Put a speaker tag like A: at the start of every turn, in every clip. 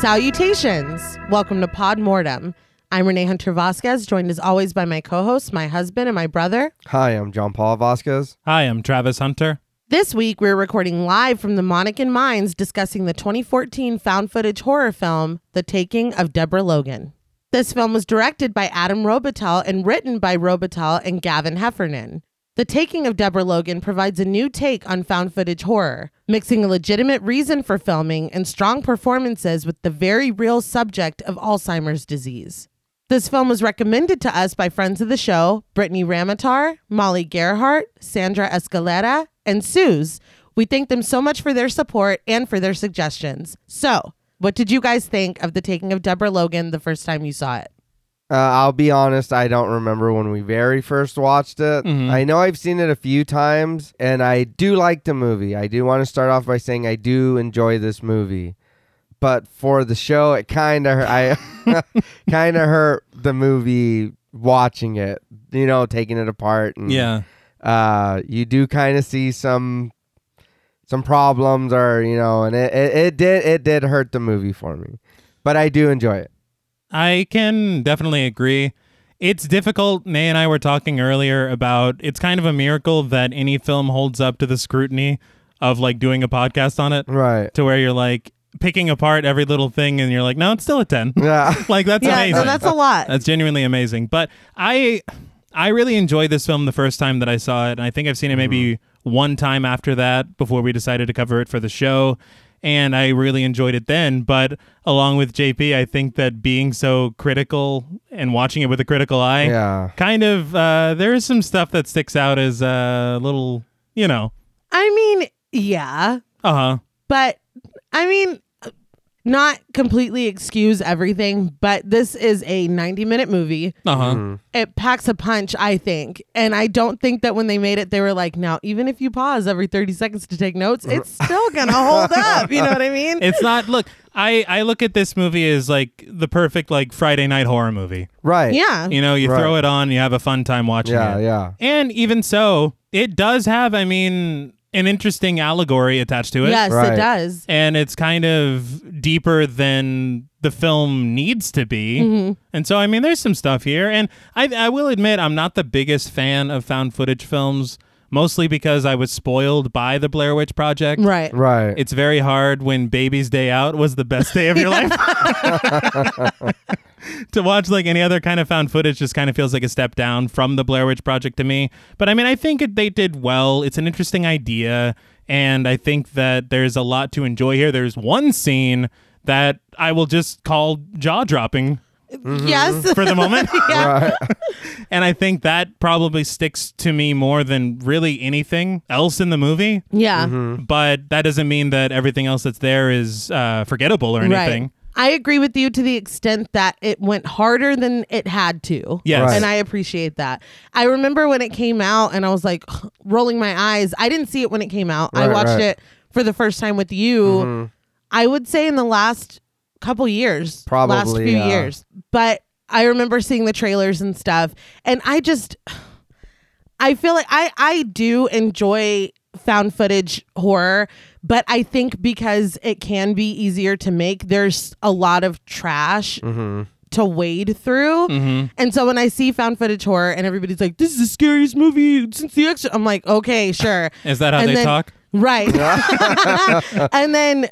A: Salutations. Welcome to Pod Mortem. I'm Renee Hunter Vasquez, joined as always by my co host, my husband, and my brother.
B: Hi, I'm John Paul Vasquez.
C: Hi, I'm Travis Hunter.
A: This week, we're recording live from the Monacan Mines discussing the 2014 found footage horror film, The Taking of Deborah Logan. This film was directed by Adam Robitel and written by Robitel and Gavin Heffernan. The Taking of Deborah Logan provides a new take on found footage horror, mixing a legitimate reason for filming and strong performances with the very real subject of Alzheimer's disease. This film was recommended to us by friends of the show, Brittany Ramatar, Molly Gerhart, Sandra Escalera, and Suze. We thank them so much for their support and for their suggestions. So, what did you guys think of the taking of Deborah Logan the first time you saw it?
B: Uh, I'll be honest, I don't remember when we very first watched it. I know I've seen it a few times, and I do like the movie. I do want to start off by saying I do enjoy this movie, but for the show, it kind of I kind of hurt the movie watching it. You know, taking it apart.
A: Mm-hmm.
B: And,
C: Yeah.
B: uh, you do kind of see some some problems, or you know, and it, it it did it did hurt the movie for me, but I do enjoy it.
C: I can definitely agree. It's difficult. Nay and I were talking earlier about it's kind of a miracle that any film holds up to the scrutiny of like doing a podcast on it
B: Right.
C: to where you're like picking apart every little thing and you're like, no, it's still a 10.
B: Yeah.
C: like that's
A: yeah,
C: amazing.
A: so that's a lot.
C: That's genuinely amazing. But I I really enjoyed this film the first time that I saw it, and I think I've seen it maybe one time after that before we decided to cover it for the show. And I really enjoyed it then. But along with JP, I think that being so critical and watching it with a critical eye,
B: Yeah.
C: kind of uh, there is some stuff that sticks out as a little, you know,
A: I mean, yeah,
C: uh huh.
A: but I mean, not completely excuse everything, but this is a 90 minute movie.
C: Uh huh.
A: It packs a punch, I think. And I don't think that when they made it, they were like, now, even if you pause every 30 seconds to take notes, it's still going to hold up. You know what I mean?
C: It's not look, I, I look at this movie as like the perfect like Friday night horror movie.
B: Right.
A: yeah.
C: You know, you
B: Right.
C: throw it on, you have a fun time watching
B: Yeah.
C: it.
B: Yeah.
C: And even so, it does have, I mean, an interesting allegory attached to it.
A: Yes, it
B: Right.
A: does.
C: And it's kind of deeper than the film needs to be.
A: Mm-hmm.
C: And so, I mean, there's some stuff here. And I, I will admit, I'm not the biggest fan of found footage films, mostly because I was spoiled by the Blair Witch Project.
A: Right.
B: Right.
C: It's very hard when Baby's Day Out was the best day of your life. to watch like any other kind of found footage just kind of feels like a step down from the Blair Witch Project to me. But I mean, I think it, they did well. It's an interesting idea. And I think that there's a lot to enjoy here. There's one scene that I will just call jaw dropping
A: Yes.
C: Mm-hmm. for the moment.
A: yeah.
C: and I think that probably sticks to me more than really anything else in the movie
A: Yeah.
C: Mm-hmm. but that doesn't mean that everything else that's there is uh, forgettable or anything.
A: Right. I agree with you to the extent that it went harder than it had to.
C: Yes.
B: Right.
A: And I appreciate that. I remember when it came out and I was like rolling my eyes. I didn't see it when it came out. I
B: Right,
A: watched
B: right. Mm-hmm.
A: it for the first time with you. I would say in the last couple years, last
B: Probably,
A: few
B: yeah.
A: years. But I remember seeing the trailers and stuff and I just I feel like I I do enjoy found footage horror, but I think because it can be easier to make, there's a lot of trash
C: Mm-hmm.
A: to wade through. And so when I see found footage horror and everybody's like, "This is the scariest movie since the extra," I'm like, "Okay, sure."
C: Is that how
A: And
C: they
A: then-
C: talk?
A: Right. and then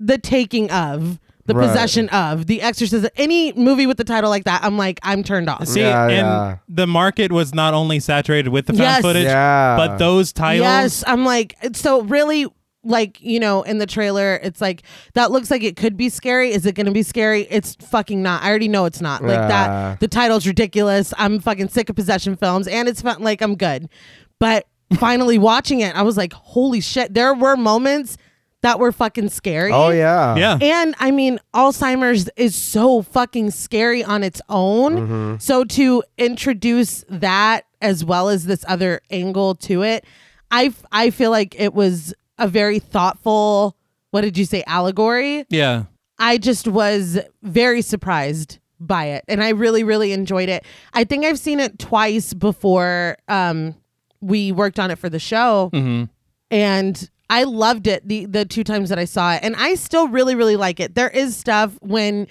A: the taking of the
B: Right.
A: possession of the exorcism any movie with the title like that i'm like i'm turned off
C: See,
B: Yeah,
C: and
B: yeah.
C: the market was not only saturated with the found
A: Yes.
C: footage,
B: Yeah.
C: but those titles.
A: Yes, I'm like so really like you know in the trailer it's like that looks like it could be scary is it going to be scary it's fucking not i already know it's not like
B: Yeah.
A: that the title's ridiculous i'm fucking sick of possession films and it's fun, like i'm good but finally watching it i was like holy shit there were moments that were fucking scary
B: oh yeah.
C: Yeah.
A: and I mean, Alzheimer's is so fucking scary on its own. So to introduce that as well as this other angle to it, I f- I feel like it was a very thoughtful. What did you say? Allegory.
C: yeah.
A: I just was very surprised by it and I really really enjoyed it. I think I've seen it twice before um we worked on it for the show. And I loved it the the two times that I saw it, and I still really really like it. There is stuff when,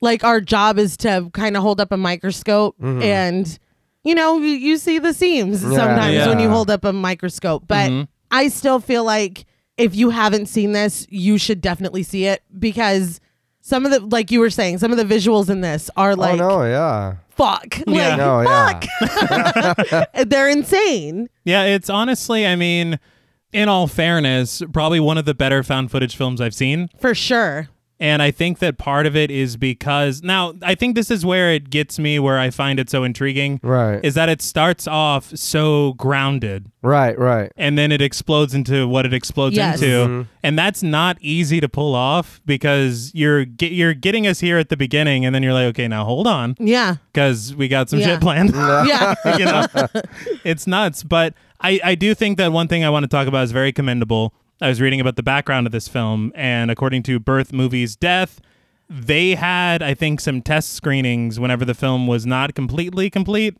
A: like, our job is to kind of hold up a microscope and. You know, you, you see the seams sometimes
C: Yeah.
A: when you hold up a microscope, but
C: Mm-hmm.
A: I still feel like if you haven't seen this, you should definitely see it because some of the, like you were saying, some of the visuals in this are like,
B: oh no, yeah.
A: fuck.
C: Yeah.
A: Like,
B: No, yeah.
A: they're insane.
C: Yeah, it's honestly, I mean, in all fairness, probably one of the better found footage films I've seen.
A: For sure.
C: And I think that part of it is because now I think this is where it gets me where I find it so intriguing.
B: Right.
C: Is that it starts off so grounded
B: Right, right.
C: and then it explodes into what it explodes
A: Yes.
C: into. And that's not easy to pull off because you're ge- you're getting us here at the beginning and then you're like, okay, now hold on
A: Yeah.
C: because we got some
A: Yeah.
C: shit planned.
A: Yeah.
C: you know it's nuts but I, I do think that one thing i want to talk about is very commendable i was reading about the background of this film and according to birth movies death they had i think some test screenings whenever the film was not completely complete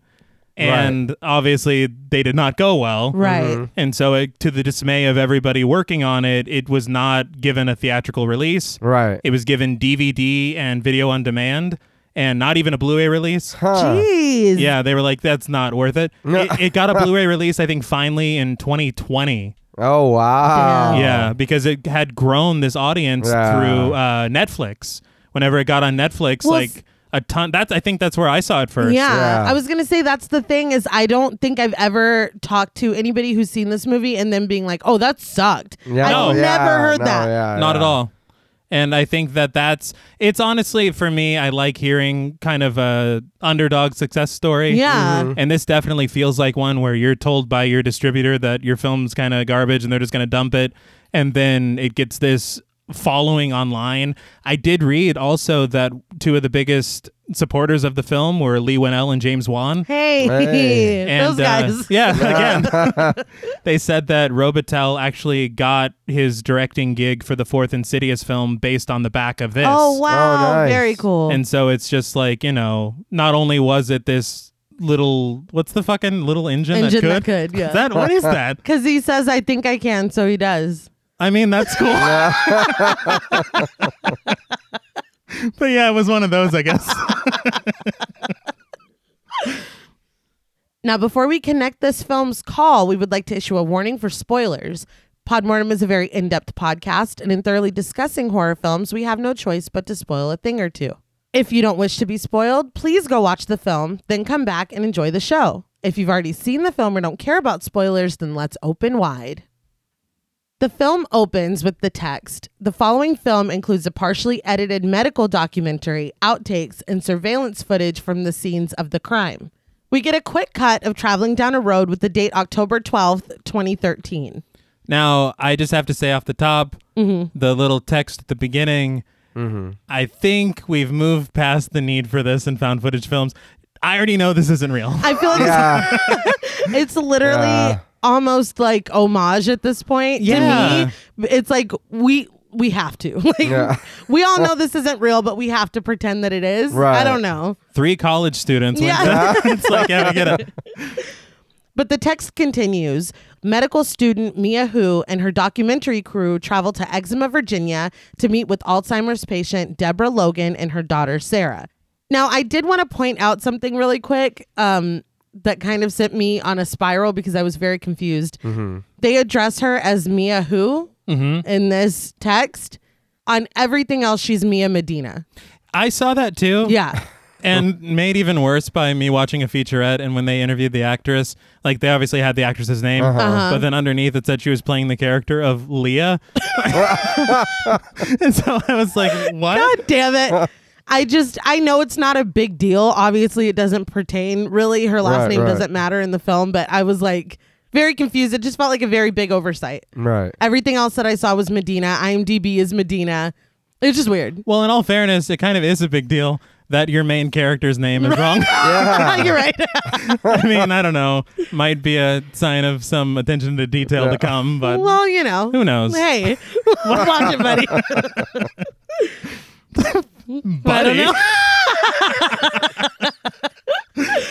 C: and obviously they did not go well
A: Right.
B: Mm-hmm.
C: and so it, to the dismay of everybody working on it it was not given a theatrical release
B: Right.
C: it was given dvd and video on demand and not even a blu-ray release
B: Huh.
A: Jeez.
C: yeah, they were like, that's not worth it. it. It got a Blu ray release, I think, finally in 2020.
B: Oh wow.
A: Damn.
C: Yeah, because it had grown this audience
B: Yeah.
C: through uh, Netflix. Whenever it got on Netflix,
A: Well,
C: like
A: s-
C: a ton. That's I think that's where I saw it first.
A: Yeah.
B: Yeah.
A: I was gonna say that's the thing is I don't think I've ever talked to anybody who's seen this movie and then being like, oh, that sucked.
B: Yeah, Oh,
C: No.
A: I've
B: yeah,
A: never heard
B: no,
A: that.
B: yeah,
C: not at
B: yeah.
C: all. And I think that that's it's honestly for me. I like hearing kind of a underdog success story.
A: Yeah. Mhm.
C: and this definitely feels like one where you're told by your distributor that your film's kind of garbage and they're just going to dump it, and then it gets this following online. I did read also that two of the biggest supporters of the film were Lee Winnell and James Wan.
A: Hey,
B: Hey.
C: And,
A: those
C: uh,
A: guys.
C: yeah, again, they said that Robitel actually got his directing gig for the fourth Insidious film based on the back of this.
A: Oh wow,
B: Oh, nice.
A: very cool.
C: And so it's just like you know, not only was it this little, what's the fucking little engine,
A: Engine
C: that
A: that
C: could?
A: could, yeah.
C: Is that what is that?
A: Because he says, I think I can, so he does.
C: I mean, that's cool. but yeah, it was one of those, I guess.
A: Now, before we connect this film's call, we would like to issue a warning for spoilers. Podmortem is a very in depth podcast, and in thoroughly discussing horror films, we have no choice but to spoil a thing or two. If you don't wish to be spoiled, please go watch the film, then come back and enjoy the show. If you've already seen the film or don't care about spoilers, then let's open wide. The film opens with the text The following film includes a partially edited medical documentary, outtakes, and surveillance footage from the scenes of the crime. We get a quick cut of traveling down a road with the date October 12th, 2013.
C: now, I just have to say off the top,
A: Mm-hmm.
C: the little text at the beginning. I think we've moved past the need for this in found footage films. I already know this isn't real.
A: I feel like
B: Yeah.
A: it's literally
B: Yeah.
A: almost like homage at this point to
C: Yeah.
A: me. It's like we we have to. Like
B: Yeah.
A: we all know this isn't real, but we have to pretend that it is. I
B: Right.
A: don't know.
C: Three college students. went
A: Yeah.
C: to- it's like, yeah, we get it.
A: But the text continues. Medical student Mia Hu and her documentary crew travel to Exuma, Virginia to meet with Alzheimer's patient Deborah Logan and her daughter Sarah. Now, I did want to point out something really quick um, that kind of sent me on a spiral because I was very confused. They address her as Mia Hu in this text. On everything else, she's Mia Medina.
C: I saw that too.
A: Yeah.
C: and made even worse by me watching a featurette and when they interviewed the actress like they obviously had the actress's name
A: Uh-huh.
C: but then underneath it said she was playing the character of leah and so i was like what
A: God damn it. I just I know it's not a big deal. Obviously it doesn't pertain really. Her last
B: Right,
A: name
B: right.
A: doesn't matter in the film, but I was like very confused. It just felt like a very big oversight.
B: Right.
A: Everything else that I saw was Medina. IMDb is Medina. It's just weird.
C: well in all fairness it kind of is a big deal that your main character's name is wrong
A: You're right.
C: i mean i don't know might be a sign of some attention to detail to come but
A: well, you know.
C: Who knows?
A: Hey. Watch it, buddy. I don't
C: buddy.
A: know.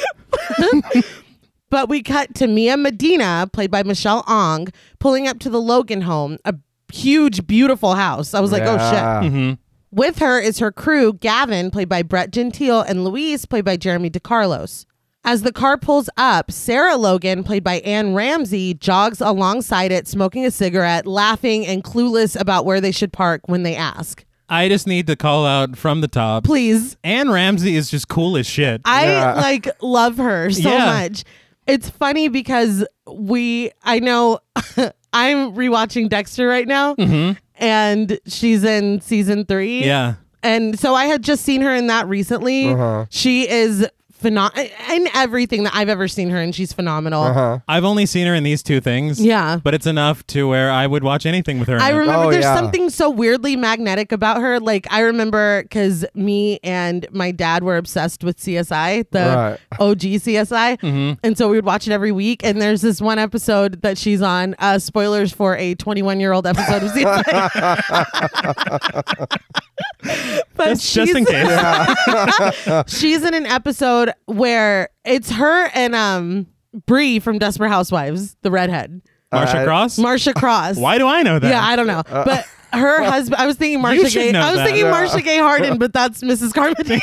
A: But we cut to Mia Medina, played by Michelle Ong, pulling up to the Logan home, a huge, beautiful house. I was like, oh shit.
C: Mm-hmm.
A: With her is her crew, Gavin, played by Brett Gentile, and Louise, played by Jeremy DeCarlos. As the car pulls up, Sarah Logan, played by Ann Ramsey, jogs alongside it, smoking a cigarette, laughing and clueless about where they should park when they ask.
C: I just need to call out from the top.
A: Please.
C: Anne Ramsey is just cool as shit.
A: I like love her so
C: Yeah.
A: much. It's funny because we, I know I'm rewatching Dexter right now, and she's in season three.
C: Mm-hmm. yeah.
A: And so I had just seen her in that recently.
B: Uh-huh.
A: She is phenomenal in everything that I've ever seen her in. She's phenomenal.
B: Uh-huh.
C: I've only seen her in these two things.
A: Yeah.
C: But it's enough to where I would watch anything with her. in
A: I
C: it.
A: remember
B: Oh,
A: there's
B: yeah.
A: something so weirdly magnetic about her. Like I remember because me and my dad were obsessed with CSI, the
B: Right.
A: OG CSI,
C: Mm-hmm.
A: and so we would watch it every week. And there's this one episode that she's on. Uh, spoilers for a 21 year old episode of CSI. but
C: That's just
A: she's-
C: in case.
A: she's in an episode where it's her and um Bree from Desperate Housewives, the redhead,
C: Marsha Cross?
A: Marsha Cross.
C: Why do I know that?
A: Yeah, I don't know. But her husband, I was thinking Marsha
C: should
A: Gay.
C: know
A: I was
C: that.
A: thinking Marsha Gay Harden, but that's Mrs. Carpenter.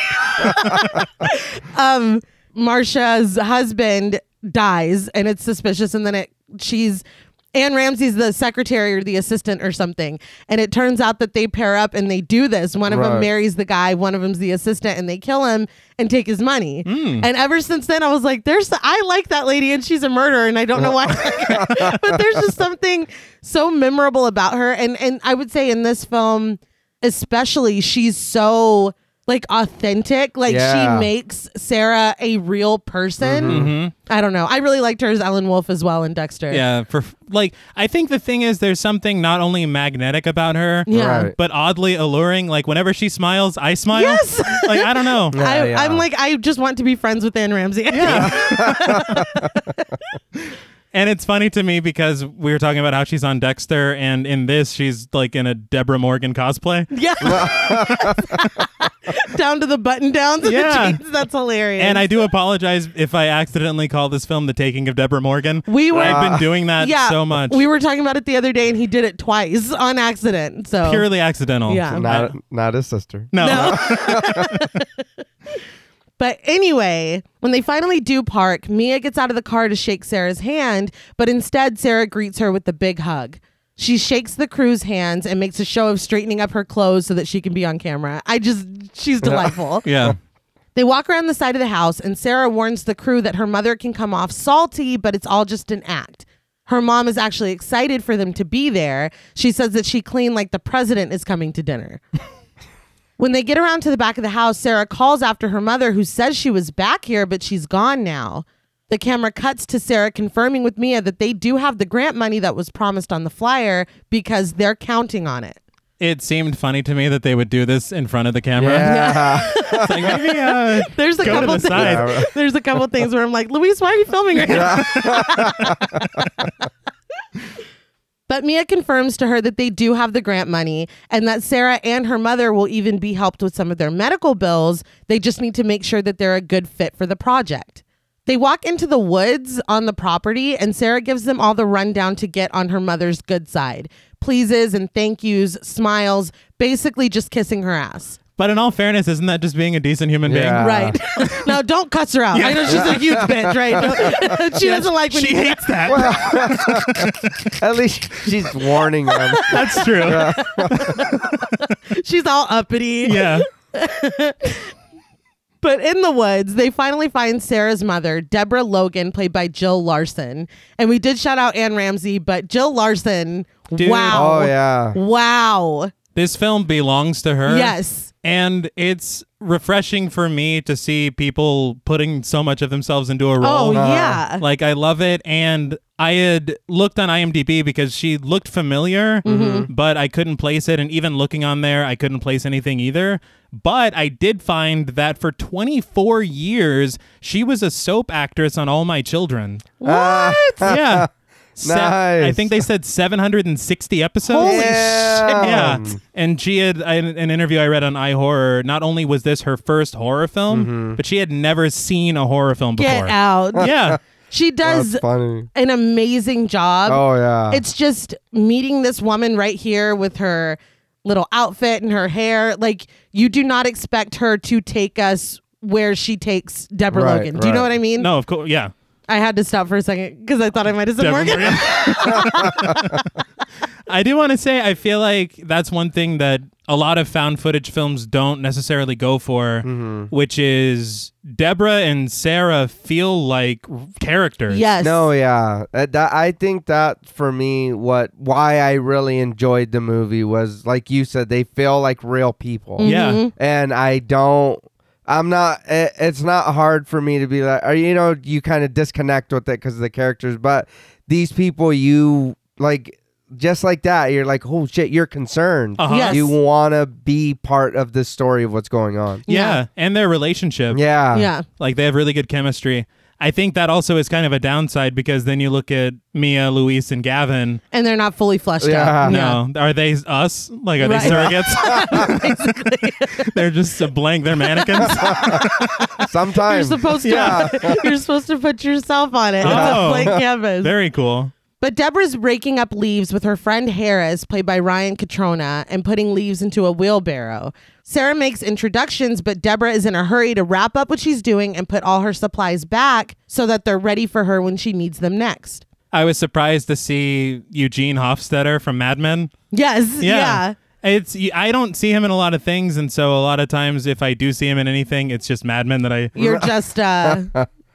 A: um, Marsha's husband dies, and it's suspicious, and then it she's. Anne Ramsey's the secretary or the assistant or something. And it turns out that they pair up and they do this. One of them
B: Right.
A: marries the guy, one of them's the assistant, and they kill him and take his money. And ever since then, I was like, there's, I like that lady and she's a murderer and I don't know why. but there's just something so memorable about her. And, and I would say in this film, especially, she's so like authentic. Like
B: Yeah.
A: she makes Sarah a real person.
C: Mm-hmm.
A: I don't know. I really liked her as Ellen Wolf as well in Dexter.
C: Yeah, for like I think the thing is there's something not only magnetic about her,
A: Yeah.
B: Right.
C: but oddly alluring. Like whenever she smiles, I smile.
A: Yes.
C: like I don't know.
A: I,
B: yeah.
A: I'm like, I just want to be friends with Anne Ramsey.
C: And it's funny to me because we were talking about how she's on Dexter, and in this she's like in a Deborah Morgan cosplay.
A: Yeah. Down to the button downs and
C: Yeah.
A: the jeans. That's hilarious.
C: And I do apologize if I accidentally call this film "The Taking of Deborah Morgan."
A: We were- Uh,
C: I've been doing that
A: yeah,
C: so much,
A: We were talking about it the other day and he did it twice on accident. So
C: purely accidental.
A: Yeah.
B: Not not his sister.
C: no.
A: But anyway, when they finally do park, Mia gets out of the car to shake Sarah's hand, but instead Sarah greets her with the big hug. She shakes the crew's hands and makes a show of straightening up her clothes so that she can be on camera. I just she's delightful.
C: yeah.
A: They walk around the side of the house, and Sarah warns the crew that her mother can come off salty, but it's all just an act. Her mom is actually excited for them to be there. She says that she cleaned like the president is coming to dinner. when they get around to the back of the house, Sarah calls after her mother, who says she was back here, but she's gone now. The camera cuts to Sarah confirming with Mia that they do have the grant money that was promised on the flyer because they're counting on it.
C: It seemed funny to me that they would do this in front of the camera.
B: Yeah.
C: It's like, maybe, uh,
A: There's a
C: Go to
A: couple
C: the
A: things.
C: side.
A: There's a couple things where I'm like, Luis, why are you filming right now? but Mia confirms to her that they do have the grant money and that Sarah and her mother will even be helped with some of their medical bills. They just need to make sure that they're a good fit for the project. They walk into the woods on the property, and Sarah gives them all the rundown to get on her mother's good side. Pleases and thank yous, smiles, basically just kissing her ass.
C: but in all fairness, isn't that just being a decent human
B: Yeah.
C: being?
A: Right. now, don't cuss her out. I know she's a huge bitch, right? Don't- she doesn't like when
C: She
A: you-
C: hates that.
B: At least she's warning them.
C: That's true. Yeah.
A: she's all uppity. But in the woods, they finally find Sarah's mother, Deborah Logan, played by Jill Larson. And we did shout out Ann Ramsey, but Jill Larson,
C: Dude.
A: wow.
B: Oh yeah.
A: Wow.
C: This film belongs to her.
A: Yes.
C: And it's refreshing for me to see people putting so much of themselves into a
A: Oh,
C: role.
A: yeah.
C: Like I love it and I had looked on IMDb because she looked familiar, but I couldn't place it and even looking on there I couldn't place anything either. But I did find that for 24 years she was a soap actress on All My Children.
A: what?
C: yeah. Se-
B: Nice.
C: I think they said 760 episodes.
A: Holy
B: Damn.
C: Yeah, and she had I- an interview I read on iHorror. Not only was this her first horror film, but she had never seen a horror film
A: Get
C: before.
A: out.
C: Yeah,
A: She does
B: That's funny.
A: an amazing job.
B: Oh yeah.
A: It's just meeting this woman right here with her little outfit and her hair. Like you do not expect her to take us where she takes Deborah
B: Right,
A: Logan. Do you know
B: right.
A: what I mean?
C: No, of course. Yeah.
A: I had to stop for a second because I thought I might have said
C: Deborah
A: Morgan.
C: Morgan. I do want to say I feel like that's one thing that a lot of found footage films don't necessarily go for, which is Deborah and Sarah feel like r- characters.
A: Yes.
B: No, yeah. That, that- I think that for me, what why I really enjoyed the movie was like you said, they feel like real people.
C: Yeah.
A: Mm-hmm.
B: And I don't. I'm not. It, it's not hard for me to be like, or you know, you kind of disconnect with it because of the characters. But these people, you like. Just like that, you're like, oh shit, you're concerned.
C: Uh-huh.
A: Yes.
B: You want to be part of the story of what's going on.
C: yeah.
A: Yeah.
C: And their relationship.
B: Yeah.
A: Yeah.
C: Like they have really good chemistry. I think that also is kind of a downside because then you look at Mia, Luis, and Gavin.
A: And they're not fully fleshed
B: Yeah.
A: out.
C: No, are they us? Like, are they
A: Right.
C: surrogates? They're just a blank. They're mannequins.
A: You're
B: Sometimes.
A: supposed to
B: Yeah.
A: you're supposed to put yourself on it.
C: Oh.
A: It's a blank canvas.
C: Very cool.
A: But Deborah's raking up leaves with her friend Harris, played by Ryan Catrona, and putting leaves into a wheelbarrow. Sarah makes introductions, but Deborah is in a hurry to wrap up what she's doing and put all her supplies back so that they're ready for her when she needs them next.
C: I was surprised to see Eugene Hofstetter from Mad Men.
A: Yes. Yeah.
C: Yeah. It's I don't see him in a lot of things, and so a lot of times if I do see him in anything, it's just Mad Men that I
A: You're just uh,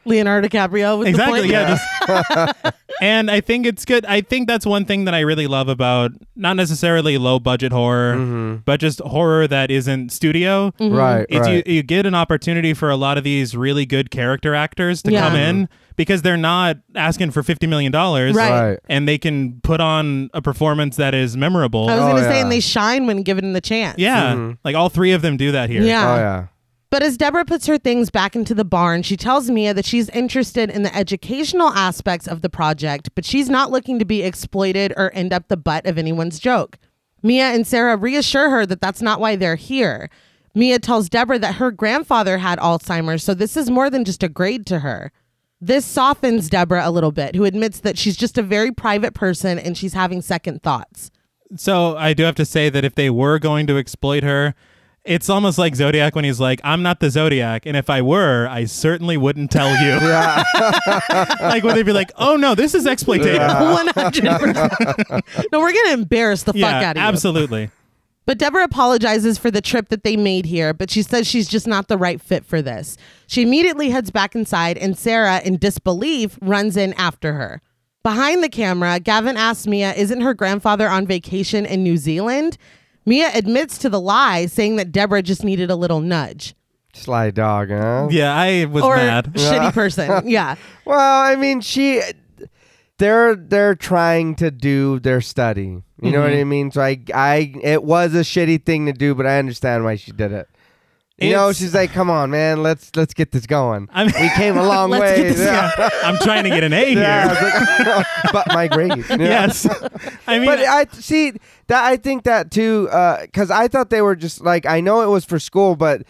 A: Leonardo DiCaprio with the
C: exactly
A: point.
C: yeah. just- and I think it's good. I think that's one thing that I really love about not necessarily low budget horror, but just horror that isn't studio.
B: right.
C: It's
B: right.
C: you, you get an opportunity for a lot of these really good character actors to
A: Yeah.
C: come in because they're not asking for fifty million dollars,
A: Right.
B: right.
C: And they can put on a performance that is memorable.
A: I was going to
B: Oh,
A: say,
B: yeah.
A: and they shine when given the chance.
C: Yeah. Like all three of them do that here.
A: Yeah.
B: Oh yeah.
A: But as Deborah puts her things back into the barn, she tells Mia that she's interested in the educational aspects of the project, but she's not looking to be exploited or end up the butt of anyone's joke. Mia and Sarah reassure her that that's not why they're here. Mia tells Deborah that her grandfather had Alzheimer's, so this is more than just a grade to her. This softens Deborah a little bit, who admits that she's just a very private person and she's having second thoughts.
C: So I do have to say that if they were going to exploit her, it's almost like Zodiac when he's like, I'm not the Zodiac. And if I were, I certainly wouldn't tell you. like, would they be like, oh no, this is exploitative?
A: 100%. no, we're going to embarrass the
C: Yeah,
A: fuck out of you.
C: absolutely.
A: But Deborah apologizes for the trip that they made here, but she says she's just not the right fit for this. She immediately heads back inside, and Sarah, in disbelief, runs in after her. Behind the camera, Gavin asks Mia, Isn't her grandfather on vacation in New Zealand? Mia admits to the lie, saying that Deborah just needed a little nudge.
B: Sly dog, huh?
C: Yeah, I was
A: Or
C: mad.
A: shitty person. Yeah.
B: Well, I mean, she, they're they're trying to do their study. You know
C: Mm-hmm.
B: what I mean? So I, I, it was a shitty thing to do, but I understand why she did it. You know,
C: It's-
B: she's like, "Come on, man, let's let's get this going.
C: I mean-
B: we came a long
A: Let's
B: way."
A: get this
B: yeah.
C: I'm trying to get an A
B: Yeah,
C: here.
B: it's like, but my grade. you know?
C: Yes. I mean,
B: but I see that I think that too, because I thought they were just like I know it was for school, but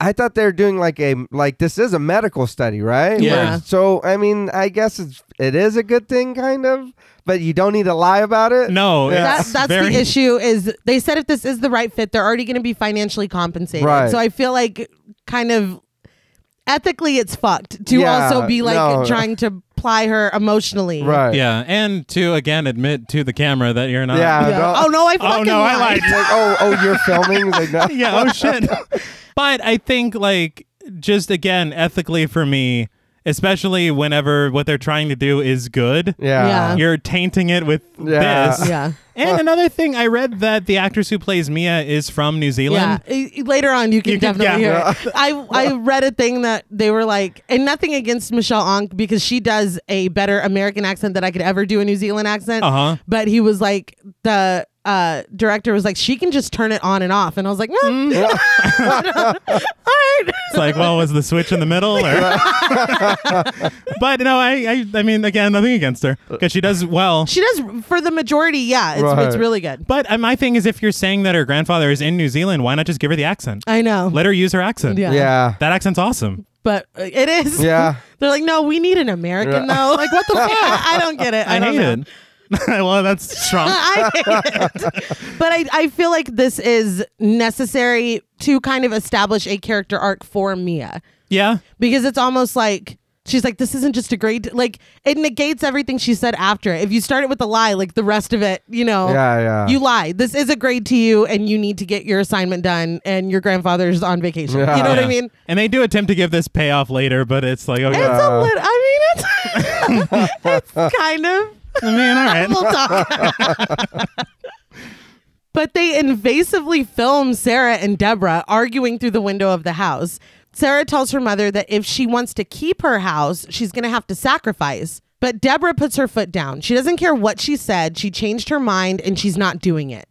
B: I thought they were doing like a like this is a medical study, right?
C: Yeah.
B: Where- so I mean, I guess it's it is a good thing, kind of, but you don't need to lie about it.
C: no.
A: That,
C: it's
A: that's
C: very-
A: the issue is they said if this is the right fit, they're already going to be financially compensated.
B: Right.
A: So I feel like kind of ethically it's fucked to
B: Yeah,
A: also be like
B: no.
A: trying to ply her emotionally.
B: right?
C: Yeah. And to, again, admit to the camera that you're not.
B: yeah.
A: Yeah.
B: don't-
A: Oh no, I fucking
C: Oh, no, I
A: lied.
C: lied.
B: It's like, oh, oh, you're filming. It's Like, no.
C: yeah, oh shit. But I think like just again ethically for me, especially whenever what they're trying to do is good,
A: Yeah.
B: Yeah.
C: you're tainting it with
B: Yeah.
C: this.
A: Yeah.
C: And another thing, I read that the actress who plays Mia is from New
A: Yeah.
C: Zealand.
A: E- e- Later on, you can
C: You can-
A: definitely
C: yeah.
A: hear. It. I I read a thing that they were like, and nothing against Michelle Onk because she does a better American accent than I could ever do a New Zealand accent.
C: Uh-huh.
A: But he was like the. Uh, director was like, she can just turn it on and off, and I was like, no, all right,
C: It's like, well, was the switch in the middle? Or... but no, I, I, I mean, again, nothing against her because she does well.
A: she does for the majority. Yeah, it's,
B: Right.
A: it's really good.
C: But uh, my thing is, if you're saying that her grandfather is in New Zealand, why not just give her the accent?
A: I know.
C: Let her use her accent.
A: Uh, Yeah.
B: Yeah.
C: That accent's awesome.
A: but uh, it is.
B: Yeah.
A: They're like, no, we need an American though. Like, what the fuck? I don't get it. I,
C: I,
A: don't
C: hate
A: know.
C: it. well, that's strong.
A: Uh, I hate it. But I, I feel like this is necessary to kind of establish a character arc for Mia
C: Yeah.
A: because it's almost like she's like, this isn't just a great, like, it negates everything she said after it. If you start it with a lie, like the rest of it, you know.
B: Yeah, yeah.
A: You lied. This is a grade to you, and you need to get your assignment done. And your grandfather's on vacation. You know what I
C: Yeah.
A: mean?
C: And they do attempt to give this payoff later, but it's like, okay,
A: It's a little. I mean, it's, it's kind of
C: man, all right.
A: we'll talk. but they invasively film Sarah and Deborah arguing through the window of the house. Sarah tells her mother that if she wants to keep her house, she's going to have to sacrifice. But Deborah puts her foot down. She doesn't care what she said. She changed her mind and she's not doing it.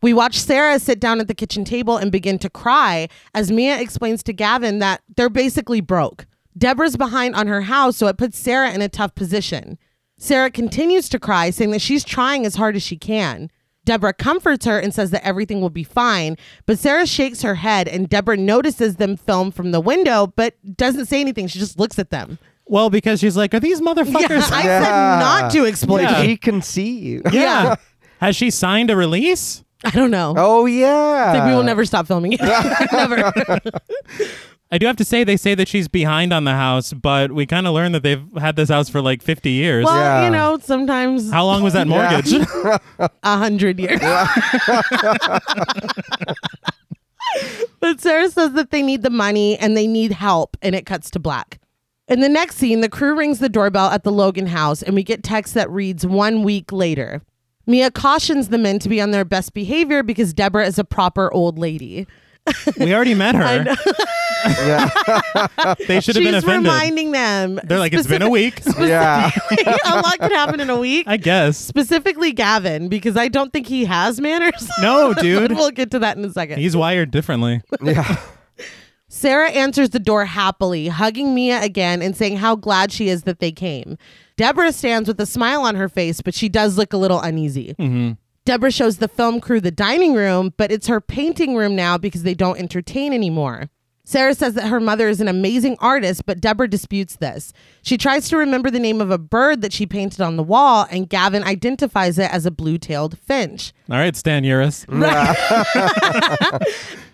A: We watch Sarah sit down at the kitchen table and begin to cry as Mia explains to Gavin that they're basically broke. Deborah's behind on her house, so it puts Sarah in a tough position. Sarah continues to cry, saying that she's trying as hard as she can. Deborah comforts her and says that everything will be fine, but Sarah shakes her head and Deborah notices them film from the window but doesn't say anything. She just looks at them.
C: Well, because she's like, are these
A: Yeah,
C: motherfuckers?
A: I
B: Yeah.
A: said not to exploit
C: Yeah.
A: you.
B: She can see you.
C: Yeah. Has she signed a release?
A: I don't know.
B: Oh yeah.
A: It's like we will never stop filming it. never.
C: I do have to say, they say that she's behind on the house, but we kind of learned that they've had this house for like 50 years.
A: Well,
B: Yeah.
A: you know, sometimes
C: How long was that mortgage?
A: a hundred years. but Sarah says that they need the money and they need help, and it cuts to black. In the next scene, the crew rings the doorbell at the Logan house, and we get text that reads one week later. Mia cautions the men to be on their best behavior because Deborah is a proper old lady.
C: we already met her.
B: Yeah.
C: They
A: She's
C: should have been offended.
A: reminding them.
C: They're like, it's been a
A: specific-
C: week.
B: yeah.
A: a lot could happen in a week.
C: I guess.
A: Specifically, Gavin, because I don't think he has manners.
C: No,
A: But
C: dude.
A: we'll get to that in a second.
C: He's wired differently.
B: Yeah.
A: Sarah answers the door happily, hugging Mia again and saying how glad she is that they came. Deborah stands with a smile on her face, but she does look a little uneasy. Deborah shows the film crew the dining room, but it's her painting room now because they don't entertain anymore. Sarah says that her mother is an amazing artist, but Deborah disputes this. She tries to remember the name of a bird that she painted on the wall, and Gavin identifies it as a blue tailed finch.
C: All right, Stan Uris.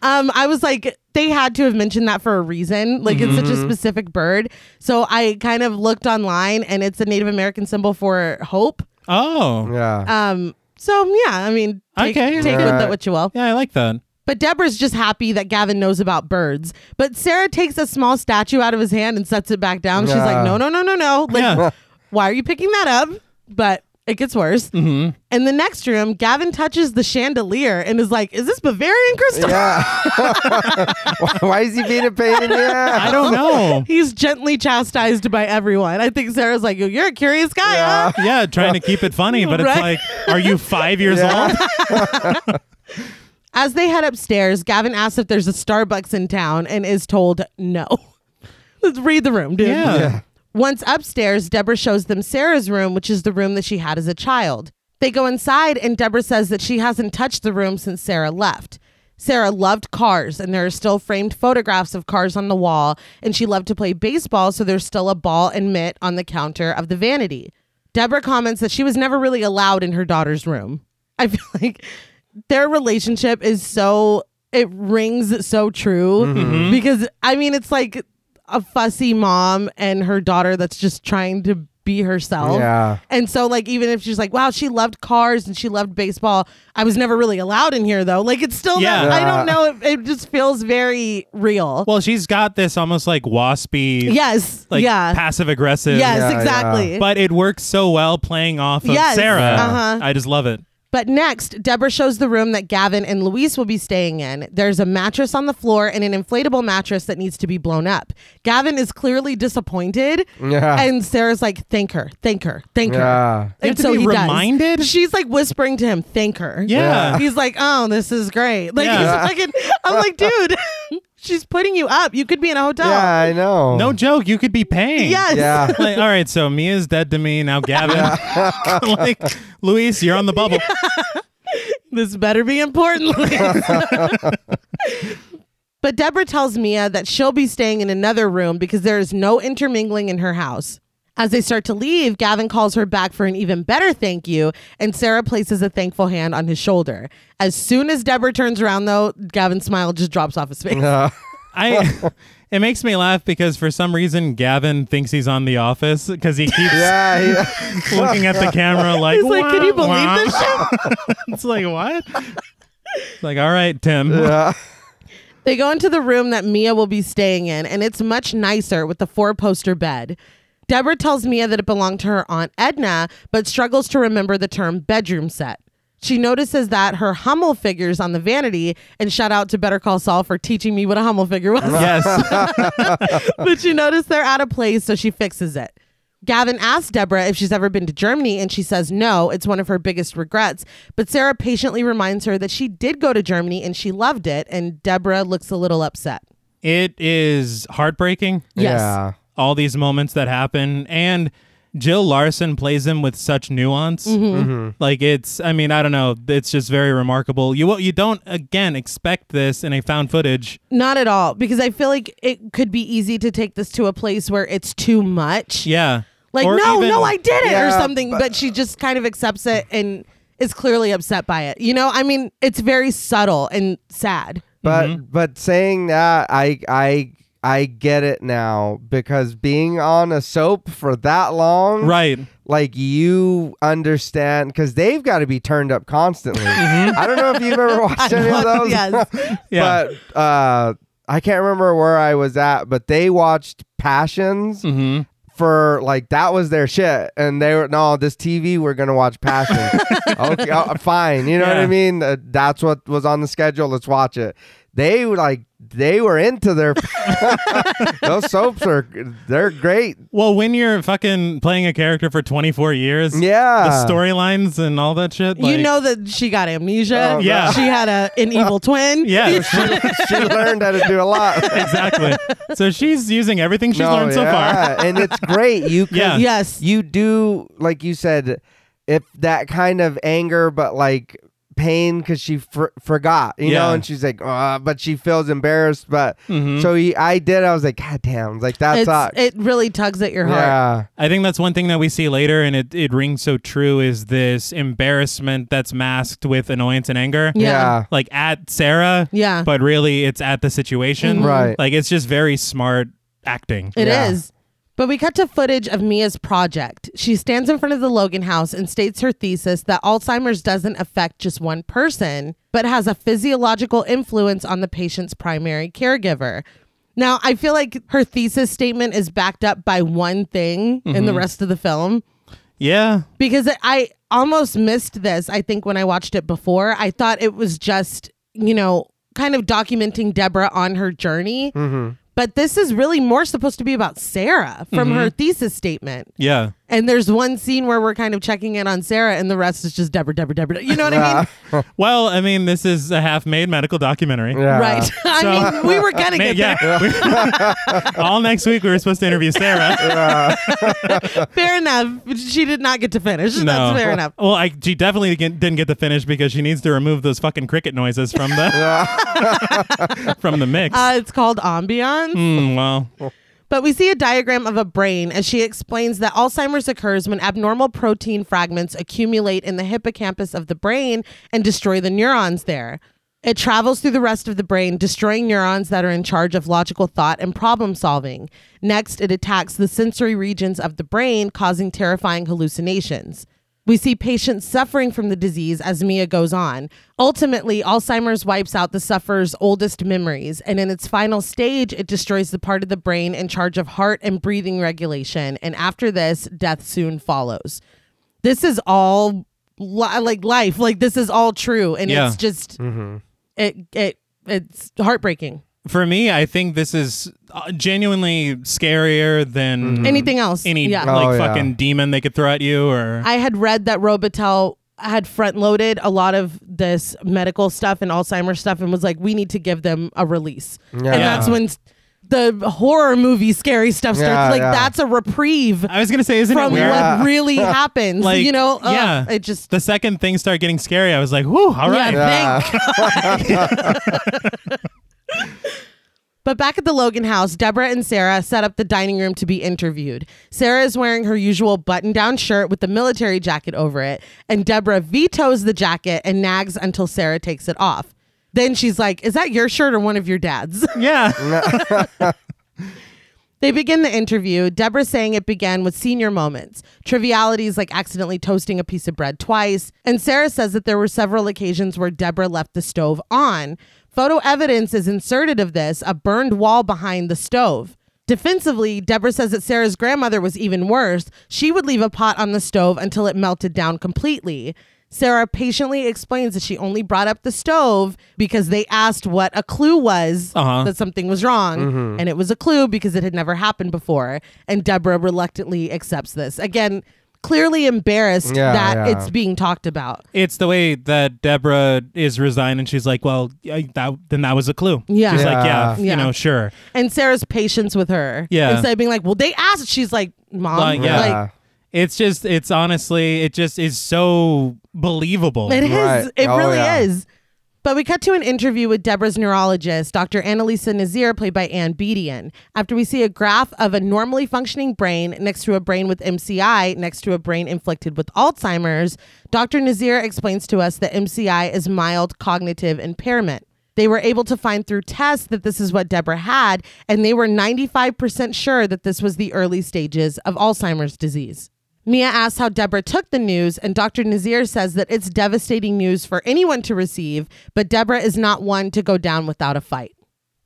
A: Um, I was like, they had to have mentioned that for a reason. Like, it's such a
C: Mm-hmm.
A: specific bird. So I kind of looked online, and it's a Native American symbol for hope.
C: Oh.
B: Yeah.
A: Um, so yeah, I mean, take,
C: Okay.
A: take with it
B: Alright.
A: what you will.
C: Yeah, I like that.
A: But Deborah's just happy that Gavin knows about birds. But Sarah takes a small statue out of his hand and sets it back down. She's like,
B: Yeah.
A: no, no, no, no, no. Like,
C: Yeah.
A: why are you picking that up? But it gets worse.
C: Mm-hmm.
A: In the next room, Gavin touches the chandelier and is like, is this Bavarian crystal?
B: yeah. why, why is he being a pain in the
C: I
B: ass?
C: don't know.
A: He's gently chastised by everyone. I think Sarah's like, you're a curious guy, huh?
C: Yeah, trying to keep it funny, but it's
A: Right.
C: like, are you five years
B: Yeah.
C: old?
A: As they head upstairs, Gavin asks if there's a Starbucks in town and is told no. Let's read the room, dude.
C: Yeah.
A: Once upstairs, Deborah shows them Sarah's room, which is the room that she had as a child. They go inside, and Deborah says that she hasn't touched the room since Sarah left. Sarah loved cars, and there are still framed photographs of cars on the wall, and she loved to play baseball, so there's still a ball and mitt on the counter of the vanity. Deborah comments that she was never really allowed in her daughter's room. I feel like their relationship is so it rings so true because I mean it's like a fussy mom and her daughter that's just trying to be herself.
B: Yeah.
A: And so like even if she's like, wow, she loved cars and she loved baseball. I was never really allowed in here though. Like it's still
C: Yeah.
A: not, I don't know. It, it just feels very real.
C: Well, she's got this almost like waspy,
A: yes.
C: like
A: yeah.
C: passive aggressive.
A: yes,
B: Yeah, yeah.
A: exactly.
C: But it works so well playing off of
A: Yes,
C: Sarah.
A: uh-huh.
C: I just love it.
A: But next, Deborah shows the room that Gavin and Luis will be staying in. There's a mattress on the floor and an inflatable mattress that needs to be blown up. Gavin is clearly disappointed.
B: Yeah.
A: And Sarah's like, thank her, thank her, thank her.
B: Yeah.
A: And
C: You have to be
A: does.
C: reminded?
A: She's like whispering to him, thank her.
C: Yeah.
A: He's like, oh, this is great. Like, he's
C: Yeah.
A: fucking, I'm like, dude, she's putting you up. You could be in a hotel.
B: Yeah, I know.
C: No joke, you could be paying.
A: Yes.
B: Yeah.
C: Like, all right, so Mia's dead to me. Now Gavin. like, Luis, you're on the bubble.
A: This better be important. Liz. But Deborah tells Mia that she'll be staying in another room because there is no intermingling in her house. As they start to leave, Gavin calls her back for an even better thank you, and Sarah places a thankful hand on his shoulder. As soon as Deborah turns around, though, Gavin's smile just drops off his face.
B: Uh,
C: I it makes me laugh because for some reason Gavin thinks he's on The Office because he keeps
B: yeah, he-
C: looking at the camera like,
A: He's like, "Can you
C: "Wah,
A: believe
C: wah."
A: this
C: it's like what? It's like, all right, Tim.
B: yeah.
A: They go into the room that Mia will be staying in, and it's much nicer with the four poster bed. Deborah tells Mia that it belonged to her Aunt Edna, but struggles to remember the term bedroom set. She notices that her Hummel figures on the vanity, and shout out to Better Call Saul for teaching me what a Hummel figure was.
C: Yes.
A: but she noticed they're out of place, so she fixes it. Gavin asks Deborah if she's ever been to Germany, and she says no. It's one of her biggest regrets. But Sarah patiently reminds her that she did go to Germany and she loved it, and Deborah looks a little upset.
C: it is heartbreaking.
A: Yes.
B: Yeah.
C: all these moments that happen and Jill Larson plays him with such nuance.
A: Mm-hmm.
B: Mm-hmm.
C: Like it's I mean I don't know, it's just very remarkable. You you don't again expect this in a found footage.
A: Not at all, because I feel like it could be easy to take this to a place where it's too much.
C: Yeah.
A: Like,
C: Or
A: no,
C: even-
A: no, I did it or
B: Yeah,
A: something. But, she just kind of accepts it and is clearly upset by it. You know, I mean, it's very subtle and sad.
B: But
C: Mm-hmm.
B: but saying that, I I I get it now because being on a soap for that long,
C: Right.
B: Like you understand because they've got to be turned up constantly. I don't know if you've ever watched any of those.
A: yes.
C: Mm-hmm. Yeah.
B: But uh, I can't remember where I was at, but they watched Passions.
C: Mhm.
B: For like that was their shit, and they were no this TV we're gonna watch Passion. okay, uh, fine, you know what
C: Yeah.
B: I mean. Uh, that's what was on the schedule. Let's watch it. They were, like they were into their those soaps are they're great.
C: Well, when you're fucking playing a character for 24 years, the
B: Yeah,
C: storylines and all that shit, like,
A: you know that she got amnesia.
B: Oh,
C: Yeah. God.
A: She had a an evil twin.
C: Yeah.
B: she learned how to do a lot.
C: exactly. So she's using everything she's
B: No,
C: learned so far.
B: yeah, and it's great. You can
C: Yeah.
A: Yes.
B: you do like you said if that kind of anger but like pain because she for- forgot you
C: Yeah. Mm-hmm.
B: know and she's like "Ah," but she feels embarrassed but so he, i did i was like god damn like that
A: It's,
B: sucks
A: it really tugs at your heart.
B: yeah
C: I think that's one thing that we see later, and it, it rings so true is this embarrassment that's masked with annoyance and anger.
A: Yeah.
B: yeah
C: Like at Sarah,
A: Yeah. Mm-hmm.
C: but really it's at the situation.
B: Mhm. Right.
C: Like it's just very smart acting.
A: It is,
B: Yeah.
A: But we cut to footage of Mia's project. She stands in front of the Logan house and states her thesis that Alzheimer's doesn't affect just one person, but has a physiological influence on the patient's primary caregiver. Now, I feel like her thesis statement is backed up by one thing in the rest of the film
C: Yeah.
A: because I- I almost missed this, I think, when I watched it before. I thought it was just, you know, kind of documenting Deborah on her journey. But this is really more supposed to be about Sarah from
C: Mm-hmm.
A: her thesis statement.
C: Yeah.
A: And there's one scene where we're kind of checking in on Sarah, and the rest is just Deborah, Deborah, Deborah. You know what
B: Uh,
A: I mean?
C: Well, I mean, this is a half made medical documentary.
B: yeah.
A: Right. I
C: So-
A: mean, we were going to
C: Man,
A: get there.
C: yeah. All next week we were supposed to interview Sarah.
A: Fair enough. She did not get to finish. That's fair enough.
C: Well, I, she definitely didn't didn't get the finish because she needs to remove those fucking cricket noises from the from the mix.
A: Uh, it's called ambiance.
C: Mm, well,
A: But we see a diagram of a brain as she explains that Alzheimer's occurs when abnormal protein fragments accumulate in the hippocampus of the brain and destroy the neurons there. It travels through the rest of the brain, destroying neurons that are in charge of logical thought and problem solving. Next, it attacks the sensory regions of the brain, causing terrifying hallucinations. We see patients suffering from the disease as Mia goes on. Ultimately, Alzheimer's wipes out the sufferer's oldest memories, and in its final stage, it destroys the part of the brain in charge of heart and breathing regulation. And after this, death soon follows. This is all li- like life, like this is all true, and
C: Yeah.
A: it's just it it it's heartbreaking.
C: for me, I think this is uh, genuinely scarier than
A: Anything else?
C: any
A: Mm-hmm. yeah.
C: like
B: Oh, yeah.
C: fucking demon they could throw at you or
A: I had read that Robitel had front loaded a lot of this medical stuff and Alzheimer's stuff and was like, we need to give them a release.
B: Yeah.
A: And that's when s- the horror movie scary stuff starts.
B: Yeah,
A: like,
B: yeah.
A: that's a reprieve
C: I was gonna say, isn't it
A: from
C: weird?
B: Yeah.
A: what really happens.
C: Like,
A: you know? Ugh,
C: yeah.
A: It just.
C: The second things start getting scary, I was like, "Whoo, all
A: yeah,
C: right."
A: thank But back at the Logan house, Deborah and Sarah set up the dining room to be interviewed. Sarah is wearing her usual button down shirt with the military jacket over it, and Deborah vetoes the jacket and nags until Sarah takes it off. Then she's like, Is that your shirt or one of your dad's?
C: Yeah.
A: They begin the interview. Deborah saying it began with senior moments, trivialities like accidentally toasting a piece of bread twice. And Sarah says that there were several occasions where Deborah left the stove on. Photo evidence is inserted of this a burned wall behind the stove. Defensively, Deborah says that Sarah's grandmother was even worse. She would leave a pot on the stove until it melted down completely. Sarah patiently explains that she only brought up the stove because they asked what a clue was
C: Uh-huh.
A: that something was wrong.
B: Mm-hmm.
A: And it was a clue because it had never happened before. And Deborah reluctantly accepts this. Again, clearly embarrassed
B: Yeah,
A: that
B: yeah.
A: it's being talked about.
C: It's the way that Deborah is resigned, and she's like, "Well, I, that then that was a clue."
A: Yeah.
C: she's like, "Yeah,
A: Yeah.
C: you know, sure."
A: And Sarah's patience with her.
C: Yeah.
A: Instead of being like, well, they asked, she's like, mom.
C: Like, yeah.
A: like,
C: It's just, it's honestly, it just is so believable.
A: It is.
B: Right.
A: It
B: Oh,
A: really
B: yeah.
A: is. But we cut to an interview with Deborah's neurologist, Dr. Annalisa Nazir, played by Ann Bedian, after we see a graph of a normally functioning brain next to a brain with MCI next to a brain inflicted with Alzheimer's. Dr. Nazir explains to us that MCI is mild cognitive impairment. They were able to find through tests that this is what Deborah had, and they were 95% sure that this was the early stages of Alzheimer's disease. Mia asks how Deborah took the news, and Dr. Nazir says that it's devastating news for anyone to receive, but Deborah is not one to go down without a fight.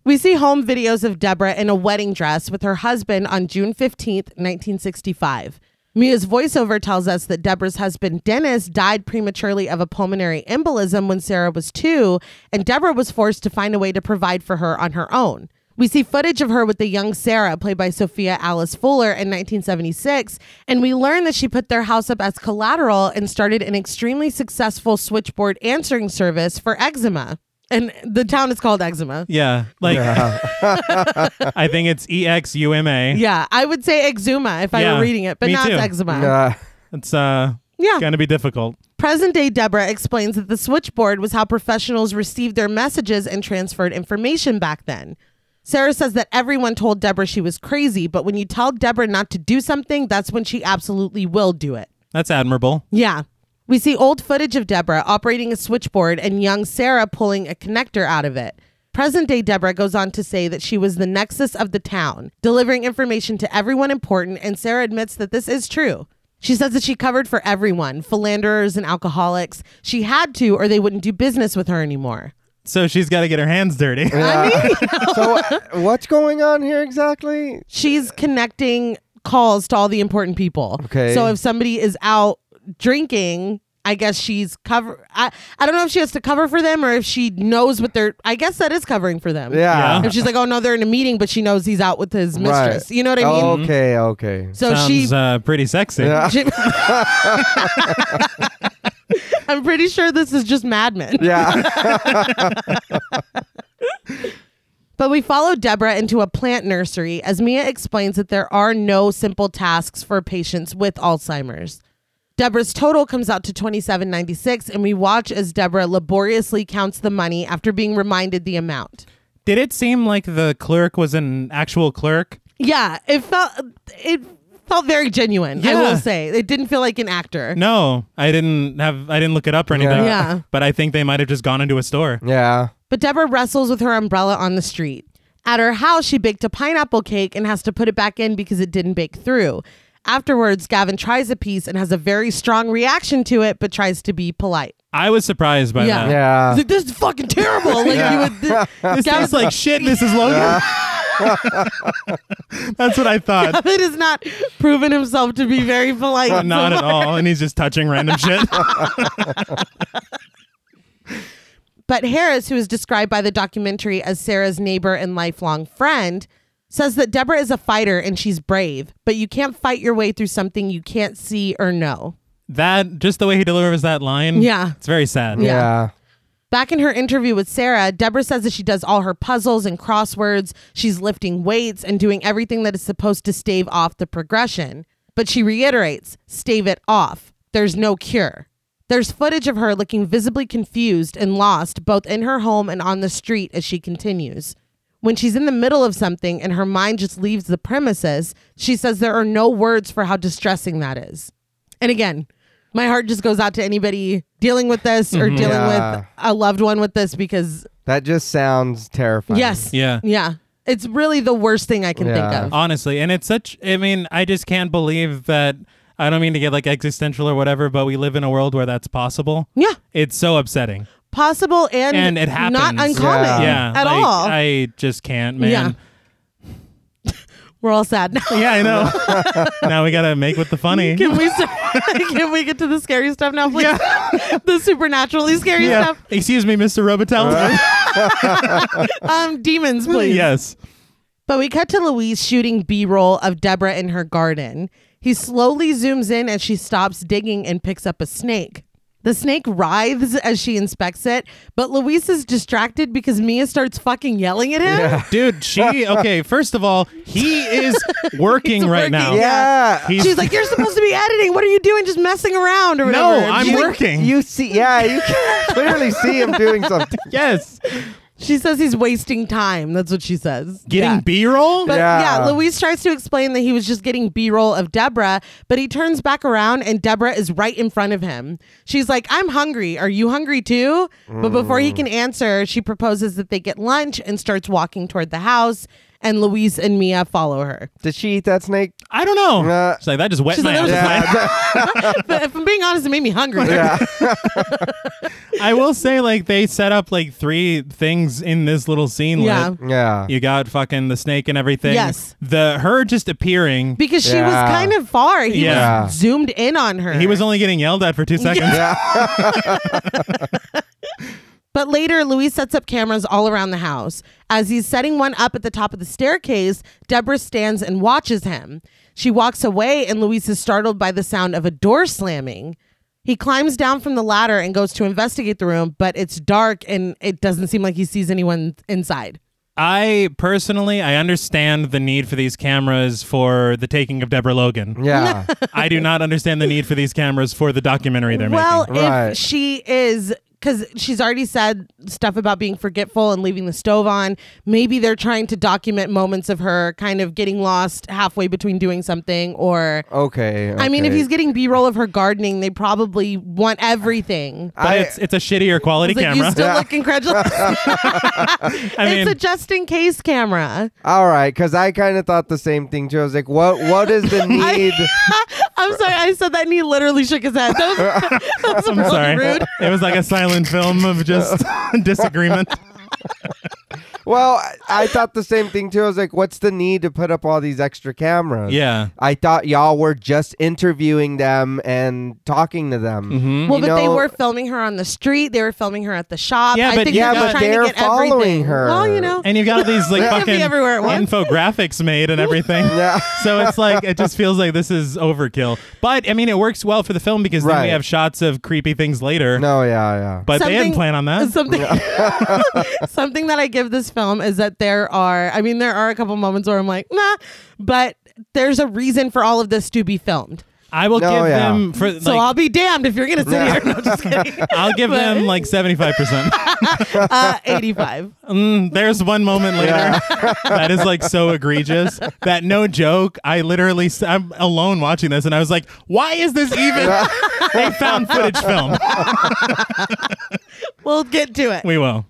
A: We see home videos of Deborah in a wedding dress with her husband on June 15th, 1965. Mia's voiceover tells us that Deborah's husband, Dennis, died prematurely of a pulmonary embolism when Sarah was two, and Deborah was forced to find a way to provide for her on her own. We see footage of her with the young Sarah, played by Sophia Alice Fuller in 1976, and we learn that she put their house up as collateral and started an extremely successful switchboard answering service for eczema. And the town is called Eczema.
C: Yeah, like I think it's E X U M A.
A: Yeah, I would say eczema if I
C: Yeah,
A: were reading it, but
C: me
A: not
C: too.
A: eczema.
B: Uh,
C: It's uh,
A: Yeah.
C: gonna be difficult.
A: Present day Deborah explains that the switchboard was how professionals received their messages and transferred information back then. Sarah says that everyone told Deborah she was crazy, but when you tell Deborah not to do something, that's when she absolutely will do it.
C: That's admirable.
A: Yeah. We see old footage of Deborah operating a switchboard and young Sarah pulling a connector out of it. Present day Deborah goes on to say that she was the nexus of the town, delivering information to everyone important, and Sarah admits that this is true. She says that she covered for everyone, philanderers and alcoholics. She had to, or they wouldn't do business with her anymore.
C: So she's got to get her hands dirty.
B: so uh, what's going on here exactly?
A: She's connecting calls to all the important people.
B: Okay.
A: So if somebody is out drinking, I guess she's cover. I, I don't know if she has to cover for them or if she knows what they're. I guess that is covering for them.
B: Yeah.
C: Yeah.
A: If she's like, oh no, they're in a meeting, but she knows he's out with his
B: Right. Oh.
A: mistress. You know what I mean?
B: Okay, okay.
A: So
C: Sounds
A: she.
C: uh, pretty sexy.
B: Yeah.
A: she- I'm pretty sure this is just Mad Men.
B: Yeah.
A: But we follow Deborah into a plant nursery as Mia explains that there are no simple tasks for patients with Alzheimer's. Deborah's total comes out to 2796 and we watch as Deborah laboriously counts the money after being reminded the amount.
C: Did it seem like the clerk was an actual clerk?
A: Yeah, it felt it felt very genuine, I
C: Yeah.
A: will say. It didn't feel like an actor.
C: No, I didn't have. I didn't look it up or anything.
A: Yeah.
C: But I think they might have just gone into a store.
B: yeah.
A: But Deborah wrestles with her umbrella on the street. At her house, she baked a pineapple cake and has to put it back in because it didn't bake through. Afterwards, Gavin tries a piece and has a very strong reaction to it, but tries to be polite.
C: I was surprised by
A: Yeah.
C: that.
A: He's
B: Yeah.
A: like, this is fucking terrible. Like you would.
C: This tastes like shit, Mrs. Logan. That's what I thought.
A: Gavin has not proven himself to be very polite.
C: Not at all. And he's just touching random shit.
A: But Harris, who is described by the documentary as Sarah's neighbor and lifelong friend, says that Deborah is a fighter and she's brave, but you can't fight your way through something you can't see or know.
C: that just the way he delivers that line.
A: Yeah.
C: It's very sad.
A: Yeah.
B: Yeah.
A: Back in her interview with Sarah, Deborah says that she does all her puzzles and crosswords. She's lifting weights and doing everything that is supposed to stave off the progression. But she reiterates stave it off. There's no cure. There's footage of her looking visibly confused and lost, both in her home and on the street, as she continues. When she's in the middle of something and her mind just leaves the premises, she says there are no words for how distressing that is. And again, my heart just goes out to anybody dealing with this or dealing
B: Yeah.
A: with a loved one with this because,
B: That just sounds terrifying.
A: yes.
C: Yeah.
A: Yeah. It's really the worst thing I can
B: Yeah.
A: think of.
C: Honestly, and it's such. I mean, I just can't believe that. I don't mean to get like existential or whatever, but we live in a world where that's possible.
A: Yeah.
C: It's so upsetting.
A: Possible and,
C: And it happens.
A: not uncommon
B: Yeah.
C: yeah,
A: at
C: like,
A: all.
C: I just can't, man.
A: We're all sad now.
C: Yeah, I know. now we gotta make with the funny.
A: Can we start- can we get to the scary stuff now, please? the supernaturally scary
C: Yeah.
A: stuff.
C: Excuse me, Mr. Robitel.
A: Um, demons, please.
C: yes.
A: But we cut to Louise shooting B roll of Deborah in her garden. He slowly zooms in as she stops digging and picks up a snake. The snake writhes as she inspects it, but Louise is distracted because Mia starts fucking yelling at him.
C: Dude, she okay, first of all, he is working
A: He's
C: right
A: working,
C: now.
B: Yeah.
C: He's
A: She's like, You're supposed to be editing. What are you doing? Just messing around or whatever.
C: No,
A: And
C: I'm
A: she's like-
C: working.
B: You see, yeah, you can clearly see him doing something.
C: yes.
A: She says he's wasting time. That's what she says.
C: Getting
A: Yeah.
C: B roll?
A: But yeah.
B: Yeah.
A: Louise tries to explain that he was just getting B roll of Deborah, but he turns back around and Deborah is right in front of him. She's like, I'm hungry. Are you hungry too? But before he can answer, she proposes that they get lunch and starts walking toward the house, and Louise and Mia follow her.
B: Did she eat that snake?
C: I don't know.
B: Uh,
C: She's like, that just wet
A: She's
C: my
A: like, that was
C: appetite."
A: but if I'm being honest, it made me hungry.
C: I will say, like, they set up like three things in this little scene.
A: Yeah.
C: Like,
B: Yeah.
C: you got fucking the snake and everything.
A: Yes.
C: The her just appearing.
A: Because she
B: Yeah.
A: was kind of far. He
C: Yeah.
A: was zoomed in on her.
C: He was only getting yelled at for two seconds.
A: But later, Louise sets up cameras all around the house. As he's setting one up at the top of the staircase, Deborah stands and watches him. She walks away, and Louise is startled by the sound of a door slamming. He climbs down from the ladder and goes to investigate the room, but it's dark and it doesn't seem like he sees anyone inside.
C: I personally, I understand the need for these cameras for the taking of Deborah Logan.
B: Yeah.
C: I do not understand the need for these cameras for the documentary they're
A: Well,
C: making.
A: if
B: Right.
A: she is, because she's already said stuff about being forgetful and leaving the stove on, maybe they're trying to document moments of her kind of getting lost halfway between doing something or.
B: Okay,
A: I mean, if
B: okay.
A: he's getting B roll of her gardening, they probably want everything.
C: But
B: I-
C: it's it's a shittier quality
A: It's like, you
C: camera.
A: still look incredulous.
C: I mean,
A: it's a just in case camera
B: All right, because I kind of thought the same thing too. I was like, "What? What is the need?"
A: I'm sorry, I said that and he literally shook his head. That was, that was really
C: I'm sorry.
A: rude.
C: It was like a silent film of just disagreement.
B: well, I- I thought the same thing too. I was like, "What's the need to put up all these extra cameras?"
C: Yeah.
B: I thought y'all were just interviewing them and talking to them. Mm-hmm.
A: Well, but they were filming her on the street. They were filming her at the shop.
C: Yeah,
A: I
C: but
A: think
C: yeah,
A: they were
C: but
A: trying
B: they're
A: to get
B: following
A: everything.
B: her.
A: Well, you know,
C: And you've got these like
A: can't be
C: fucking
A: everywhere at once.
C: infographics made and everything.
B: Yeah.
C: So it's like it just feels like this is overkill. But I mean, it works well for the film because then we
B: Right.
C: have shots of creepy things later.
B: No, yeah, yeah.
C: But they didn't plan on that.
A: Something, something that I give this film is that there are, I mean, there are a couple moments where I'm like, nah, but there's a reason for all of this to be filmed.
C: I will
B: No,
C: give
B: yeah.
C: them for like
A: so I'll be damned if you're gonna sit here. No, just kidding.
C: I'll give them like seventy five percent.
A: Uh, 85.
C: Mm, there's one moment later that is like so egregious that no joke. I literally s- I'm alone watching this and I was like, why is this even a found footage film?
A: We'll get to it.
C: We will.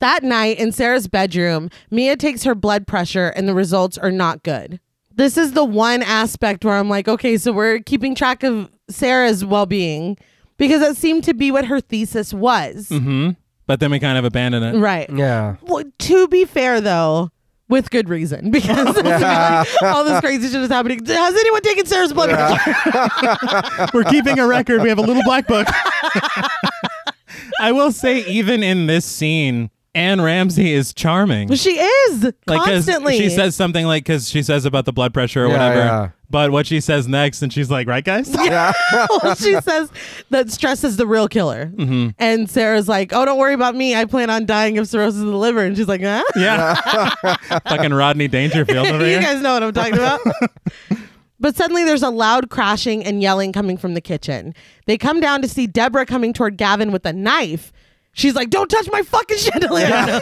A: That night in Sarah's bedroom, Mia takes her blood pressure and the results are not good. This is the one aspect where I'm like, okay, so we're keeping track of Sarah's well being because that seemed to be what her thesis was.
C: Mm-hmm. But then we kind of abandon it.
A: Right.
B: yeah.
A: Well, to be fair, though, with good reason, because all this crazy shit is happening. Has anyone taken Sarah's blood pressure?
C: We're keeping a record. We have a little black book. I will say, even in this scene, Anne Ramsey is charming.
A: She is
C: Like, 'cause
A: constantly.
C: she says something like, because she says about the blood pressure or
B: Yeah,
C: whatever.
B: yeah.
C: But what she says next, and she's like, right, guys?
A: Well, she says that stress is the real killer. And Sarah's like, oh, don't worry about me. I plan on dying of cirrhosis of the liver. And she's like, huh?
C: Yeah. Fucking Rodney Dangerfield over
A: you
C: here.
A: guys know what I'm talking about. but suddenly there's a loud crashing and yelling coming from the kitchen. They come down to see Deborah coming toward Gavin with a knife. She's like, don't touch my fucking chandelier.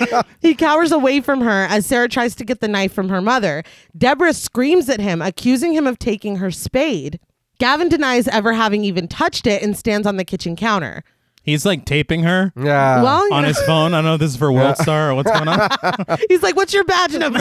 A: he cowers away from her as Sarah tries to get the knife from her mother. Deborah screams at him, accusing him of taking her spade. Gavin denies ever having even touched it and stands on the kitchen counter.
C: He's like taping her
B: Yeah.
A: well, you
C: Uh, on
A: know,
C: his phone. I don't know if this is for World Star or what's going on.
A: he's like, what's your badge number?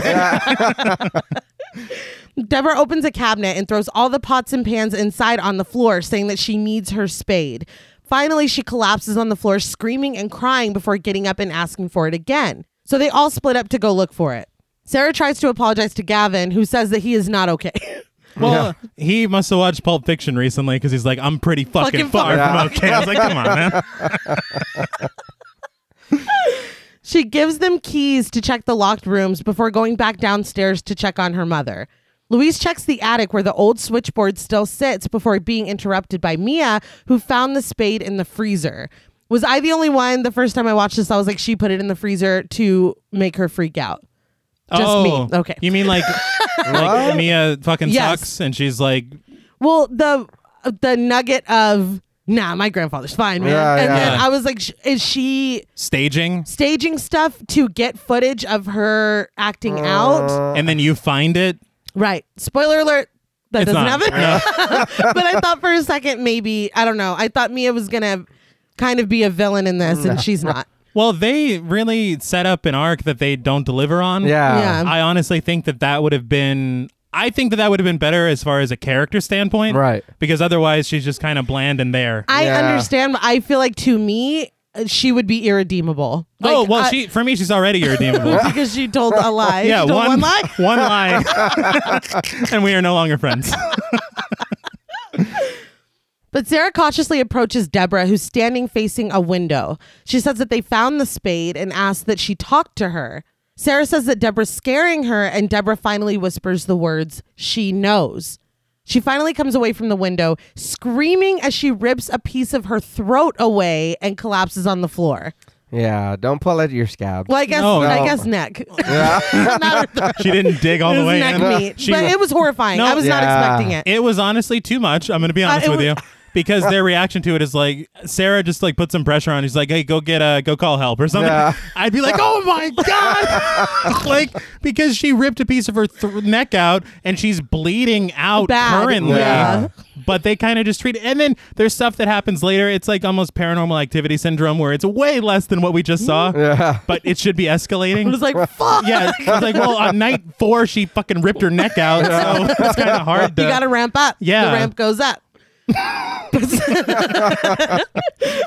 A: Deborah opens a cabinet and throws all the pots and pans inside on the floor, saying that she needs her spade. Finally, she collapses on the floor, screaming and crying before getting up and asking for it again. So they all split up to go look for it. Sarah tries to apologize to Gavin, who says that he is not okay.
C: Well, he must have watched Pulp Fiction recently because he's like, I'm pretty fucking,
A: Fucking
C: far
A: far.
C: from okay. I was like, come on, man.
A: she gives them keys to check the locked rooms before going back downstairs to check on her mother. Louise checks the attic where the old switchboard still sits before being interrupted by Mia, who found the spade in the freezer. Was I the only one the first time I watched this? I was like, she put it in the freezer to make her freak out. Just
C: oh,
A: me. Okay.
C: You mean like, like Mia fucking
A: Yes.
C: sucks and she's like,
A: Well, the the nugget of nah, my grandfather's fine, man.
B: Yeah,
A: and
B: yeah.
A: then
C: Yeah.
A: I was like, sh- is she
C: staging?
A: staging stuff to get footage of her acting out?
C: And then you find it?
A: Right. Spoiler alert. That
C: It's
A: doesn't
C: not.
A: happen.
C: No.
A: but I thought for a second maybe I don't know. I thought Mia was gonna kind of be a villain in this, and she's not.
C: Well, they really set up an arc that they don't deliver on.
A: Yeah.
B: yeah.
C: I honestly think that that would have been. I think that that would have been better as far as a character standpoint.
B: Right.
C: Because otherwise, she's just kind of bland and there.
A: I
B: Yeah.
A: understand. But I feel like to me, uh, she would be irredeemable. Like,
C: oh well,
A: I-
C: she for me, she's already irredeemable.
A: because she told a lie.
C: yeah,
A: she told
C: one,
A: one lie.
C: one lie, and we are no longer friends.
A: But Sarah cautiously approaches Deborah, who's standing facing a window. She says that they found the spade and asks that she talk to her. Sarah says that Deborah's scaring her, and Deborah finally whispers the words, She knows. She finally comes away from the window, screaming as she rips a piece of her throat away and collapses on the floor.
B: Yeah. Don't pull at your scab.
A: Well, I guess,
C: No,
A: I
B: no.
A: guess neck. Not her throat.
C: She didn't dig all
A: It
C: the
A: was
C: way
A: neck
C: in.
A: meat.
C: She-
A: but it was horrifying.
C: No.
A: I was not
B: Yeah.
A: expecting it.
C: It was honestly too much. I'm going to be honest
A: Uh, it
C: with
A: was-
C: you because their reaction to it is like Sarah just like put some pressure on. He's like, "Hey, go get a go call help or something."
B: Yeah.
C: I'd be like, "Oh my god!" like because she ripped a piece of her th- neck out and she's bleeding out
A: Bad.
C: currently.
B: Yeah.
C: But they kind of just treat it. And then there's stuff that happens later. It's like almost paranormal activity syndrome where it's way less than what we just saw,
B: yeah.
C: but it should be escalating.
A: It was like, fuck.
C: yeah, it's like, well, on night four, she fucking ripped her neck out. So it's kind of hard to.
A: you got to ramp up.
C: Yeah.
A: The ramp goes up.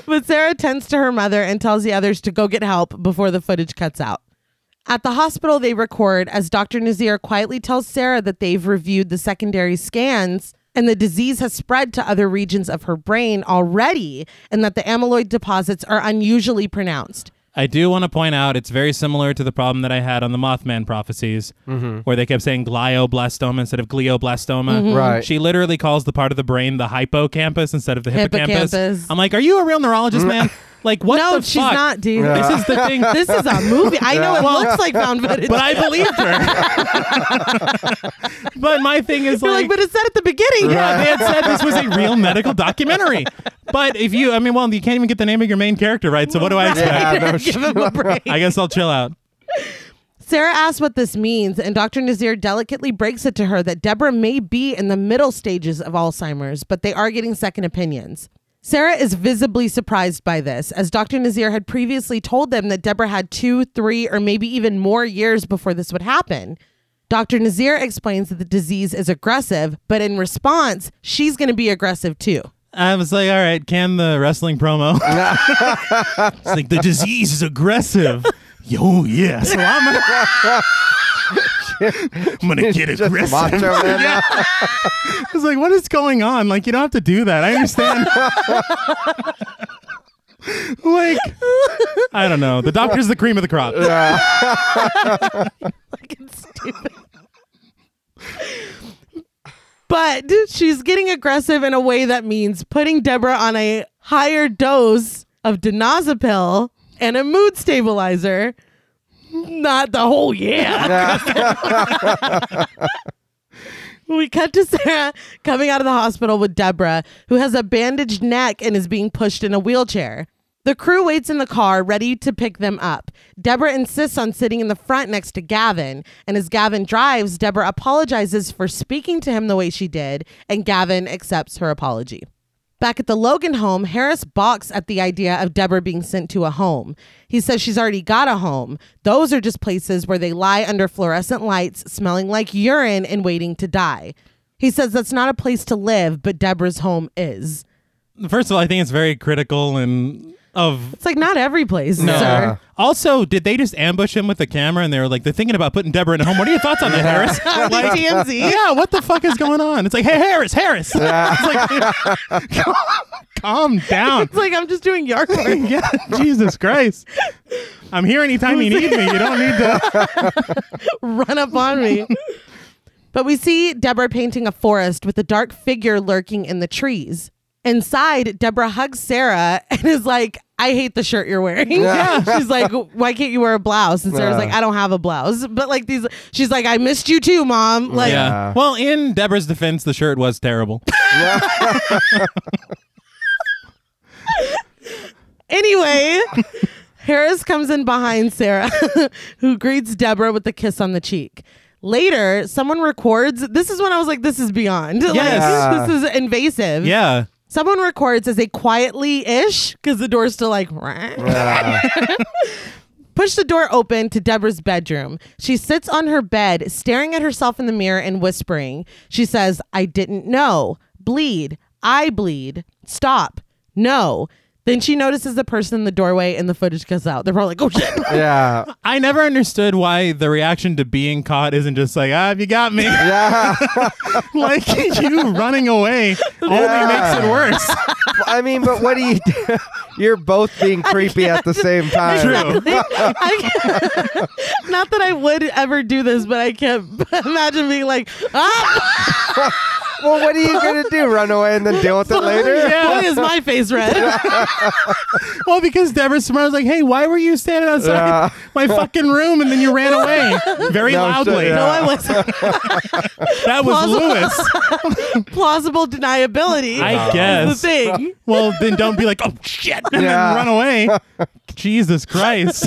A: but Sarah tends to her mother and tells the others to go get help before the footage cuts out. At the hospital, they record as Dr. Nazir quietly tells Sarah that they've reviewed the secondary scans and the disease has spread to other regions of her brain already, and that the amyloid deposits are unusually pronounced.
C: I do want to point out it's very similar to the problem that I had on the Mothman prophecies, where they kept saying glioblastoma instead of glioblastoma.
A: Mm-hmm.
B: Right.
C: She literally calls the part of the brain the hippocampus instead of the hippocampus.
A: Hippocampus.
C: I'm like, are you a real neurologist, man? Like, what
A: no,
C: the
A: she's
C: fuck?
A: not, dude.
C: This is the thing.
A: This is a movie. I know it looks like found footage.
C: but I believed her. but my thing is
A: You're like, but it's said at the beginning.
C: Yeah, they had said this was a real medical documentary. But if you, I mean, well, you can't even get the name of your main character right. So what do I expect?
B: Yeah, no
A: Give him a break.
C: I guess I'll chill out.
A: Sarah asks what this means, and Dr. Nazir delicately breaks it to her that Deborah may be in the middle stages of Alzheimer's, but they are getting second opinions. Sarah is visibly surprised by this, as Dr. Nazir had previously told them that Deborah had two, three, or maybe even more years before this would happen. Dr. Nazir explains that the disease is aggressive, but in response, she's going to be aggressive too.
C: I was like, all right, can the wrestling promo? it's like the disease is aggressive. Yo, yeah. So I'm gonna, I'm gonna get
B: Just macho
C: aggressive.
B: man.
C: I was like, what is going on? Like, you don't have to do that. I understand. like, I don't know. The doctor's the cream of the crop.
A: But she's getting aggressive in a way that means putting Deborah on a higher dose of donazepam and a mood stabilizer. Not the whole yeah. we cut to Sarah coming out of the hospital with Deborah, who has a bandaged neck and is being pushed in a wheelchair. The crew waits in the car, ready to pick them up. Deborah insists on sitting in the front next to Gavin, and as Gavin drives, Deborah apologizes for speaking to him the way she did, and Gavin accepts her apology. Back at the Logan home, Harris balks at the idea of Deborah being sent to a home. He says she's already got a home. Those are just places where they lie under fluorescent lights, smelling like urine and waiting to die. He says that's not a place to live, but Deborah's home is.
C: First of all, I think it's very critical and of.
A: It's like not every place, sir.
C: Also, did they just ambush him with a camera and they were like, they're thinking about putting Deborah in a home? What are your thoughts on that, Harris? Like,
A: TMZ.
C: yeah, what the fuck is going on? It's like, hey, Harris, Harris. it's like, calm down.
A: It's like I'm just doing yard work.
C: yeah, Jesus Christ. I'm here anytime you need me. You don't need to.
A: run up on me. but we see Deborah painting a forest with a dark figure lurking in the trees. Inside, Deborah hugs Sarah and is like, I hate the shirt you're wearing.
B: Yeah.
A: she's like, Why can't you wear a blouse? And Sarah's
B: Yeah.
A: like, I don't have a blouse. But like these, she's like, I missed you too, mom. Like,
C: Yeah. Well, in Deborah's defense, the shirt was terrible.
A: Anyway, Harris comes in behind Sarah, who greets Deborah with a kiss on the cheek. Later, someone records. This is when I was like, this is beyond.
C: Yes.
A: Like, this is invasive.
C: Yeah.
A: Someone records as they quietly ish, because the door's still like, "Rah."
B: Yeah.
A: push the door open to Deborah's bedroom. She sits on her bed, staring at herself in the mirror and whispering. She says, I didn't know. Bleed. I bleed. Stop. No. Then she notices the person in the doorway and the footage goes out. They're probably like, oh shit.
B: yeah.
C: I never understood why the reaction to being caught isn't just like, ah, you got me.
B: Yeah.
C: like, you running away only
B: Yeah.
C: makes it worse.
B: I mean, but what do you do? You're both being creepy at the same time.
C: True.
A: I- not that I would ever do this, but I can't imagine being like, ah,
B: Well, what are you going to do? Run away and then deal with it later?
C: Yeah.
A: boy, is my face red.
C: Well, because Deborah Smart was like, hey, why were you standing outside
B: Yeah.
C: my fucking room and then you ran away very
B: No,
C: loudly?
B: sure, yeah.
A: No, I wasn't.
C: That was
A: Plausible.
C: Lewis.
A: Plausible deniability.
C: I
A: is
C: guess.
A: the thing.
C: Well, then don't be like, oh, shit, and
B: Yeah.
C: then run away. Jesus Christ.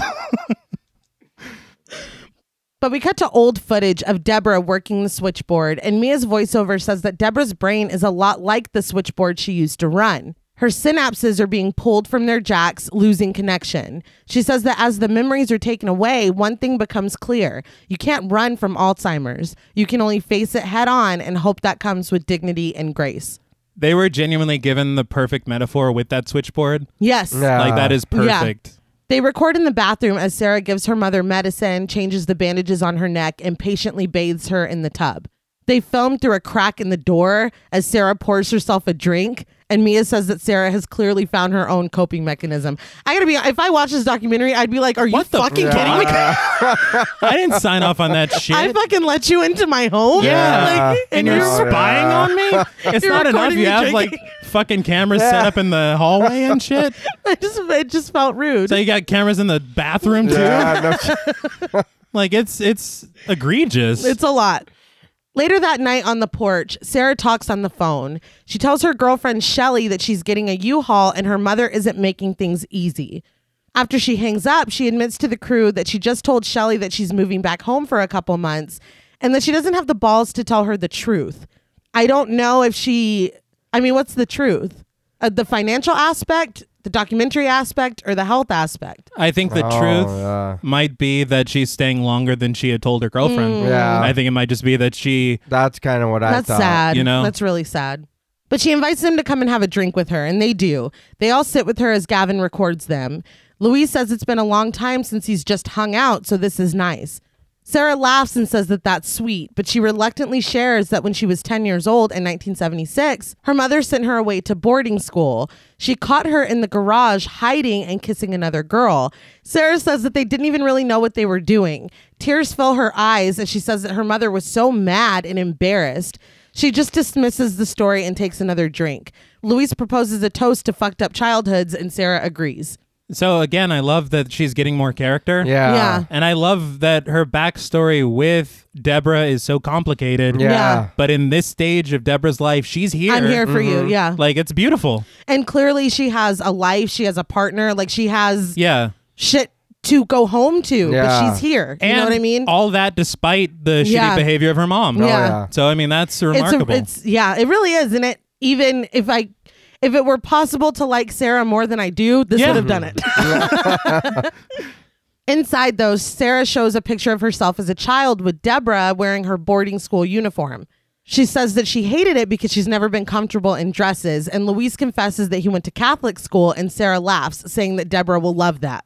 A: But we cut to old footage of Deborah working the switchboard, and Mia's voiceover says that Deborah's brain is a lot like the switchboard she used to run. Her synapses are being pulled from their jacks, losing connection. She says that as the memories are taken away, one thing becomes clear. You can't run from Alzheimer's. You can only face it head on and hope that comes with dignity and grace.
C: They were genuinely given the perfect metaphor with that switchboard.
A: Yes.
B: Yeah.
C: like,
A: Uh.
C: that is
A: Yeah.
C: perfect.
A: They record in the bathroom as Sarah gives her mother medicine, changes the bandages on her neck, and patiently bathes her in the tub. They film through a crack in the door as Sarah pours herself a drink, and Mia says that Sarah has clearly found her own coping mechanism. I gotta be, if I watch this documentary, I'd be like, "Are you
C: What the
A: fucking kidding me?
C: I didn't sign off on that shit.
A: I fucking let you into my home,
C: Yeah.
A: Like,
C: and you're
B: Yeah.
C: spying on me? It's
A: You're
C: not enough
A: recording
C: you
A: me
C: have like
A: drinking.
C: fucking cameras set
B: Yeah.
C: up in the hallway and shit.
A: I just, it just felt rude.
C: So you got cameras in the bathroom too.
B: Yeah, no shit.
C: Like it's it's egregious.
A: It's a lot. Later that night on the porch, Sarah talks on the phone. She tells her girlfriend Shelly that she's getting a U-Haul and her mother isn't making things easy. After she hangs up, she admits to the crew that she just told Shelly that she's moving back home for a couple months and that she doesn't have the balls to tell her the truth. I don't know if she I mean, what's the truth? Uh, the financial aspect, the documentary aspect, or the health aspect?
C: I think the
B: Oh,
C: truth
B: yeah.
C: might be that she's staying longer than she had told her girlfriend.
B: Mm. Yeah.
C: I think it might just be that she
B: That's kind of what I
A: That's
B: thought.
A: sad.
C: you know?
A: that's really sad. But she invites them to come and have a drink with her, and they do. They all sit with her as Gavin records them. Louise says it's been a long time since he's just hung out, so this is nice. Sarah laughs and says that that's sweet, but she reluctantly shares that when she was 10 years old in 1976, her mother sent her away to boarding school. She caught her in the garage hiding and kissing another girl. Sarah says that they didn't even really know what they were doing. Tears fill her eyes as she says that her mother was so mad and embarrassed. She just dismisses the story and takes another drink. Luis proposes a toast to fucked up childhoods, and Sarah agrees.
C: So again, I love that she's getting more character.
B: Yeah.
A: Yeah.
C: And I love that her backstory with Deborah is so complicated.
B: Yeah.
A: Yeah.
C: But in this stage of Deborah's life, she's here. Mm-hmm.
A: I'm here for you. Yeah.
C: Like it's beautiful.
A: And clearly she has a life, she has a partner, like she has
C: Yeah.
A: shit to go home to,
B: Yeah.
A: but she's here. You
C: And
A: know what I mean?
C: All that despite the shitty
A: Yeah.
C: behavior of her mom.
A: Yeah.
B: Oh, yeah.
C: So I mean that's
A: it's a,
C: remarkable.
A: it's yeah, it really is. And it even if I if it were possible to like Sarah more than I do, this
C: Yeah.
A: would have done it. Inside though, Sarah shows a picture of herself as a child with Deborah wearing her boarding school uniform. She says that she hated it because she's never been comfortable in dresses, and Luis confesses that he went to Catholic school, and Sarah laughs, saying that Deborah will love that.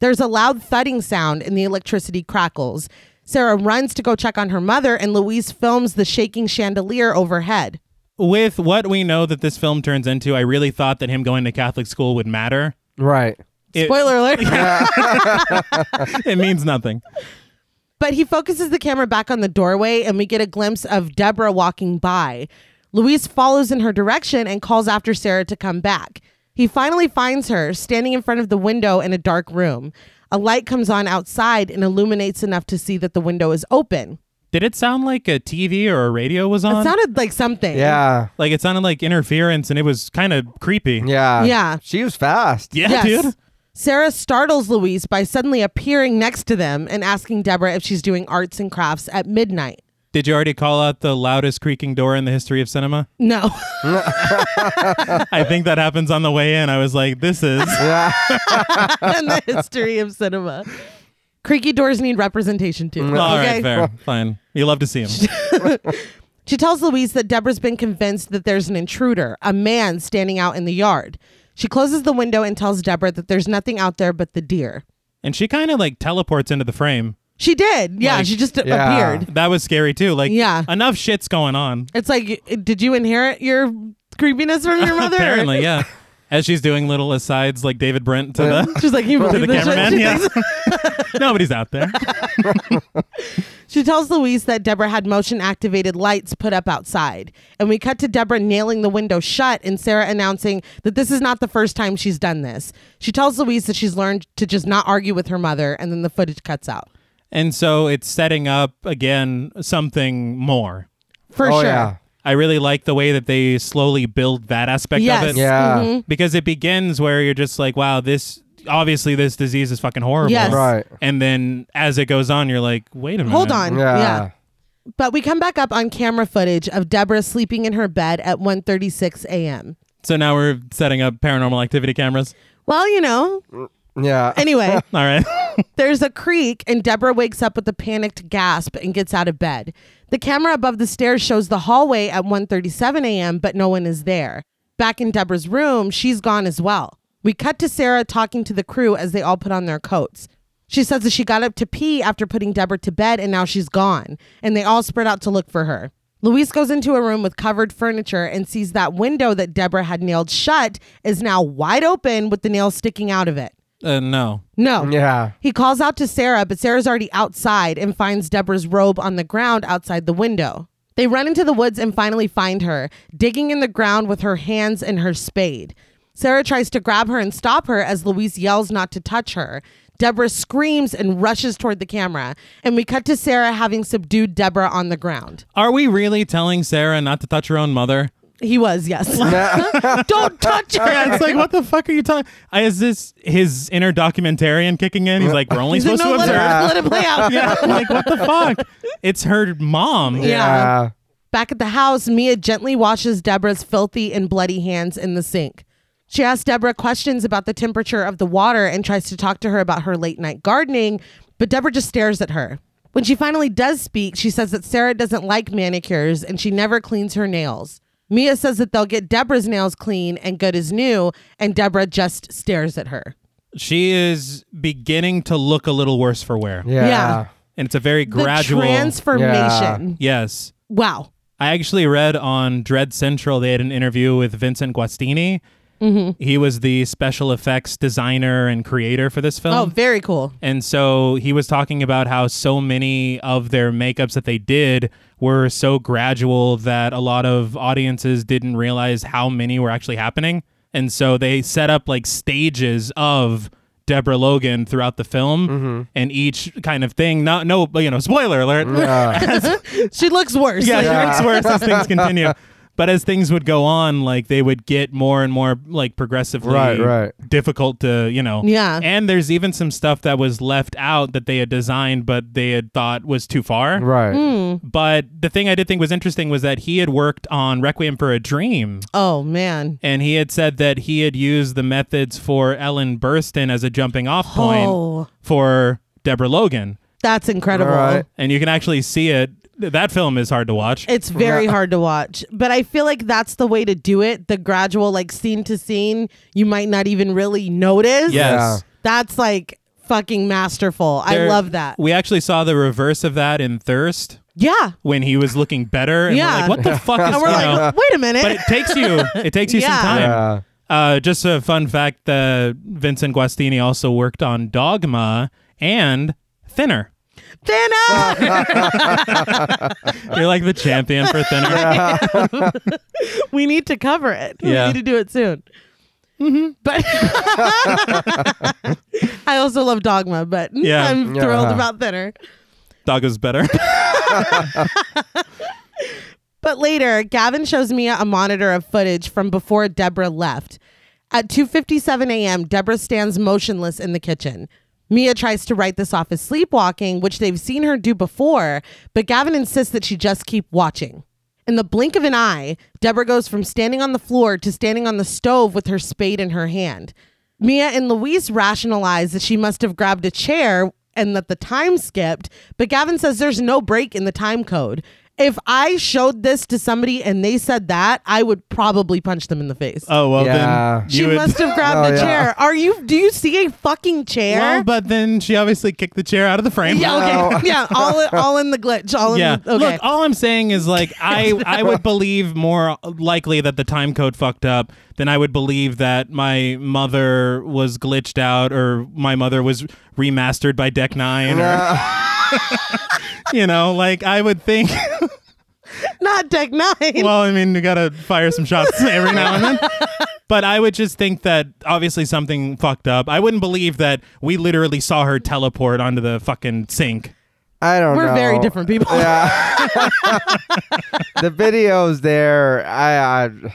A: There's a loud thudding sound and the electricity crackles. Sarah runs to go check on her mother, and Louise films the shaking chandelier overhead.
C: with what we know that this film turns into, I really thought that him going to Catholic school would matter.
B: Right.
C: It-
A: Spoiler alert.
C: it means nothing.
A: But he focuses the camera back on the doorway, and we get a glimpse of Deborah walking by. Louise follows in her direction and calls after Sarah to come back. He finally finds her standing in front of the window in a dark room. A light comes on outside and illuminates enough to see that the window is open.
C: Did it sound like a TV or a radio was
A: It
C: on?
A: sounded like something.
B: Yeah.
C: like it sounded like interference and it was kind of creepy.
B: Yeah.
A: Yeah.
B: She was fast.
C: Yeah,
A: Yes.
C: dude.
A: Sarah startles Louise by suddenly appearing next to them and asking Deborah if she's doing arts and crafts at midnight.
C: Did you already call out the loudest creaking door in the history of cinema?
A: No.
C: I think that happens on the way in. I was like, this is.
B: Yeah.
A: in the history of cinema. Creaky doors need representation too.
C: Mm, All right,
A: okay?
C: fair. Fine. You love to see him.
A: She tells Louise that Deborah's been convinced that there's an intruder, a man standing out in the yard. She closes the window and tells Deborah that there's nothing out there but the deer.
C: And she kind of like teleports into the frame.
A: She did. Yeah,
C: Like-
A: she just
B: Yeah.
A: appeared.
C: That was scary too. Like,
A: Yeah.
C: enough shit's going on.
A: It's like, did you inherit your creepiness from your mother?
C: Apparently, yeah. As she's doing little asides like David Brent to the,
A: She's like, you
C: to
A: believe
C: the
A: this shit?"
C: cameraman.
A: She
C: Yeah.
A: thinks-
C: Nobody's out there.
A: She tells Louise that Deborah had motion activated lights put up outside. And we cut to Deborah nailing the window shut and Sarah announcing that this is not the first time she's done this. She tells Louise that she's learned to just not argue with her mother, and then the footage cuts out.
C: And so it's setting up again something more.
A: For
B: oh,
A: sure.
B: yeah.
C: I really like the way that they slowly build that aspect
A: Yes. Mm-hmm.
C: of it.
B: Yeah.
C: because it begins where you're just like, wow, this obviously this disease is fucking horrible.
A: Yes.
B: Right.
C: And then as it goes on, you're like, wait a minute.
A: Hold on.
B: Yeah.
A: yeah. But we come back up on camera footage of Deborah sleeping in her bed at 1:36 a.m.
C: So now we're setting up paranormal activity cameras.
A: Well, you know.
B: Yeah.
A: Anyway,
C: All right.
A: There's a creak, and Deborah wakes up with a panicked gasp and gets out of bed. The camera above the stairs shows the hallway at 1:37 a.m., but no one is there. Back in Deborah's room, she's gone as well. We cut to Sarah talking to the crew as they all put on their coats. She says that she got up to pee after putting Deborah to bed, and now she's gone. And they all spread out to look for her. Luis goes into a room with covered furniture and sees that window that Deborah had nailed shut is now wide open with the nail sticking out of it.
C: Uh, no.
A: No.
B: Yeah.
A: He calls out to Sarah, but Sarah's already outside and finds Deborah's robe on the ground outside the window. They run into the woods and finally find her, digging in the ground with her hands and her spade. Sarah tries to grab her and stop her as Louise yells not to touch her. Deborah screams and rushes toward the camera, and we cut to Sarah having subdued Deborah on the ground.
C: Are we really telling Sarah not to touch her own mother?
A: He was, yes. Don't touch her.
C: Yeah, it's like, what the fuck are you talking? I, is this his inner documentarian kicking in? He's like, we're only
A: He's like,
C: supposed
A: no, let,
C: to observe.
A: her, let it play out.
C: Yeah, like what the fuck? It's her mom.
A: Yeah.
B: Yeah.
A: Back at the house, Mia gently washes Deborah's filthy and bloody hands in the sink. She asks Deborah questions about the temperature of the water and tries to talk to her about her late night gardening, but Deborah just stares at her. When she finally does speak, she says that Sarah doesn't like manicures and she never cleans her nails. Mia says that they'll get Deborah's nails clean and good as new, and Deborah just stares at her.
C: She is beginning to look a little worse for wear.
B: Yeah.
A: Yeah.
C: And it's a very gradual.
A: The transformation.
C: yes.
A: Wow.
C: I actually read on Dread Central they had an interview with Vincent Guastini. Mm-hmm. He was the special effects designer and creator for this film.
A: Oh, very cool.
C: And so he was talking about how so many of their makeups that they did were so gradual that a lot of audiences didn't realize how many were actually happening. And so they set up like stages of Deborah Logan throughout the film and each kind of thing. Not, no, you know, spoiler alert.
A: She looks worse.
C: Yeah, it gets worse as things continue. But as things would go on, like they would get more and more like progressively
B: Right, right.
C: difficult to, you know.
A: Yeah.
C: And there's even some stuff that was left out that they had designed but they had thought was too far.
B: Right.
A: Hmm. Mm-hmm.
C: But the thing I did think was interesting was that he had worked on Requiem for a Dream
A: Oh man.
C: and he had said that he had used the methods for Ellen Burstyn as a jumping off point
A: Oh,
C: for Deborah Logan.
A: that's incredible.
B: All right.
C: And you can actually see it. Th- That film is hard to watch.
A: It's very hard to watch, but I feel like that's the way to do it. The gradual, like scene to scene, you might not even really notice.
B: Yeah.
C: yes.
A: That's like fucking masterful. I
C: There-
A: love that.
C: We actually saw the reverse of that in Thirst
A: Yeah.
C: when he was looking better. And
A: Yeah.
C: we're like, what the fuck is
A: And we're
C: going on?
A: like, wait a
C: But
A: minute.
C: it takes you it takes you
A: Yeah.
C: some time.
B: Yeah.
C: Uh, just a fun fact that Vincent Guastini also worked on Dogma and Thinner.
A: Thinner.
C: You're like the champion for Thinner.
A: we need to cover it.
C: Yeah.
A: We need to do it soon. But I also love Dogma, but
C: Yeah.
A: I'm
B: Yeah.
A: thrilled about Thinner.
C: Dogma's better.
A: But later, Gavin shows Mia a monitor of footage from before Deborah left. At 2:57 a.m., Deborah stands motionless in the kitchen. Mia tries to write this off as sleepwalking, which they've seen her do before, but Gavin insists that she just keep watching. In the blink of an eye, Deborah goes from standing on the floor to standing on the stove with her spade in her hand. Mia and Luis rationalize that she must have grabbed a chair and that the time skipped, but Gavin says there's no break in the time code. If I showed this to somebody and they said that, I would probably punch them in the face.
C: Oh well,
B: Yeah.
C: then
A: she
C: you would-
A: must have grabbed
B: Oh,
A: a
B: yeah.
A: chair. Are you? Do you see a fucking chair?
C: Well, but then she obviously kicked the chair out of the frame.
A: yeah. Okay. Yeah. All all in the glitch. All
C: Yeah.
A: in. The, okay.
C: Look, all I'm saying is like I I would believe more likely that the time code fucked up than I would believe that my mother was glitched out or my mother was remastered by Deck Nine or you know like I would think.
A: Not Deck Nine.
C: well, I mean, you gotta fire some shots every now and then. But I would just think that obviously something fucked up. I wouldn't believe that we literally saw her teleport onto the fucking sink.
B: I don't
A: We're
B: know.
A: very different people.
B: the videos there i i that-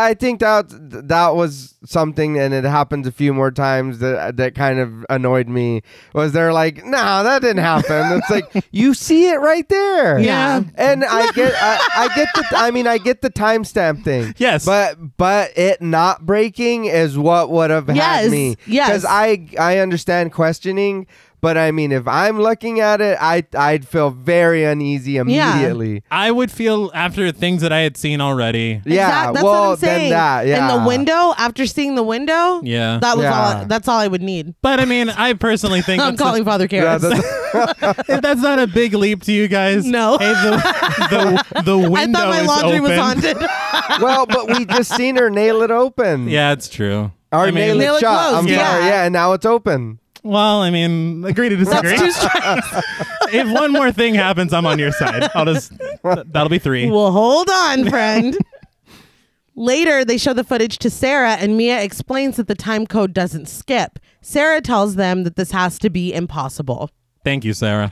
B: I think that that was something, and it happens a few more times that that kind of annoyed me. Was they're like, "Nah, that didn't happen." It's like you see it right there.
A: Yeah.
B: and I get, I, I get the, I mean, I get the timestamp thing.
C: Yes.
B: but but it not breaking is what would have
A: Yes,
B: had me.
A: yes.
B: because I I understand questioning, but I mean, if I'm looking at it, I I'd feel very uneasy immediately.
C: I would feel after things that I had seen already.
B: Yeah,
A: Exact- that's
B: well,
A: what I'm saying.
B: then that, yeah.
A: And the window, after seeing the window,
C: Yeah.
A: that was
B: Yeah.
A: all. That's all I would need.
C: But I mean, I personally think
A: I'm
C: that's,
A: calling Father
B: Yeah,
A: Karras.
B: that's-
C: if that's not a big leap to you guys.
A: No.
C: Hey, the, the, the window
A: I thought my
C: is
A: laundry was
C: open.
A: haunted.
B: well, but we just seen her nail it open.
C: Yeah, it's true.
B: Or
C: I mean,
B: nail,
A: Nail it
B: it shut. I'm
A: closed, yeah.
B: sorry. Yeah, and now it's open.
C: well, I mean, agree to disagree.
A: That's two strikes.
C: if one more thing happens, I'm on your side. I'll just th- that'll be three.
A: Well, hold on, friend. Later, they show the footage to Sarah, and Mia explains that the time code doesn't skip. Sarah tells them that this has to be impossible.
C: Thank you, Sarah.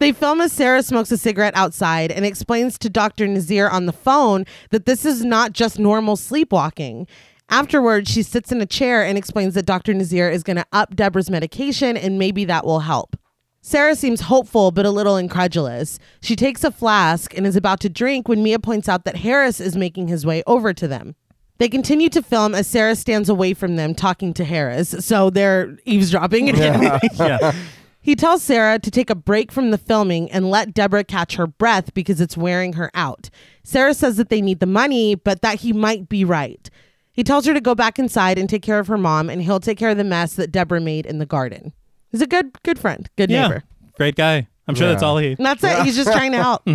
A: They film as Sarah smokes a cigarette outside and explains to Dr. Nazir on the phone that this is not just normal sleepwalking. Afterwards, she sits in a chair and explains that Dr. Nazir is going to up Deborah's medication and maybe that will help. Sarah seems hopeful but a little incredulous. She takes a flask and is about to drink when Mia points out that Harris is making his way over to them. They continue to film as Sarah stands away from them talking to Harris, so they're eavesdropping again.
C: yeah.
A: He tells Sarah to take a break from the filming and let Deborah catch her breath because it's wearing her out. Sarah says that they need the money, but that he might be right. He tells her to go back inside and take care of her mom, and he'll take care of the mess that Deborah made in the garden. He's a good, good friend, good
C: Yeah.
A: neighbor.
C: Great guy. I'm sure that's all he.
A: And that's it. He's just trying to help.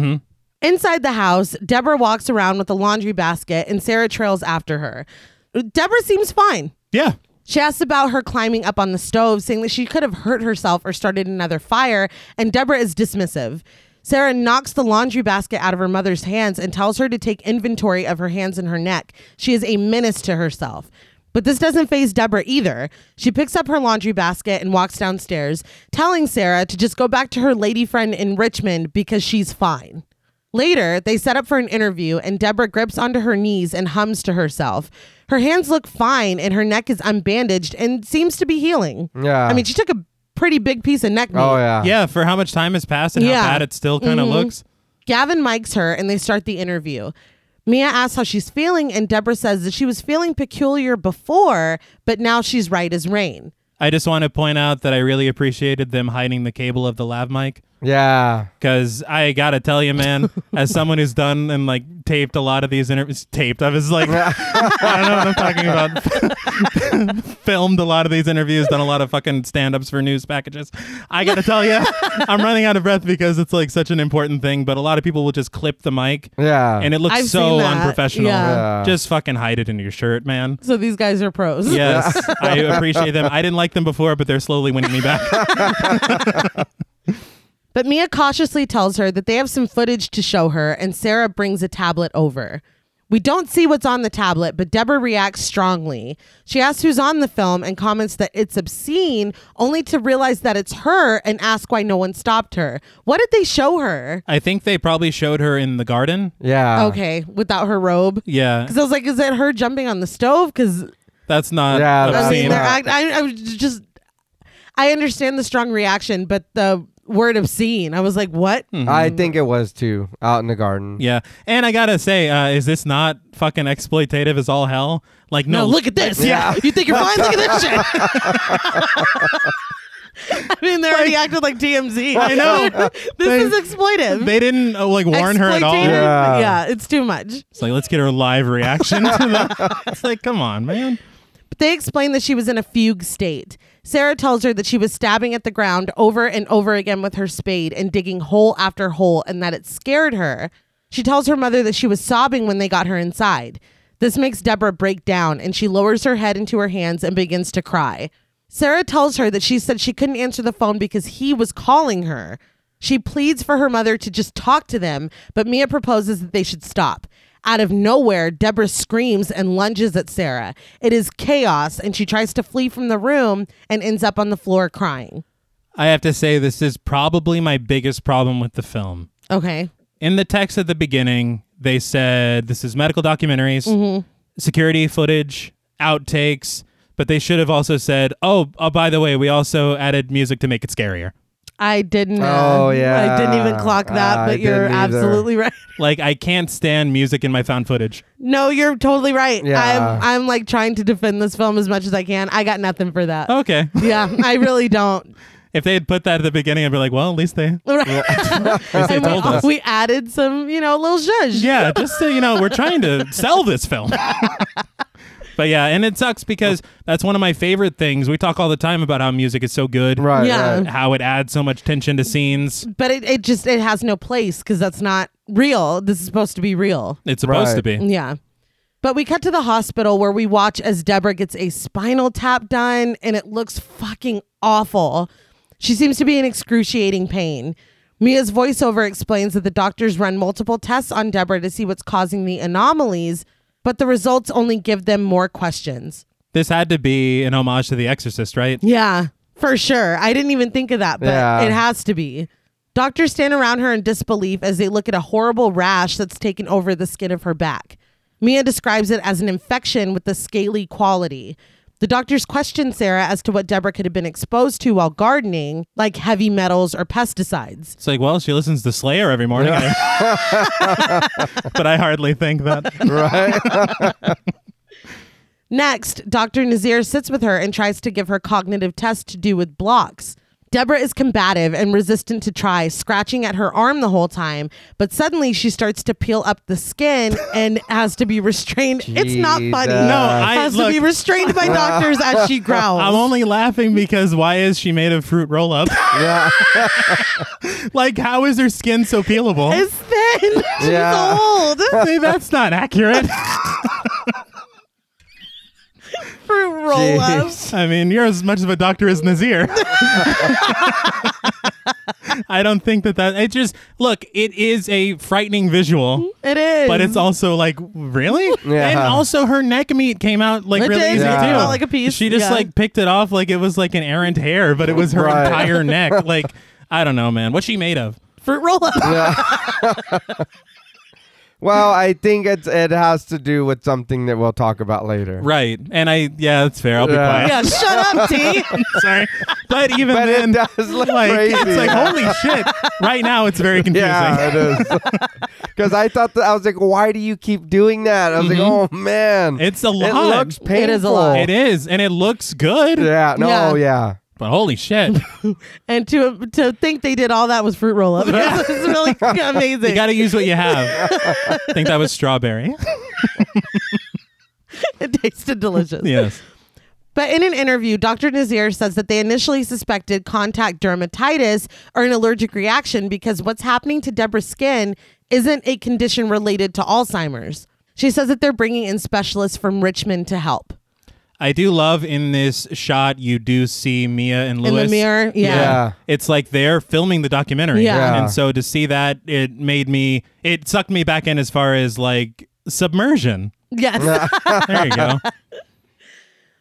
A: Inside the house, Deborah walks around with a laundry basket, and Sarah trails after her. Deborah seems fine.
C: Yeah.
A: She asks about her climbing up on the stove, saying that she could have hurt herself or started another fire, and Deborah is dismissive. Sarah knocks the laundry basket out of her mother's hands and tells her to take inventory of her hands and her neck. She is a menace to herself. But this doesn't phase Deborah either. She picks up her laundry basket and walks downstairs, telling Sarah to just go back to her lady friend in Richmond because she's fine. Later, they set up for an interview, and Deborah grips onto her knees and hums to herself. Her hands look fine, and her neck is unbandaged and seems to be healing.
B: Yeah.
A: I mean, she took a pretty big piece of neck meat.
B: Oh yeah.
C: Yeah, for how much time has passed and
A: Yeah. Mm-hmm.
C: how bad it still kind of looks.
A: Gavin mics her and they start the interview. Mia asks how she's feeling, and Deborah says that she was feeling peculiar before, but now she's right as rain.
C: I just want to point out that I really appreciated them hiding the cable of the lav mic
B: Yeah.
C: because I gotta tell you, man, as someone who's done and like taped a lot of these interviews, taped. I was like, I don't know what I'm talking about. Filmed a lot of these interviews, done a lot of fucking stand-ups for news packages. I gotta tell you, I'm running out of breath because it's like such an important thing. But a lot of people will just clip the mic,
B: Yeah.
C: and it looks
A: I've seen
C: so
A: that.
C: unprofessional.
A: Yeah.
B: Yeah.
C: Just fucking hide it in your shirt, man.
A: So these guys are pros.
C: Yes, I appreciate them. I didn't like them before, but they're slowly winning me back.
A: But Mia cautiously tells her that they have some footage to show her, and Sarah brings a tablet over. We don't see what's on the tablet, but Deborah reacts strongly. She asks who's on the film and comments that it's obscene, only to realize that it's her and ask why no one stopped her. What did they show her?
C: I think they probably showed her in the garden.
B: yeah.
A: okay, without her robe.
C: Yeah,
A: Because I was like, is that her jumping on the stove? Because
C: that's not
B: Yeah, that's-
A: I mean,
C: obscene.
A: they're
B: Yeah.
A: act- I, I was just, I understand the strong reaction, but the word obscene, I was like, what?
C: Mm-hmm.
B: I think it was too out in the garden.
C: yeah, and I gotta say, uh, is this not fucking exploitative as all hell? Like, no,
A: No, look at this. Yeah. You think you're fine? Look at this shit. I mean, they already acted like DMZ. I
C: know.
A: this is exploitive.
C: they didn't uh, like warn her at all.
A: Exploitative? Yeah.
C: Yeah.
B: Yeah.
A: it's too much.
C: It's like let's get her live reaction. to that. It's like, come on, man.
A: But they explained that she was in a fugue state. Sarah tells her that she was stabbing at the ground over and over again with her spade and digging hole after hole and that it scared her. She tells her mother that she was sobbing when they got her inside. This makes Deborah break down and she lowers her head into her hands and begins to cry. Sarah tells her that she said she couldn't answer the phone because he was calling her. She pleads for her mother to just talk to them, but Mia proposes that they should stop. Out of nowhere, Deborah screams and lunges at Sarah. It is chaos, and she tries to flee from the room and ends up on the floor crying.
C: I have to say, this is probably my biggest problem with the film.
A: Okay.
C: in the text at the beginning, they said this is medical documentaries,
A: Mm-hmm.
C: security footage, outtakes, but they should have also said, oh, oh, by the way, we also added music to make it scarier.
A: I didn't. uh,
B: Oh, yeah. Ah,
A: I didn't even clock that,
B: I
A: but you're
B: didn't either.
A: absolutely right.
C: Like, I can't stand music in my found footage.
A: No, you're totally right.
B: Yeah.
A: I'm, I'm like trying to defend this film as much as I can. I got nothing for that.
C: Okay.
A: Yeah, I really don't.
C: if they had put that at the beginning, I'd be like, well, at least they.
A: And we,
C: told us.
A: we added some, you know, little zhuzh.
C: Yeah, just so you know, we're trying to sell this film. but yeah, and it sucks because that's one of my favorite things. We talk all the time about how music is so good,
B: Right.
A: Yeah.
B: right.
C: how it adds so much tension to scenes.
A: But it, it just it has no place because that's not real. This is supposed to be real.
C: It's supposed
B: Right.
C: to be.
A: Yeah. But we cut to the hospital where we watch as Deborah gets a spinal tap done and it looks fucking awful. She seems to be in excruciating pain. Mia's voiceover explains that the doctors run multiple tests on Deborah to see what's causing the anomalies, but the results only give them more questions.
C: This had to be an homage to The Exorcist, right?
A: Yeah, for sure. I didn't even think of that, but
B: Yeah.
A: it has to be. Doctors stand around her in disbelief as they look at a horrible rash that's taken over the skin of her back. Mia describes it as an infection with a scaly quality. The doctors question Sarah as to what Deborah could have been exposed to while gardening, like heavy metals or pesticides.
C: It's like, well, she listens to Slayer every morning. but I hardly think that.
A: Next, Dr. Nazir sits with her and tries to give her cognitive test to do with blocks. Deborah is combative and resistant to try, scratching at her arm the whole time, but suddenly she starts to peel up the skin and has to be restrained. It's not funny.
B: Jesus. No,
C: I-
A: has to be
C: look-
A: restrained by doctors as she growls.
C: I'm only laughing because why is she made of fruit roll up?
B: Yeah.
C: like, how is her skin so peelable?
A: it's thin. She's
B: Yeah.
A: old.
C: Hey, That's not accurate.
A: Fruit roll up.
B: Jeez.
C: I mean, you're as much of a doctor as Nazir. I don't think that that it just look. It is a frightening visual,
A: It is.
C: but it's also like really.
B: Yeah.
C: And also her neck meat came out like
A: It
C: really
A: did.
C: easy
B: Yeah.
C: too.
B: Came out
A: like a piece,
C: She just
A: yeah.
C: like picked it off like it was like an errant hair, but it was her
B: Right.
C: entire neck. Like I don't know, man. What's she made of?
A: fruit roll up.
B: Well, I think it's, it has to do with something that we'll talk about later.
C: Right. And I yeah, that's fair. I'll be
B: Yeah.
C: quiet.
A: yeah, shut up, T.
C: Sorry. But even
B: But
C: then,
B: it does look
C: like
B: crazy.
C: it's like holy shit. Right now, it's very confusing.
B: yeah, it is. Because I thought that I was like, why do you keep doing that? I was like, oh man,
C: Mm-hmm. It's a
B: It
C: lot.
B: looks painful.
A: It is a lot.
C: It is, and it looks good.
B: Yeah. No.
A: Yeah.
B: Yeah. yeah.
C: But holy shit,
A: and to to think they did all that was fruit roll up. it's really amazing.
C: you got to use what you have. I think that was strawberry.
A: it tasted delicious.
C: Yes.
A: But in an interview, Dr. Nazir says that they initially suspected contact dermatitis or an allergic reaction because what's happening to Deborah's skin isn't a condition related to Alzheimer's. She says that they're bringing in specialists from Richmond to help.
C: I do love in this shot you do see Mia and
A: In
C: Lewis
A: the mirror, yeah.
B: Yeah.
C: It's like they're filming the documentary.
A: Yeah.
B: Yeah.
C: And so to see that it made me it sucked me back in as far as like submersion.
A: Yes.
C: There you go.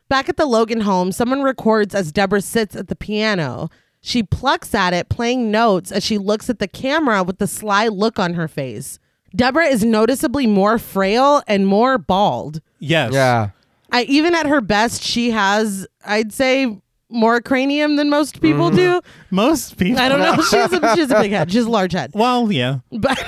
A: Back at the Logan home, someone records as Deborah sits at the piano. She plucks at it, playing notes as she looks at the camera with the sly look on her face. Deborah is noticeably more frail and more bald.
C: Yes.
A: I even at her best, she has, I'd say, more cranium than most people do.
C: Most people
A: I don't know. She has, a, she has a big head. She has a large head,
C: Well, yeah.
A: but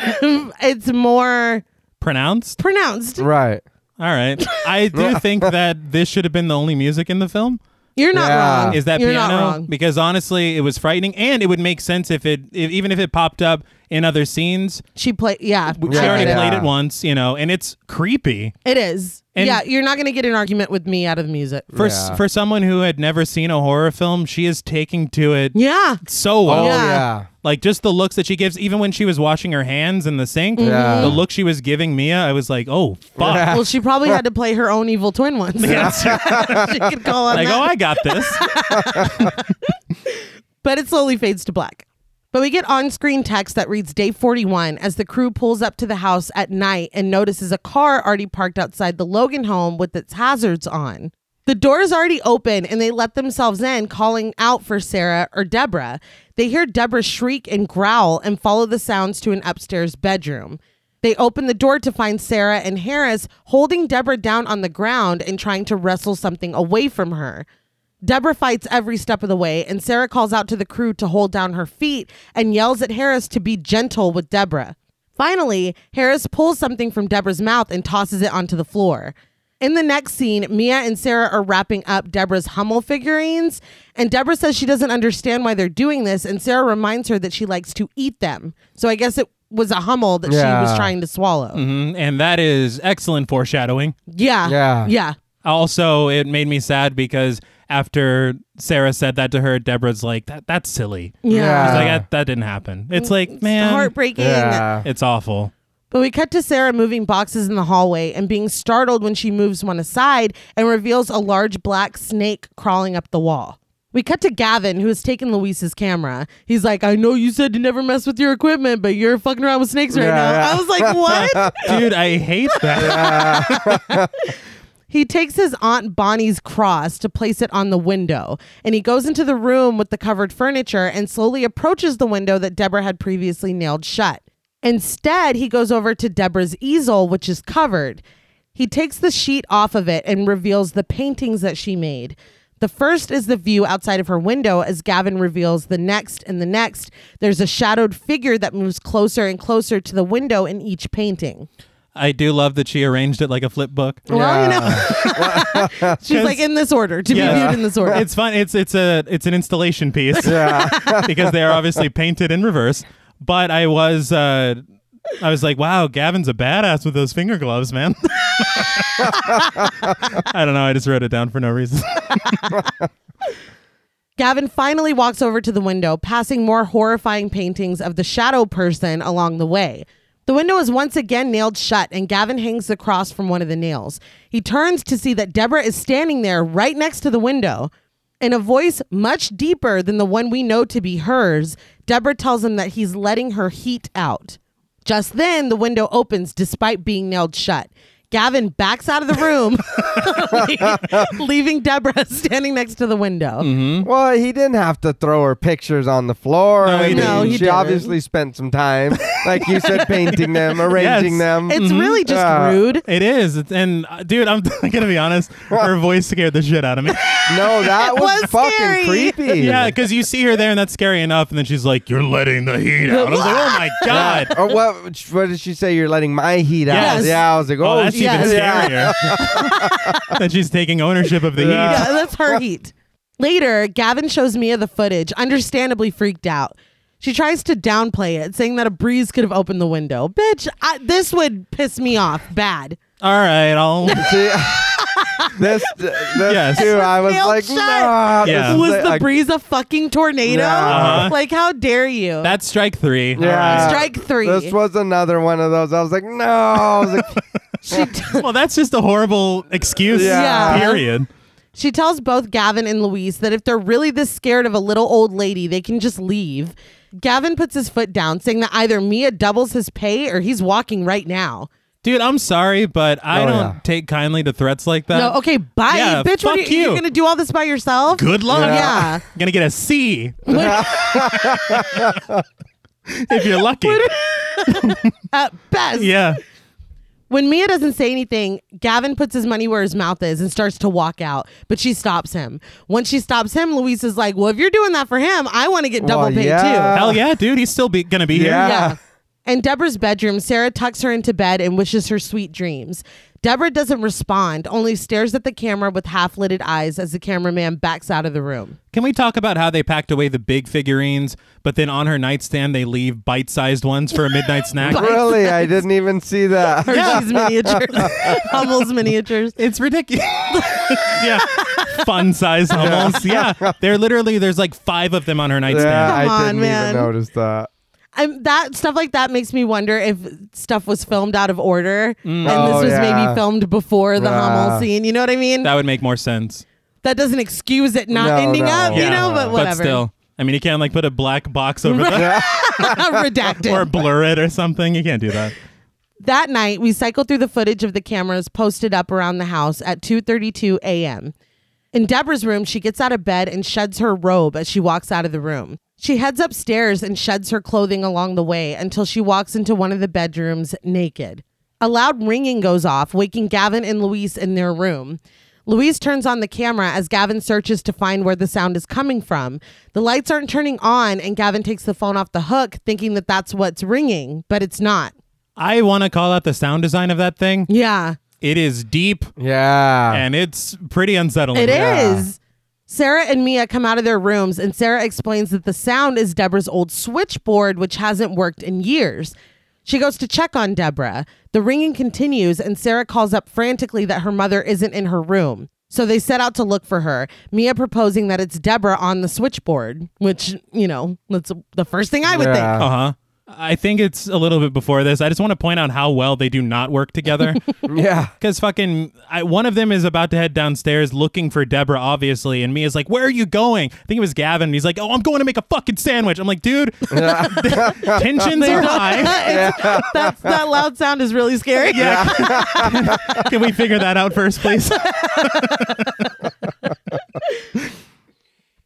A: it's more
C: Pronounced.
A: pronounced.
B: Right.
C: All right. I do think that this should have been the only music in the film.
A: You're not
B: Yeah.
A: wrong.
C: Is that
A: You're
C: piano?
A: not wrong.
C: Because honestly, it was frightening, and it would make sense if it, if, even if it popped up in other scenes.
A: She played. Yeah,
C: She
A: I
C: already
A: get it.
C: played
B: Yeah.
C: it once, you know, and it's creepy
A: it is.
C: And-
A: yeah, you're not gonna get an argument with me out of the music.
C: for s
B: Yeah.
C: for someone who had never seen a horror film. She is taking to it
A: Yeah,
C: so well.
B: Oh
A: Yeah.
B: yeah.
C: Like just the looks that she gives, even when she was washing her hands in the sink,
B: Yeah.
C: the look she was giving Mia, I was like, oh fuck,
A: Well, she probably had to play her own evil twin once. she could call on
C: like
A: that.
C: oh I got this.
A: but it slowly fades to black. But we get on screen text that reads day 41 as the crew pulls up to the house at night and notices a car already parked outside the Logan home with its hazards on. The door is already open and they let themselves in, calling out for Sarah or Deborah. They hear Deborah shriek and growl and follow the sounds to an upstairs bedroom. They open the door to find Sarah and Harris holding Deborah down on the ground and trying to wrestle something away from her. Deborah fights every step of the way, and Sarah calls out to the crew to hold down her feet and yells at Harris to be gentle with Deborah. Finally, Harris pulls something from Deborah's mouth and tosses it onto the floor. In the next scene, Mia and Sarah are wrapping up Deborah's Hummel figurines, and Deborah says she doesn't understand why they're doing this, and Sarah reminds her that she likes to eat them. So I guess it was a Hummel that she was
B: Yeah. Mm-hmm.
A: trying to swallow.
C: Mhm. and that is excellent foreshadowing.
A: Yeah.
B: Yeah.
A: Yeah.
C: Also, it made me sad because after Sarah said that to her, Deborah's like, "That that's silly."
A: Yeah.
C: She's like,
B: Yeah.
C: that, that didn't happen. It's like, man,
A: Heartbreaking.
B: Yeah.
C: it's awful.
A: But we cut to Sarah moving boxes in the hallway and being startled when she moves one aside and reveals a large black snake crawling up the wall. We cut to Gavin, who has taken Luis's camera. He's like, I know you said to never mess with your equipment, but you're fucking around with snakes right
B: Yeah,
A: now.
B: yeah.
A: I was like, what?
C: Dude, I hate that.
A: he takes his Aunt Bonnie's cross to place it on the window, and he goes into the room with the covered furniture and slowly approaches the window that Deborah had previously nailed shut. Instead, he goes over to Deborah's easel, which is covered. He takes the sheet off of it and reveals the paintings that she made. The first is the view outside of her window as Gavin reveals the next and the next. There's a shadowed figure that moves closer and closer to the window in each painting.
C: I do love that she arranged it like a flip book.
A: Well, you know, she's like in this order to be
C: Yeah.
A: viewed in this order.
C: It's fun. It's it's a it's an installation piece because they are obviously painted in reverse. But I was uh, I was like, wow, Gavin's a badass with those finger gloves, man. I don't know. I just wrote it down for no reason.
A: Gavin finally walks over to the window, passing more horrifying paintings of the shadow person along the way. The window is once again nailed shut, and Gavin hangs the cross from one of the nails. He turns to see that Deborah is standing there right next to the window. In a voice much deeper than the one we know to be hers, Deborah tells him that he's letting her heat out. Just then, the window opens despite being nailed shut. Gavin backs out of the room, leaving- leaving Deborah standing next to the window.
B: Hmm? Well, he didn't have to throw her pictures on the floor.
C: Hmm? No, he
B: I mean,
C: didn't. No,
A: he
B: she
A: didn't.
B: obviously spent some time, like you said, painting them, arranging
C: Yes.
B: them. Mm-hmm.
A: It's really just
B: Yeah.
A: rude.
C: It is. It's, and uh, dude, I'm gonna be honest. Her voice scared the shit out of me.
B: no, that was,
A: was
B: fucking
A: scary.
B: creepy.
C: yeah, because you see her there, and that's scary enough. And then she's like, "You're letting the heat out." I was like, "Oh my god."
B: Or what? What did she say? You're letting my heat
C: Yes.
B: out. Yeah, I was like, oh,
C: Oh, that's
B: shit.
A: yes.
C: even
B: yeah.
C: scarier. that she's taking ownership of the heat.
A: yeah, that's her heat. Later, Gavin shows Mia the footage, understandably freaked out. She tries to downplay it, saying that a breeze could have opened the window. Bitch, I, this would piss me off bad.
C: All right, I'll.
B: See, this, this
C: Yes.
B: too. I was
A: Nailed
B: like,
A: shut.
B: nah. this
C: Yeah.
B: is
A: Was
B: like-
A: the
B: like,
A: breeze a fucking tornado?
B: Yeah.
A: Like, how dare you?
C: That's strike three. All
B: Yeah.
C: right.
A: Strike three.
B: This was another one of those. I was like, no. I was like,
A: she, t-
C: Well, that's just a horrible excuse.
B: Yeah.
A: Yeah.
C: Period.
A: she tells both Gavin and Louise that if they're really this scared of a little old lady, they can just leave. Gavin puts his foot down, saying that either Mia doubles his pay or he's walking right now.
C: Dude, I'm sorry, but I
B: Oh,
C: don't
B: yeah.
C: take kindly to threats like that.
A: No, okay, bye,
C: Yeah,
A: bitch. What are
C: fuck
A: you,
C: you.
A: are gonna do all this by yourself? Oh,
C: Good luck.
A: Yeah.
C: Gonna get a C
A: What-
C: if you're lucky.
A: at best.
C: yeah.
A: When Mia doesn't say anything, Gavin puts his money where his mouth is and starts to walk out, but she stops him. Once she stops him, Luis is like, "Well, if you're doing that for him, I want to get double
B: Well,
A: pay
B: yeah.
A: too."
C: Hell yeah, dude. He's still be- gonna be
B: Yeah.
C: here.
A: Yeah. In Deborah's bedroom, Sarah tucks her into bed and wishes her sweet dreams. Deborah doesn't respond, only stares at the camera with half-lidded eyes as the cameraman backs out of the room.
C: Can we talk about how they packed away the big figurines, but then on her nightstand they leave bite-sized ones for a midnight snack?
B: really? I didn't even see that.
A: Hershey's miniatures, Hummel's miniatures.
C: It's ridiculous. yeah. Fun size Hummels. Yeah. They're literally, there's like five of them on her
B: Yeah,
C: nightstand.
B: I
A: Come on,
B: didn't
A: man.
B: even notice that.
A: I'm, that stuff like that makes me wonder if stuff was filmed out of order and
B: Oh,
A: this was maybe
B: yeah.
A: filmed before the Hummel
B: Yeah.
A: scene. You know what I mean?
C: That would make more sense.
A: That doesn't excuse it not
B: No,
A: ending
B: no.
A: up, you
C: Yeah.
A: know. But
C: But
A: whatever,
C: still, I mean, you can't like put a black box over that
A: redacted.
C: or blur it or something. You can't do that.
A: that night, we cycled through the footage of the cameras posted up around the house at 2:32 a.m. In Deborah's room, she gets out of bed and sheds her robe as she walks out of the room. She heads upstairs and sheds her clothing along the way until she walks into one of the bedrooms naked. A loud ringing goes off, waking Gavin and Luis in their room. Louise turns on the camera as Gavin searches to find where the sound is coming from. The lights aren't turning on, and Gavin takes the phone off the hook, thinking that that's what's ringing, but it's not.
C: I want to call out the sound design of that thing.
A: Yeah.
C: It is deep
B: Yeah.
C: and it's pretty unsettling.
A: It is.
B: Oh, Yeah.
A: Sarah and Mia come out of their rooms, and Sarah explains that the sound is Deborah's old switchboard, which hasn't worked in years. She goes to check on Deborah. The ringing continues, and Sarah calls up frantically that her mother isn't in her room. So they set out to look for her, Mia proposing that it's Deborah on the switchboard, which, you know, that's the first thing I would think.
B: Yeah.
C: Uh huh. I think it's a little bit before this. I just want to point out how well they do not work together.
B: yeah.
C: Because fucking I, one of them is about to head downstairs looking for Deborah, obviously, and Mia's like, "Where are you going?" I think it was Gavin. And he's like, "Oh, I'm going to make a fucking sandwich." I'm like, "Dude, tensions are high.
A: It's- that's, that loud sound is really scary.
C: Can we figure that out first, please?"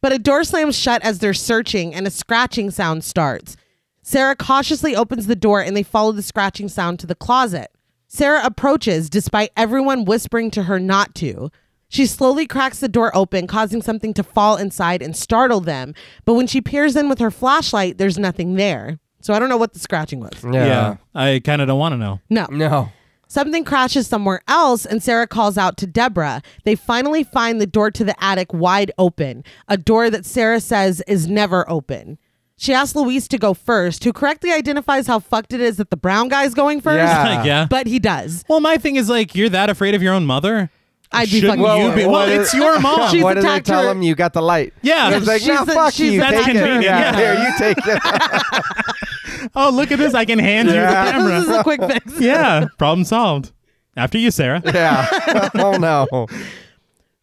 A: but a door slams shut as they're searching and a scratching sound starts. Sarah cautiously opens the door and they follow the scratching sound to the closet. Sarah approaches despite everyone whispering to her not to. She slowly cracks the door open, causing something to fall inside and startle them. But when she peers in with her flashlight, there's nothing there. So I don't know what the scratching was.
B: Yeah.
C: I kind of don't want to know.
A: No.
B: No.
A: Something crashes somewhere else, and Sarah calls out to Deborah. They finally find the door to the attic wide open, a door that Sarah says is never open. She asks Luis to go first, who correctly identifies how fucked it is that the brown guy's going first.
B: Yeah.
C: yeah.
A: But he does.
C: Well, my thing is like, you're that afraid of your own mother.
A: I'd be fucking
C: Shouldn't you
A: scared.
C: be? Well,
B: what is-
C: it's your mom.
A: She's
B: what did they
A: attacked
B: tell
A: her-
B: him? You got the light.
C: Yeah.
B: It's like,
A: she's
B: no,
A: a-
B: fuck
A: she's
B: you.
A: a-
C: That's
B: Take it.
C: convenient, yeah.
B: Yeah. Here, you take it.
C: oh, look at this. I can hand
B: Yeah.
C: you the
A: This is
C: camera.
A: a quick fix.
C: yeah. Problem solved. After you, Sarah.
B: yeah. oh, no.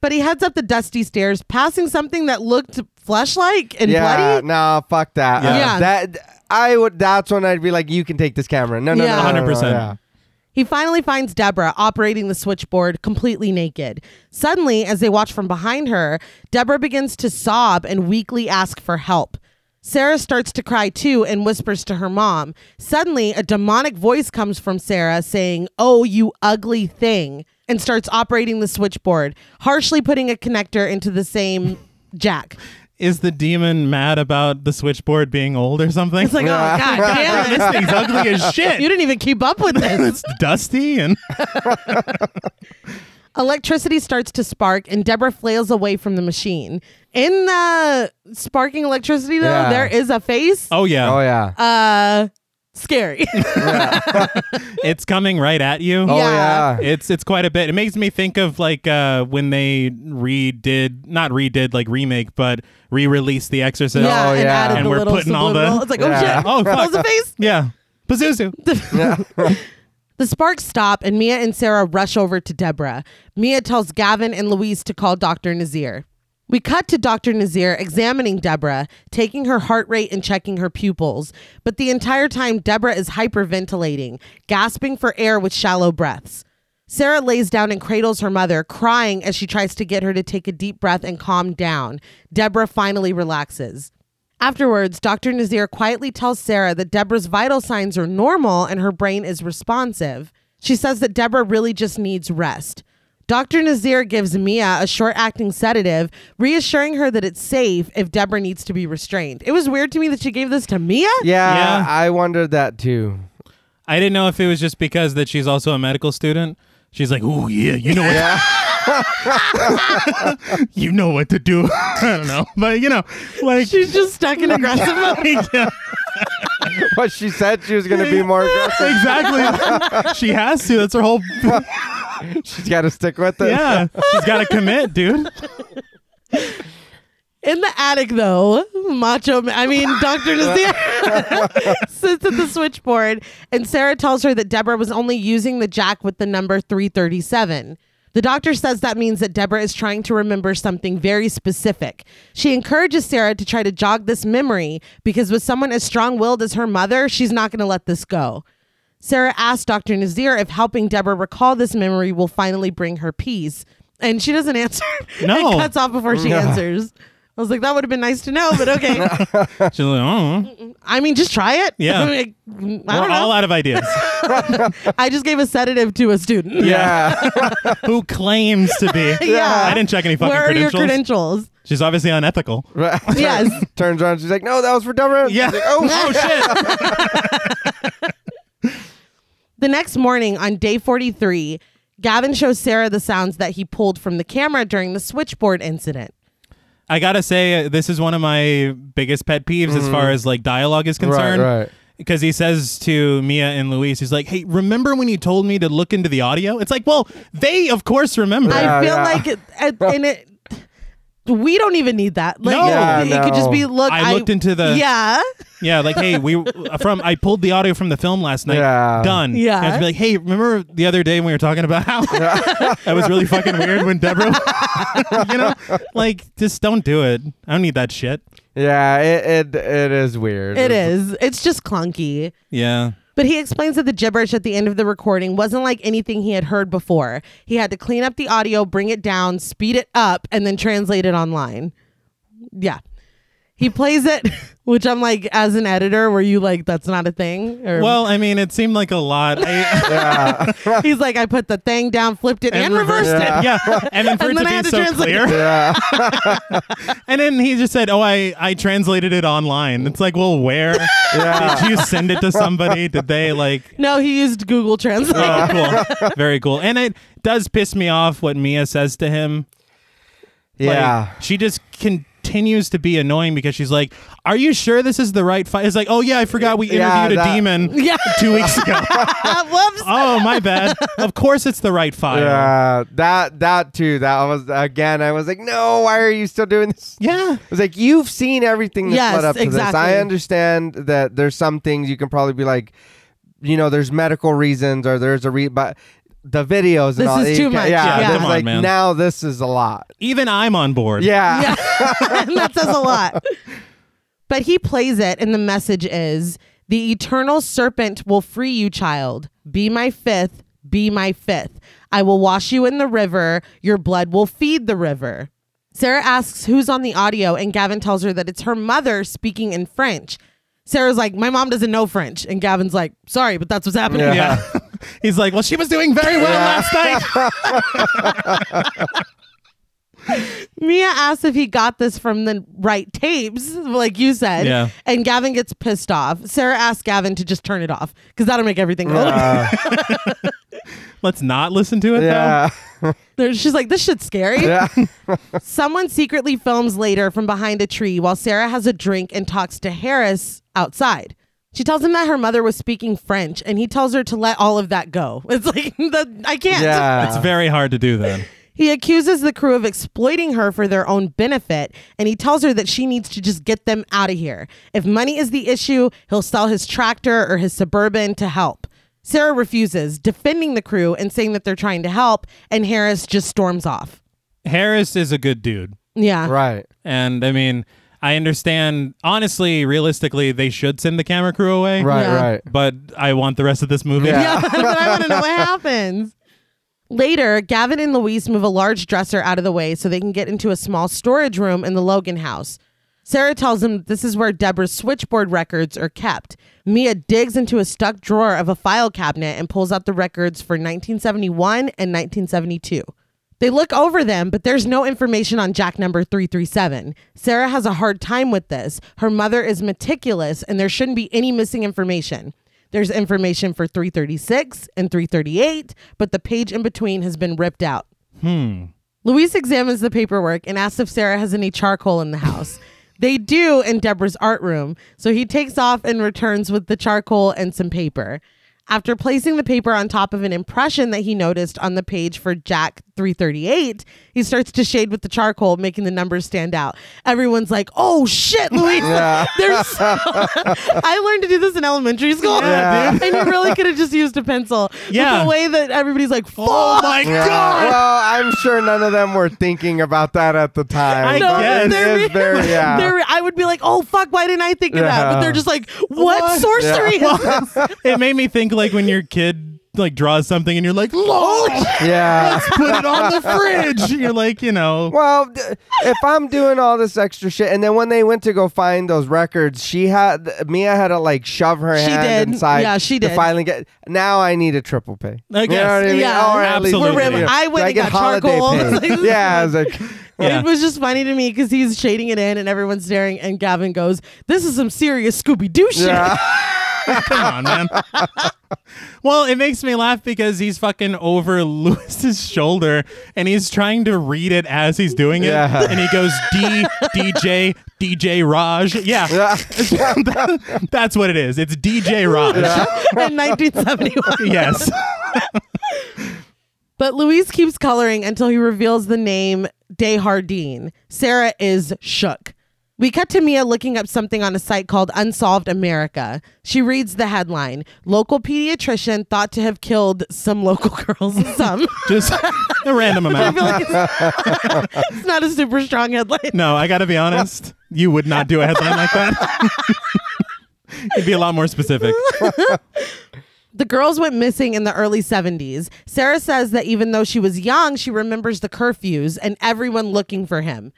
A: But he heads up the dusty stairs, passing something that looked flesh-like and
B: yeah,
A: bloody.
B: no, fuck that.
A: Yeah.
B: Uh,
A: Yeah.
B: that I would. That's when I'd be like, you can take this camera. No, no,
A: Yeah.
B: no, no, no, no,
C: 100%.
B: yeah.
A: He finally finds Deborah operating the switchboard completely naked. Suddenly, as they watch from behind her, Deborah begins to sob and weakly ask for help. Sarah starts to cry too and whispers to her mom. Suddenly, a demonic voice comes from Sarah saying, Oh, you ugly thing, and starts operating the switchboard, harshly putting a connector into the same jack.
C: Is the demon mad about the switchboard being old or something?
A: It's like, oh, god damn
C: this
A: it.
C: thing's ugly as shit.
A: You didn't even keep up with this.
C: it's dusty and
A: Electricity starts to spark, and Deborah flails away from the machine. In the sparking electricity, though,
B: Yeah.
A: there is a face.
C: oh yeah,
B: Oh yeah.
A: Uh, scary.
C: it's coming right at you.
B: oh
A: yeah.
B: yeah.
C: It's it's quite a bit. It makes me think of like uh, when they redid, not redid, like remake, but re-released The Exorcist.
A: yeah,
B: Oh,
A: and
B: yeah.
A: added
C: And
A: the
C: we're
A: little
C: putting all the-
A: subliminal. It's like, oh
B: Yeah.
A: shit,
C: Oh,
A: that was
C: fuck.
A: the face.
C: yeah, Pazuzu.
A: The sparks stop, and Mia and Sarah rush over to Deborah. Mia tells Gavin and Louise to call Dr. Nazir. We cut to Dr. Nazir examining Deborah, taking her heart rate and checking her pupils. But the entire time, Deborah is hyperventilating, gasping for air with shallow breaths. Sarah lays down and cradles her mother, crying as she tries to get her to take a deep breath and calm down. Deborah finally relaxes. Afterwards, Dr. Nazir quietly tells Sarah that Deborah's vital signs are normal and her brain is responsive. She says that Deborah really just needs rest. Dr. Nazir gives Mia a short acting sedative, reassuring her that it's safe if Deborah needs to be restrained. It was weird to me that she gave this to Mia.
B: yeah.
C: Yeah.
B: I wondered that too.
C: I didn't know if it was just because that she's also a medical student. She's like, oh yeah, you know what, you know what to do. I don't know, but you know, like
A: She's just stuck in aggressive mode.
C: Yeah,
B: But she said she was gonna be more aggressive.
C: exactly. she has to. That's her whole.
B: She's got to stick with it.
C: yeah, she's got to commit, dude.
A: In the attic, though, Macho, Ma- I mean, Dr. Nazir sits at the switchboard, and Sarah tells her that Deborah was only using the jack with the number 337. The doctor says that means that Deborah is trying to remember something very specific. She encourages Sarah to try to jog this memory because, with someone as strong willed as her mother, she's not going to let this go. Sarah asks Dr. Nazir if helping Deborah recall this memory will finally bring her peace. And she doesn't answer.
C: No.
A: it cuts off before she answers. I was like, that would have been nice to know, but okay.
C: She's like, oh.
A: I mean, just try it.
C: Yeah.
A: I, mean, I
C: We're
A: don't
C: all
A: know.
C: out of ideas.
A: I just gave a sedative to a student.
B: Yeah.
C: Who claims to be?
A: Yeah.
C: I didn't check any fucking
A: Where are your
C: credentials.
A: credentials?
C: She's obviously unethical.
A: Yes.
B: Turns around, she's like, "No, that was for Deborah."
C: Yeah.
B: She's like, oh,
C: shit.
A: The next morning on day 43, Gavin shows Sarah the sounds that he pulled from the camera during the switchboard incident.
C: I gotta say, uh, this is one of my biggest pet peeves as far
A: Mm-hmm.
C: as like dialogue is concerned.
B: right.
C: Because he says to Mia and Luis, he's like, "Hey, remember when you told me to look into the audio?" It's like, well, they of course remember.
B: Yeah,
A: I feel
B: yeah.
A: like it, it, and it. We don't even need that. Like,
C: No. Yeah,
A: it, could just
B: no.
A: be look.
C: I looked into the-
A: Yeah,
C: yeah, like, hey, we uh, from I pulled the audio from the film last night.
B: Yeah.
C: Done.
A: Yeah.
C: And I'd be like, hey, remember the other day when we were talking about how that was really fucking weird when Deborah, you know, like, just don't do it. I don't need that shit.
B: Yeah, it, it it is weird.
A: it is. It's just clunky.
C: Yeah.
A: But he explains that the gibberish at the end of the recording wasn't like anything he had heard before. He had to clean up the audio, bring it down, speed it up, and then translate it online. Yeah. He plays it, which I'm like, as an editor, were you like, that's not a thing? Or
C: Well, I mean, it seemed like a lot. I,
A: he's like, I put the thing down, flipped it, and,
C: and
A: reversed
C: reversed
A: it.
C: it. Yeah. And then for
A: And
C: it
A: then I
C: to
A: had
C: be
A: to
C: so
A: translate
C: clear.
B: Yeah.
C: And then he just said, "Oh, I I translated it online." It's like, well, where did you send it to somebody? Did they like?
A: No, he used Google Translate.
C: Oh, cool, very cool. And it does piss me off what Mia says to him. Like,
B: Yeah.
C: she just continues to be annoying because she's like, "Are you sure this is the right fight?" It's like, "Oh yeah, I forgot we interviewed
B: Yeah,
C: a
B: that-
C: demon
A: Yeah.
C: two weeks ago."
A: Whoops.
C: oh my bad. Of course, it's the right file.
B: yeah. That that too. That was again. I was like, no. Why are you still doing this?
C: Yeah.
B: I was like, you've seen everything that's
A: Yes,
B: led up to
A: exactly.
B: this. I understand that there's some things you can probably be like, you know, there's medical reasons or there's a re, but the videos.
A: This
B: and all.
A: is
B: you
A: too
B: ca-
A: much.
B: Yeah,
A: Yeah.
B: it's
A: Come
C: on,
B: like
C: man.
B: now this is a lot.
C: Even I'm on board.
B: Yeah.
A: Yeah. and that says a lot. But he plays it, and the message is The eternal serpent will free you, child. Be my fifth, be my fifth. I will wash you in the river. Your blood will feed the river. Sarah asks who's on the audio, and Gavin tells her that it's her mother speaking in French. Sarah's like, My mom doesn't know French. And Gavin's like, Sorry, but that's what's happening.
B: Yeah.
C: Yeah. He's like, well, she was doing very well last night.
A: Mia asks if he got this from the right tapes, like you said.
C: Yeah.
A: And Gavin gets pissed off. Sarah asks Gavin to just turn it off because that'll make everything go.
B: Uh,
C: Let's not listen to it,
B: yeah.
A: There- She's like, this shit's scary.
B: Yeah.
A: Someone secretly films later from behind a tree while Sarah has a drink and talks to Harris outside. She tells him that her mother was speaking French and he tells her to let all of that go. It's like, the, I can't.
C: though. It's
B: Yeah.
C: very hard to do then.
A: He accuses the crew of exploiting her for their own benefit, and he tells her that she needs to just get them out of here. If money is the issue, he'll sell his tractor or his suburban to help. Sarah refuses, defending the crew and saying that they're trying to help, and Harris just storms off.
C: Harris is a good dude.
A: Yeah.
B: Right.
C: And I mean, I understand, honestly, realistically, they should send the camera crew away.
B: Right.
A: Yeah.
B: Right.
C: But I want the rest of this movie.
B: Yeah.
A: Yeah, but I want to know what happens. Later, Gavin and Louise move a large dresser out of the way so they can get into a small storage room in the Logan house. Sarah tells them that this is where Deborah's switchboard records are kept. Mia digs into a stuck drawer of a file cabinet and pulls out the records for 1971 and 1972. They look over them, but there's no information on Jack number 337. Sarah has a hard time with this. Her mother is meticulous, and there shouldn't be any missing information. There's information for 336 and 338, but the page in between has been ripped out. Louise examines the paperwork and asks if Sarah has any charcoal in the house. they do in Deborah's art room, so he takes off and returns with the charcoal and some paper. After placing the paper on top of an impression that he noticed on the page for Jack 338, he starts to shade with the charcoal, making the numbers stand out. Everyone's like, oh shit, Louise. There's so- I learned to do this in elementary school.
B: Yeah,
A: And you really could have just used a pencil. But
C: Yeah.
A: the way that everybody's like, fuck.
C: Oh my
B: Yeah.
C: God.
B: Well, I'm sure none of them were thinking about that at the time.
C: I
B: but
C: guess.
B: it
A: they're,
B: is
A: re-
B: very, yeah.
A: they're re- I would be like, oh fuck, why didn't I think of that? But
B: Yeah.
A: they're just like, what, sorcery is this?
C: it made me think like when your kid like draws something and you're like, lol,
B: yeah.
C: put it on the fridge. You're like, you know,
B: Well, d- if I'm doing all this extra shit, and then when they went to go find those records, she had Mia had to like shove her
A: She
B: hand
A: did.
B: inside.
A: Yeah, she
B: to
A: did.
B: Finally, get now I need a triple pay.
C: I
B: You
C: guess.
B: know what I mean?
A: Yeah.
B: Or at least-
C: Absolutely. We're
B: you know,
A: I went
B: do I
A: and
B: get
A: got
B: holiday
A: charcoal.
B: pay? yeah, I was like,
C: Yeah.
A: It was just funny to me because he's shading it in and everyone's staring, and Gavin goes, this is some serious Scooby Doo shit.
B: yeah,
C: come on, man. well, it makes me laugh because he's fucking over Lewis's shoulder and he's trying to read it as he's doing it.
B: Yeah.
C: And he goes, D, DJ, DJ Raj. Yeah.
B: yeah.
C: That's what it is. It's DJ Raj.
A: in 1971.
C: Yes.
A: But Louise keeps coloring until he reveals the name Dehardine. Sarah is shook. We cut to Mia looking up something on a site called Unsolved America. She reads the headline Local pediatrician thought to have killed some local girls. Some.
C: Just a random
A: I
C: amount.
A: feel like it's, it's not a super strong headline.
C: No, I got to be honest. You would not do a headline like that. You'd be a lot more specific.
A: The girls went missing in the early 70s. Sarah says that even though she was young, she remembers the curfews and everyone looking for him.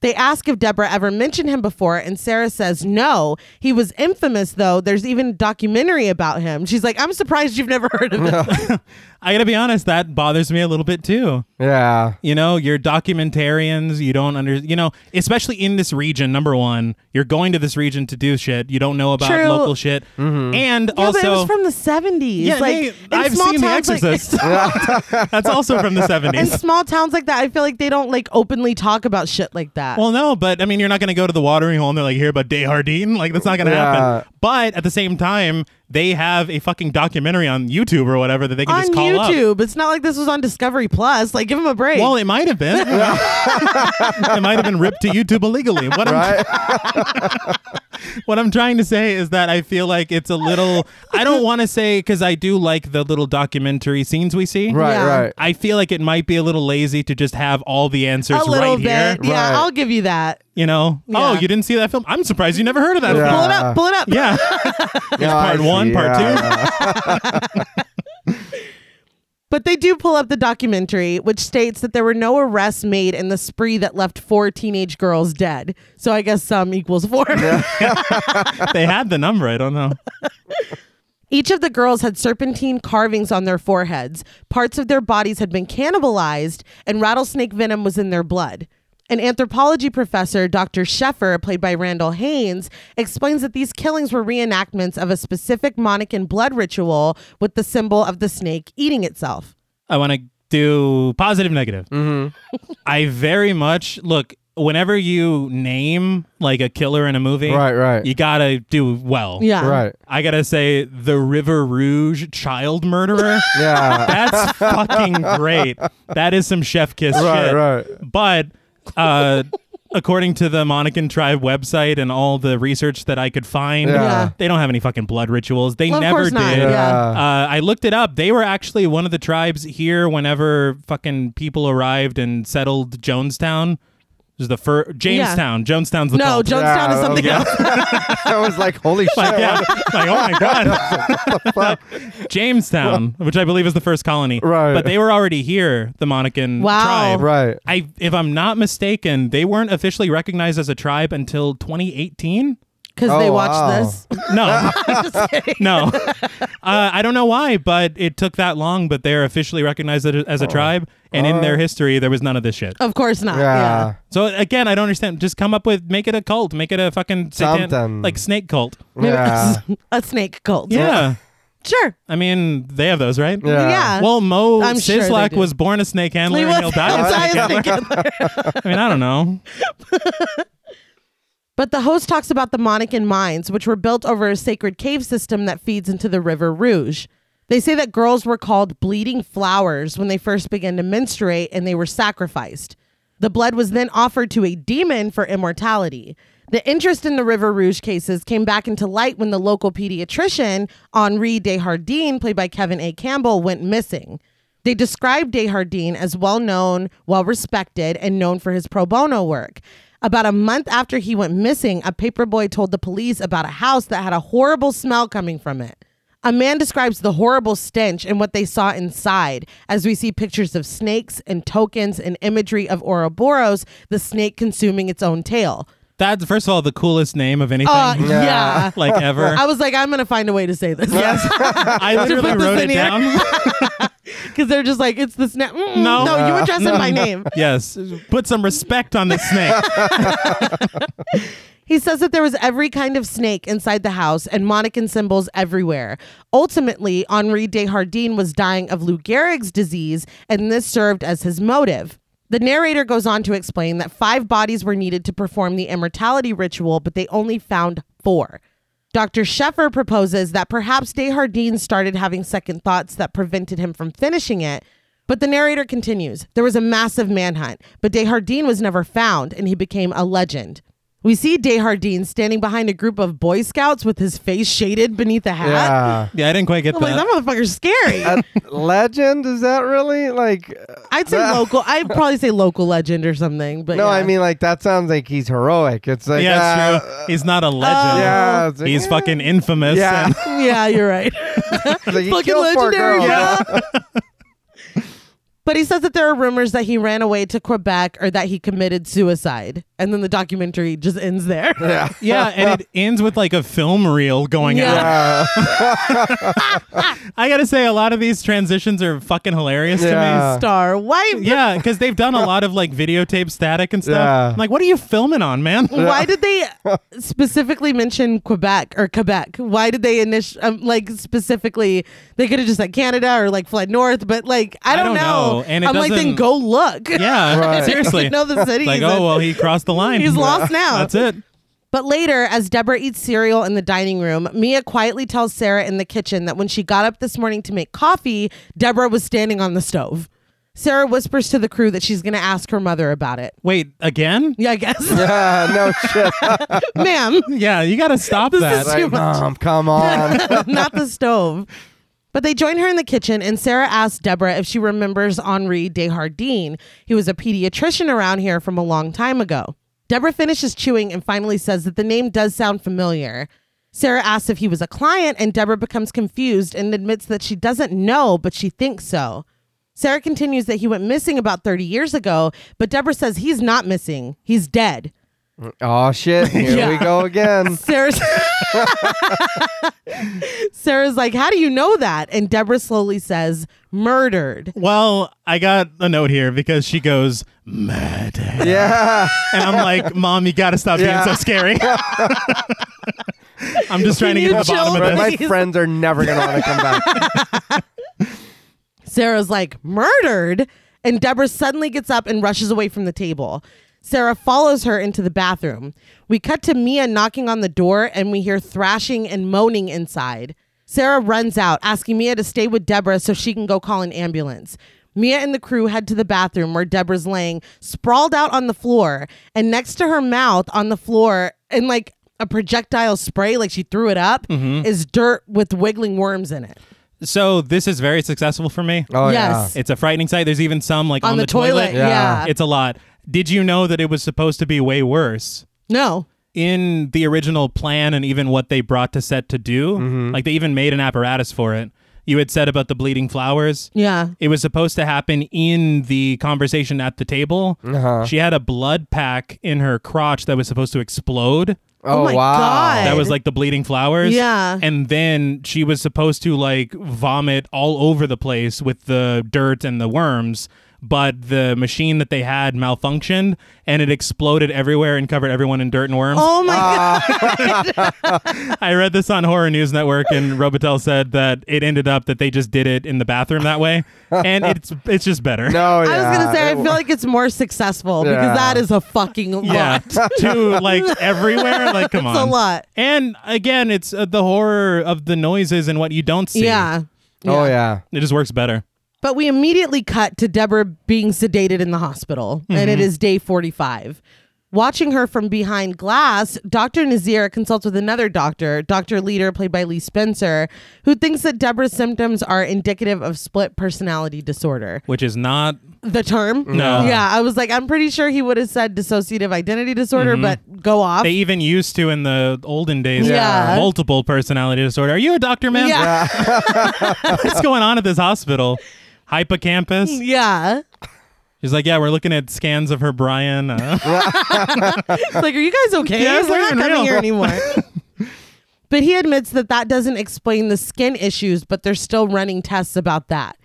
A: They ask if Deborah ever mentioned him before, and Sarah says no. He was infamous, though. There's even a documentary about him. She's like, I'm surprised you've never heard of him.
C: I got to be honest. That bothers me a little bit too.
B: yeah.
C: You know, you're documentarians. You don't under, you know, especially in this region. Number one, you're going to this region to do shit. You don't know about
A: True.
C: local shit, and
A: Yeah, but it
C: also,
A: was from the 70s.
C: yeah,
A: like,
C: they-
A: in
C: I've
A: small
C: seen The
A: towns, like-
C: Exorcist. That's also from the
A: in
C: seventies.
A: small towns like that, I feel like they don't like openly talk about shit like that.
C: Well, no, but I mean, you're not going to go to the watering hole and they're like, "Hear about Dehardine?" Like, that's not going to
B: Yeah.
C: happen. But at the same time, they have a fucking documentary on YouTube or whatever that they can
A: on
C: just call up.
A: YouTube, it's not like this was on Discovery Plus. Like, give him a break.
C: Well, it might have been. it might have been ripped to YouTube illegally. What am-
B: Right?
C: what I'm trying to say is that I feel like it's a little. I don't want to say because I do like the little documentary scenes we see.
B: Right,
A: Yeah.
B: right.
C: I feel like it might be a little lazy to just have all the answers
A: a little
C: right
A: bit.
C: here.
A: Yeah,
B: Right.
A: I'll give you that.
C: You know? Oh,
A: Yeah.
C: you didn't see that film? I'm surprised you never heard of that
B: Yeah.
A: Pull
C: film.
A: it up. Pull it up.
C: Yeah.
B: Yeah, I
C: part
B: see.
C: one, part
B: Yeah,
C: two.
B: yeah.
A: But they do pull up the documentary, which states that there were no arrests made in the spree that left four teenage girls dead. So I guess some equals four.
C: they had the number. I don't know.
A: Each of the girls had serpentine carvings on their foreheads. Parts of their bodies had been cannibalized, and rattlesnake venom was in their blood. An anthropology professor, Dr. Sheffer, played by Randall Haynes, explains that these killings were reenactments of a specific Monacan blood ritual with the symbol of the snake eating itself.
C: I want to do positive, negative.
B: Mm-hmm.
C: I very much look. Whenever you name like a killer in a movie,
B: Right, right.
C: you gotta do well.
A: Yeah.
B: Right.
C: I gotta say, the River Rouge child murderer.
B: Yeah.
C: That's fucking great. That is some chef kiss
B: Right,
C: shit.
B: right.
C: But uh, according to the Monacan tribe website and all the research that I could find,
B: Yeah.
A: Yeah.
C: they don't have any fucking blood rituals. They
A: Well, of
C: never
A: course
C: did.
A: not. Yeah.
C: Uh, I looked it up. They were actually one of the tribes here whenever fucking people arrived and settled Jonestown. This is the first Jamestown. Jonestown's the
A: No,
C: cult.
A: Jonestown is
B: Yeah,
A: something
B: okay.
A: else.
B: I was like, holy shit.
C: like, yeah. like, oh my god, Jamestown, which I believe is the first colony.
B: Right.
C: But they were already here, the Monacan
A: Wow.
C: tribe.
B: Right.
C: I, if I'm not mistaken, they weren't officially recognized as a tribe until 2018.
A: Because they
B: Oh,
A: watched
B: wow.
A: this.
C: No, no. Uh, I don't know why, but it took that long. But they're officially recognized as as a
B: Oh.
C: tribe, and in their history, there was none of this shit.
A: Of course not.
B: Yeah.
A: Yeah.
C: So again, I don't understand. Just come up with make it a cult, make it a fucking satan-
B: Something.
C: like snake cult.
B: Yeah.
A: a snake cult.
C: Yeah,
A: Sure.
C: I mean they have those, right?
B: Yeah.
A: Yeah.
C: Well, Mo
A: I'm sure they
C: Sislak
A: do.
C: was born a snake handler
A: He
C: and he'll
A: was-
C: die a
A: he'll die
C: snake
A: a
C: handler.
A: snake handler.
C: I mean, I don't know.
A: But the host talks about the Monacan mines, which were built over a sacred cave system that feeds into the River Rouge. They say that girls were called bleeding flowers when they first began to menstruate and they were sacrificed. The blood was then offered to a demon for immortality. The interest in the River Rouge cases came back into light when the local pediatrician, Henri Desjardins, played by Kevin A. Campbell, went missing. They described Desjardins as well known, well respected, and known for his pro bono work. About a month after he went missing, a paperboy told the police about a house that had a horrible smell coming from it. A man describes the horrible stench and what they saw inside, as we see pictures of snakes and tokens and imagery of Ouroboros, the snake consuming its own tail.
C: That's first of all the coolest name of anything
A: Uh, yeah.
C: like ever.
A: I was like, I'm going to find a way to say this. Yes.
C: I literally
A: put this
C: wrote it
A: in here.
C: down.
A: Because they're just like, it's the snake.
C: No.
A: No. No, you address it by name.
C: yes, put some respect on the snake.
A: He says that there was every kind of snake inside the house and Monacan symbols everywhere. Ultimately, Henri Desjardins was dying of Lou Gehrig's disease, and this served as his motive. The narrator goes on to explain that five bodies were needed to perform the immortality ritual, but they only found four. Dr. Sheffer proposes that perhaps Desjardins started having second thoughts that prevented him from finishing it. But the narrator continues there was a massive manhunt, but Desjardins was never found and he became a legend. We see Desjardins standing behind a group of Boy Scouts with his face shaded beneath a hat.
B: Yeah.
C: Yeah, I didn't quite get
A: I'm like,
C: that.
A: that motherfucker's scary.
B: A legend? Is that really like? uh,
A: I'd say local. I'd probably say local legend or something. But
B: No,
A: yeah.
B: I mean like that sounds like he's heroic. It's like
C: yeah,
B: uh,
C: it's true. He's not a legend.
B: yeah, it's like,
C: He's
B: eh,
C: fucking infamous.
B: Yeah.
C: and-
A: yeah, you're right.
B: it's like, he
A: fucking
B: killed poor
A: legendary,
B: girl.
A: yeah. But he says that there are rumors that he ran away to Quebec or that he committed suicide. And then the documentary just ends there.
C: yeah, and it ends with like a film reel going
A: Yeah.
C: out.
B: Uh,
C: I gotta say, a lot of these transitions are fucking hilarious to me.
B: Yeah.
A: Star wife.
C: Yeah, because they've done a lot of like videotape static and stuff.
B: Yeah.
C: I'm like, what are you filming on, man?
A: Why did they specifically mention Quebec or Quebec? Why did they initial um, like specifically? They could have just said Canada or like fled north, but like I don't,
C: don't know. And it
A: I'm like, then
C: doesn't-
A: go look.
C: Yeah,
B: Right.
C: seriously.
A: You know the cities
C: Like,
A: and-
C: oh well, he crossed the line.
A: He's lost now.
C: That's it.
A: But later, as Deborah eats cereal in the dining room, Mia quietly tells Sarah in the kitchen that when she got up this morning to make coffee, Deborah was standing on the stove. Sarah whispers to the crew that she's going to ask her mother about it.
C: Wait, again?
A: Yeah, I guess.
B: Yeah, Uh, no shit.
A: Ma'am,
C: Yeah, you got to stop
A: This
C: that.
A: is- Too
B: Like,
A: much.
B: Mom, come on.
A: not the stove. But they join her in the kitchen, and Sarah asks Deborah if she remembers Henri Desjardins. He was a pediatrician around here from a long time ago. Deborah finishes chewing and finally says that the name does sound familiar. Sarah asks if he was a client, and Deborah becomes confused and admits that she doesn't know, but she thinks so. Sarah continues that he went missing about 30 years ago, but Deborah says he's not missing. He's dead.
B: oh shit, here we go again.
A: Sarah's Sarah's like, how do you know that? And Deborah slowly says, murdered.
C: well, I got a note here because she goes, murder.
B: Yeah.
C: And I'm like, Mom, you got to stop
B: Yeah.
C: being so scary. I'm just trying to
A: Can
C: get to
A: you
C: the bottom
A: chill?
C: of
B: But
C: this.
B: my friends are never gonna want to come back.
A: Sarah's like, murdered. And Deborah suddenly gets up and rushes away from the table. Sarah follows her into the bathroom. We cut to Mia knocking on the door and we hear thrashing and moaning inside. Sarah runs out, asking Mia to stay with Deborah so she can go call an ambulance. Mia and the crew head to the bathroom where Deborah's laying sprawled out on the floor and next to her mouth on the floor and like a projectile spray like she threw it up is dirt with wiggling worms in it.
C: So this is very successful for me.
B: Oh
A: Yes.
C: It's a frightening sight. There's even some like on,
A: on, the, toilet.
B: Yeah.
A: Yeah.
C: It's a lot. Did you know that it was supposed to be way worse?
A: no.
C: in the original plan and even what they brought to set to do, like they even made an apparatus for it. You had said about the bleeding flowers.
A: Yeah.
C: It was supposed to happen in the conversation at the table.
B: Uh-huh.
C: She had a blood pack in her crotch that was supposed to explode.
B: Oh,
A: Oh my
B: wow.
A: God.
C: That was like the bleeding flowers.
A: Yeah.
C: And then she was supposed to like vomit all over the place with the dirt and the worms. But the machine that they had malfunctioned and it exploded everywhere and covered everyone in dirt and worms.
A: Oh my god.
C: I read this on Horror News Network, and Robitel said that it ended up that they just did it in the bathroom that way, and it's it's just better.
B: No, yeah.
A: I was gonna say I
B: It-
A: feel like it's more successful
B: Yeah.
A: because that is a fucking lot.
C: Yeah, to like everywhere. Like, come
A: It's a
C: on,
A: lot.
C: And again, it's uh, the horror of the noises and what you don't see.
A: Yeah.
B: Oh yeah.
C: it just works better.
A: But we immediately cut to Deborah being sedated in the hospital, and it is day 45. Watching her from behind glass, Dr. Nazir consults with another doctor, Dr. Leader, played by Lee Spencer, who thinks that Deborah's symptoms are indicative of split personality disorder.
C: Which is not
A: The term?
C: No.
A: Yeah, I was like, I'm pretty sure he would have said dissociative identity disorder, but go off.
C: Mm-hmm. they even used to in the olden days.
A: Yeah.
C: multiple personality disorder. Are you a doctor, man?
A: Yeah.
C: What's going on at this hospital? Hippocampus.
A: yeah.
C: She's like, yeah, we're looking at scans of her Brian. Uh,
A: It's like, are you guys okay?
C: Yeah, it's
A: We're not
C: not even
A: coming
C: real.
A: here anymore. but he admits that that doesn't explain the skin issues, but they're still running tests about that.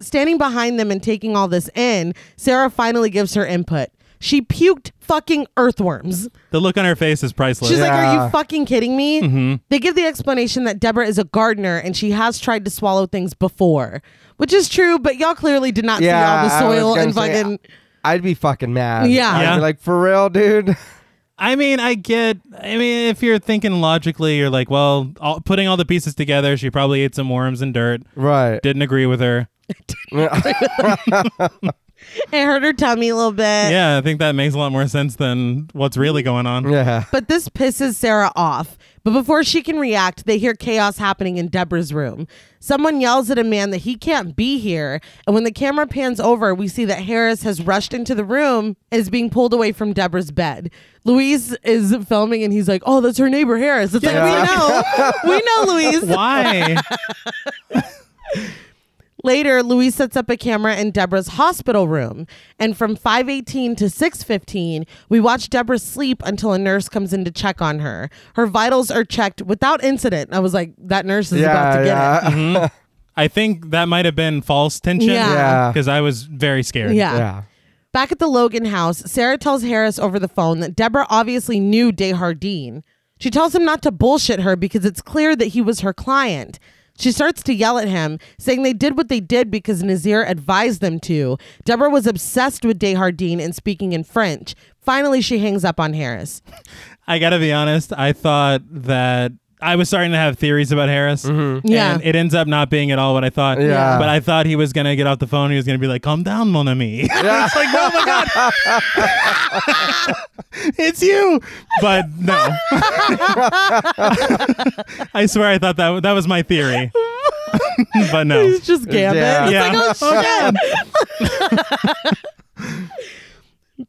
A: Standing behind them and taking all this in, Sarah finally gives her input. She puked fucking earthworms.
C: the look on her face is priceless.
A: She's like, Are
B: Yeah. Mm-hmm.
A: you fucking kidding me? They give the explanation that Deborah is a gardener and she has tried to swallow things before, which is true, but y'all clearly did not
B: Yeah.
A: see
B: I
A: all
B: was
A: the soil
B: gonna
A: and
B: say,
A: fucking.
B: I'd be fucking mad.
A: Yeah.
B: I'd
C: Yeah.
B: be like, for real, dude.
C: I mean, I get. I mean, if you're thinking logically, you're like, well, all, putting all the pieces together, she probably ate some worms and dirt.
B: Right.
C: Didn't agree with her.
A: It hurt her tummy a little bit.
C: Yeah, I think that makes a lot more sense than what's really going on.
B: yeah.
A: But this pisses Sarah off. But before she can react, they hear chaos happening in Deborah's room. Someone yells at a man that he can't be here. And when the camera pans over, we see that Harris has rushed into the room and is being pulled away from Deborah's bed. Louise is filming and he's like, Oh, that's her neighbor Harris. It's like, we know. we know, Louise.
C: Why?
A: Later, Louise sets up a camera in Deborah's hospital room, and from 5:18 to 6:15, we watch Deborah sleep until a nurse comes in to check on her. Her vitals are checked without incident. I was like, that nurse is about
B: Yeah.
A: to get it.
B: Yeah.
C: I think that might have been false tension.
A: Yeah.
B: Yeah.
C: Because I was very scared.
A: Yeah.
B: Yeah.
A: Back at the Logan house, Sarah tells Harris over the phone that Deborah obviously knew Desjardins. She tells him not to bullshit her because it's clear that he was her client. She starts to yell at him, saying they did what they did because Nazir advised them to. Deborah was obsessed with Desjardins and speaking in French. Finally, she hangs up on Harris.
C: I gotta be honest. I thought that I was starting to have theories about Harris.
A: Yeah.
C: And it ends up not being at all what I thought.
B: Yeah.
C: But I thought he was going to get off the phone. He was going to be like, calm down, mon ami. it's like, oh my God. it's you. But no. I swear I thought that, that was my theory. but no.
A: It's just Gambit.
B: Yeah.
A: It's
C: Yeah.
A: like, oh shit.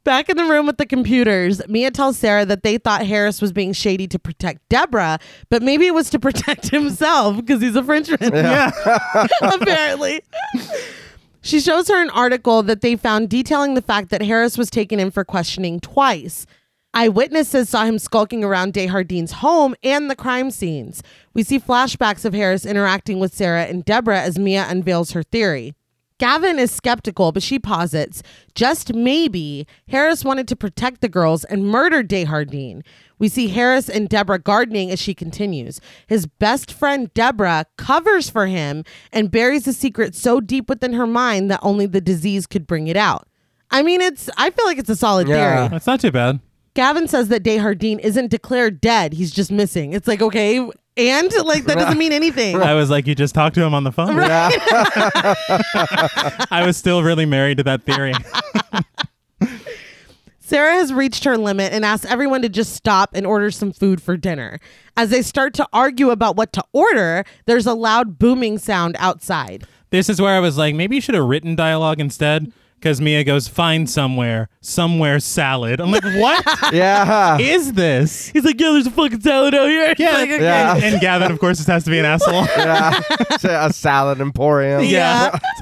A: Back in the room with the computers, Mia tells Sarah that they thought Harris was being shady to protect Deborah, but maybe it was to protect himself because he's a Frenchman.
C: yeah.
A: apparently. She shows her an article that they found detailing the fact that Harris was taken in for questioning twice. Eyewitnesses saw him skulking around Deshardine's home and the crime scenes. We see flashbacks of Harris interacting with Sarah and Deborah as Mia unveils her theory. Gavin is skeptical, but she posits just maybe Harris wanted to protect the girls and murder Dehardine. We see Harris and Deborah gardening as she continues. His best friend Deborah covers for him and buries the secret so deep within her mind that only the disease could bring it out. I mean, it's I feel like it's a solid
B: Yeah.
A: theory.
C: That's not too bad.
A: Gavin says that Dehardine isn't declared dead; he's just missing. It's like okay, and like that doesn't mean anything.
C: I was like, you just talked to him on the phone.
B: Yeah.
C: I was still really married to that theory.
A: Sarah has reached her limit and asks everyone to just stop and order some food for dinner. As they start to argue about what to order, there's a loud booming sound outside.
C: this is where I was like, maybe you should have written dialogue instead. Because Mia goes, find somewhere, somewhere salad. I'm like, what
B: yeah.
C: is this?
A: He's like, "Yeah, there's a fucking salad out here."
C: Yeah.
A: Like, okay.
B: Yeah.
C: And, and Gavin, of course, just has to be an asshole. Yeah.
B: yeah. It's a a salad emporium.
C: It's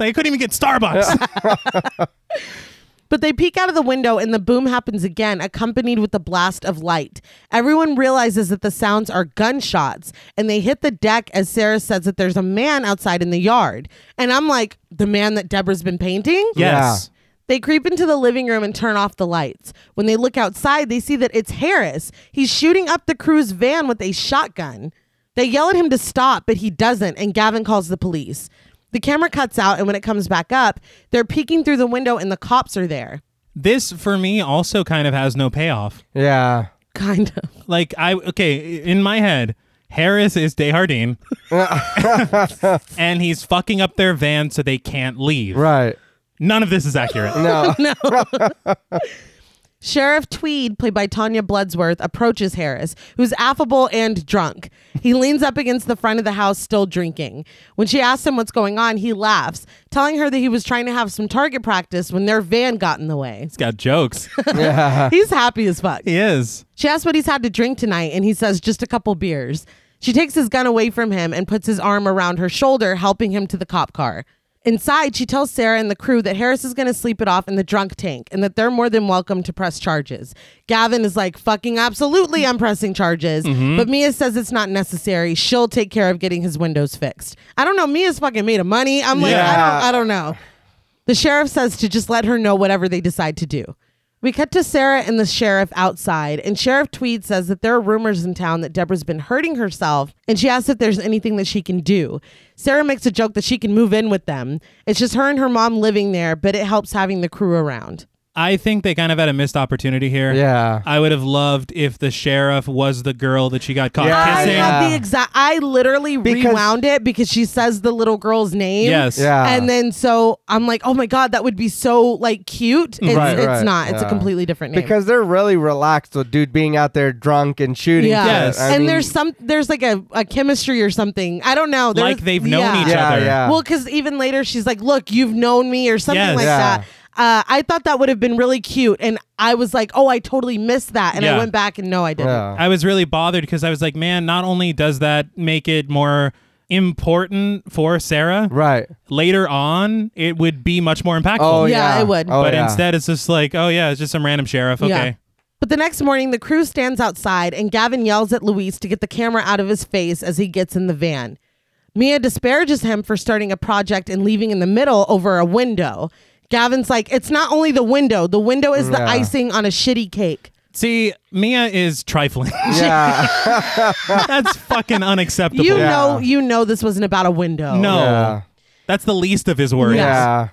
C: like, I couldn't even get Starbucks.
A: But they peek out of the window and the boom happens again, accompanied with the blast of light. Everyone realizes that the sounds are gunshots and they hit the deck as Sarah says that there's a man outside in the yard. And I'm like, the man that Deborah's been painting?
C: yes.
A: They creep into the living room and turn off the lights. When they look outside, they see that it's Harris. He's shooting up the crew's van with a shotgun. They yell at him to stop, but he doesn't, and Gavin calls the police. The camera cuts out, and when it comes back up, they're peeking through the window and the cops are there.
C: This, for me, also kind of has no payoff.
B: Yeah.
A: Kind of.
C: Like, I, okay, in my head, Harris is Dehardine. and he's fucking up their van so they can't leave.
B: Right.
C: None of this is accurate.
B: No.
A: Sheriff Tweed, played by Tanya Bloodsworth, approaches Harris, who's affable and drunk. He leans up against the front of the house, still drinking. When she asks him what's going on, he laughs, telling her that he was trying to have some target practice when their van got in the way.
C: He's got jokes.
B: Yeah.
A: He's happy as fuck.
C: he is.
A: She asks what he's had to drink tonight, and he says just a couple beers. She takes his gun away from him and puts his arm around her shoulder, helping him to the cop car. Inside, she tells Sarah and the crew that Harris is going to sleep it off in the drunk tank and that they're more than welcome to press charges. Gavin is like, fucking absolutely, I'm pressing charges. But Mia says it's not necessary. She'll take care of getting his windows fixed. I don't know. Mia's fucking made of money. I'm like,
B: Yeah.
A: I, don't, I don't know. The sheriff says to just let her know whatever they decide to do. We cut to Sarah and the sheriff outside, and Sheriff Tweed says that there are rumors in town that Deborah's been hurting herself, and she asks if there's anything that she can do. Sarah makes a joke that she can move in with them. It's just her and her mom living there, but it helps having the crew around.
C: I think they kind of had a missed opportunity here.
B: Yeah.
C: I would have loved if the sheriff was the girl that she got caught
B: Yeah.
A: I
C: kissing.
A: had the
B: Yeah.
A: exact. I literally
B: Because-
A: rewound it because she says the little girl's name.
C: Yes.
B: Yeah.
A: And then so I'm like, oh my god, that would be so like cute. It's,
B: Right,
A: it's
B: right,
A: not. It's a
B: yeah.
A: completely different name.
B: because they're really relaxed with dude being out there drunk and shooting.
A: Yeah.
C: Yes.
B: shit. I
A: and
B: mean,
A: there's some there's like a, a chemistry or something. I don't know. There's-
C: Like they've known
A: yeah.
C: each
B: Yeah,
C: other.
B: yeah.
A: Well, because even later she's like, "Look, you've known me" or something
C: Yes.
A: like
B: Yeah.
A: that. Uh, I thought that would have been really cute, and I was like, "Oh, I totally missed that," and I
C: Yeah.
A: went back and no, I didn't.
B: Yeah.
C: I was really bothered because I was like, man, not only does that make it more important for Sarah,
B: Right.
C: later on, it would be much more impactful.
B: Oh
A: Yeah,
B: yeah.
A: it would.
B: Oh,
C: but
B: yeah.
C: instead, it's just like, oh, yeah, it's just some random sheriff. Okay.
A: But the next morning, the crew stands outside, and Gavin yells at Luis to get the camera out of his face as he gets in the van. Mia disparages him for starting a project and leaving in the middle over a window. Gavin's like, it's not only the window. The window is the
B: Yeah.
A: icing on a shitty cake.
C: See, Mia is trifling.
B: yeah.
C: That's fucking unacceptable.
A: You
B: Yeah.
A: know, you know, this wasn't about a window.
C: No.
B: Yeah.
C: That's the least of his worries.
A: Oh. Yes.
B: Yeah.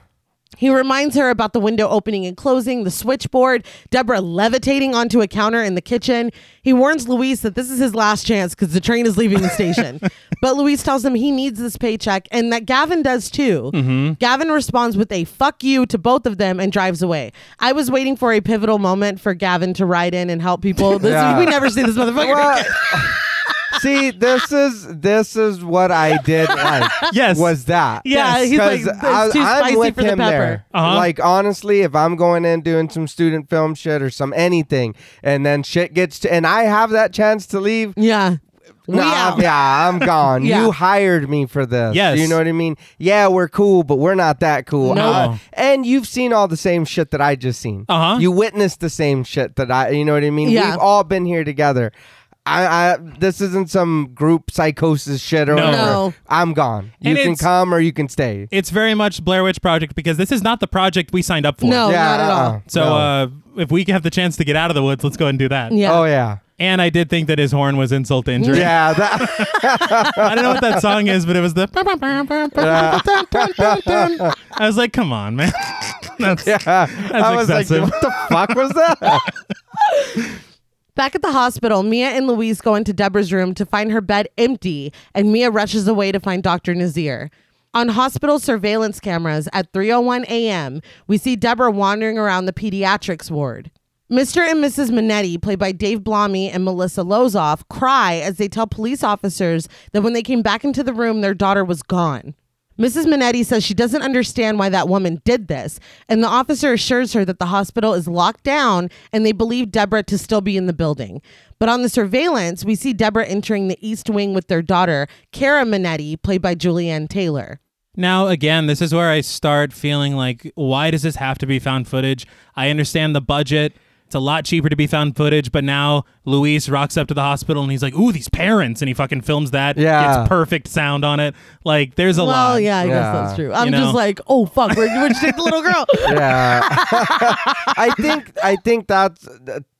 A: He reminds her about the window opening and closing, the switchboard, Deborah levitating onto a counter in the kitchen. He warns Luis that this is his last chance because the train is leaving the station. but Luis tells him he needs this paycheck and that Gavin does too.
B: Mm-hmm.
A: Gavin responds with a fuck you to both of them and drives away. I was waiting for a pivotal moment for Gavin to ride in and help people. This,
B: Yeah.
A: We never see this motherfucker.
B: Well, see, this is this is what I did like.
C: Yes.
B: was that?
A: Yeah,
C: Yes.
A: he's like,
B: 'Cause
A: it's too
B: I'm
A: spicy
B: with
A: for the
B: him
A: pepper.
B: there.
C: Uh-huh.
B: Like honestly, if I'm going in doing some student film shit or some anything, and then shit gets to, and I have that chance to leave.
A: Yeah. We
B: nah,
A: out.
B: yeah, I'm gone.
A: Yeah.
B: You hired me for this.
C: Yes.
B: you know what I mean. Yeah, we're cool, but we're not that cool.
A: No.
B: Uh, and you've seen all the same shit that I just seen.
C: Uh-huh.
B: You witnessed the same shit that I. You know what I mean.
A: Yeah.
B: We've all been here together. I, I this isn't some group psychosis shit or
C: No.
B: whatever.
A: No.
B: I'm gone. You
C: And
B: can
C: it's-
B: come or you can stay.
C: It's very much Blair Witch Project because this is not the project we signed up for.
A: No,
B: Yeah,
A: Oh, not at all.
B: uh-uh.
C: So
B: No.
C: uh, if we have the chance to get out of the woods, let's go ahead and do that.
A: Yeah.
B: Oh yeah.
C: And I did think that his horn was insult to injury.
B: Yeah. That,
C: I don't know what that song is, but it was the.
B: Oh,
C: I was like, come on, man. That's,
B: I was
C: excessive.
B: like, what the fuck was that?
A: Back at the hospital, Mia and Louise go into Deborah's room to find her bed empty, and Mia rushes away to find Dr. Nazir. On hospital surveillance cameras at 3:01 a.m., we see Deborah wandering around the pediatrics ward. Mr. and Mrs. Minetti, played by Dave Blommy and Melissa Lozoff, cry as they tell police officers that when they came back into the room, their daughter was gone. Mrs. Minetti says she doesn't understand why that woman did this, and the officer assures her that the hospital is locked down and they believe Deborah to still be in the building. But on the surveillance, we see Deborah entering the East Wing with their daughter, Cara Minetti, played by Julianne Taylor.
C: Now, again, this is where I start feeling like, why does this have to be found footage? I understand the budget. It's a lot cheaper to be found footage, but now Luis rocks up to the hospital and he's like, ooh, these parents. And he fucking films that.
B: Yeah.
C: Gets perfect sound on it. Like, there's a
A: well,
C: lot.
A: yeah, I
B: Yeah.
A: guess that's true. I'm
C: You know.
A: just like, oh fuck, we're, we're just the little girl.
B: yeah. I think I think that's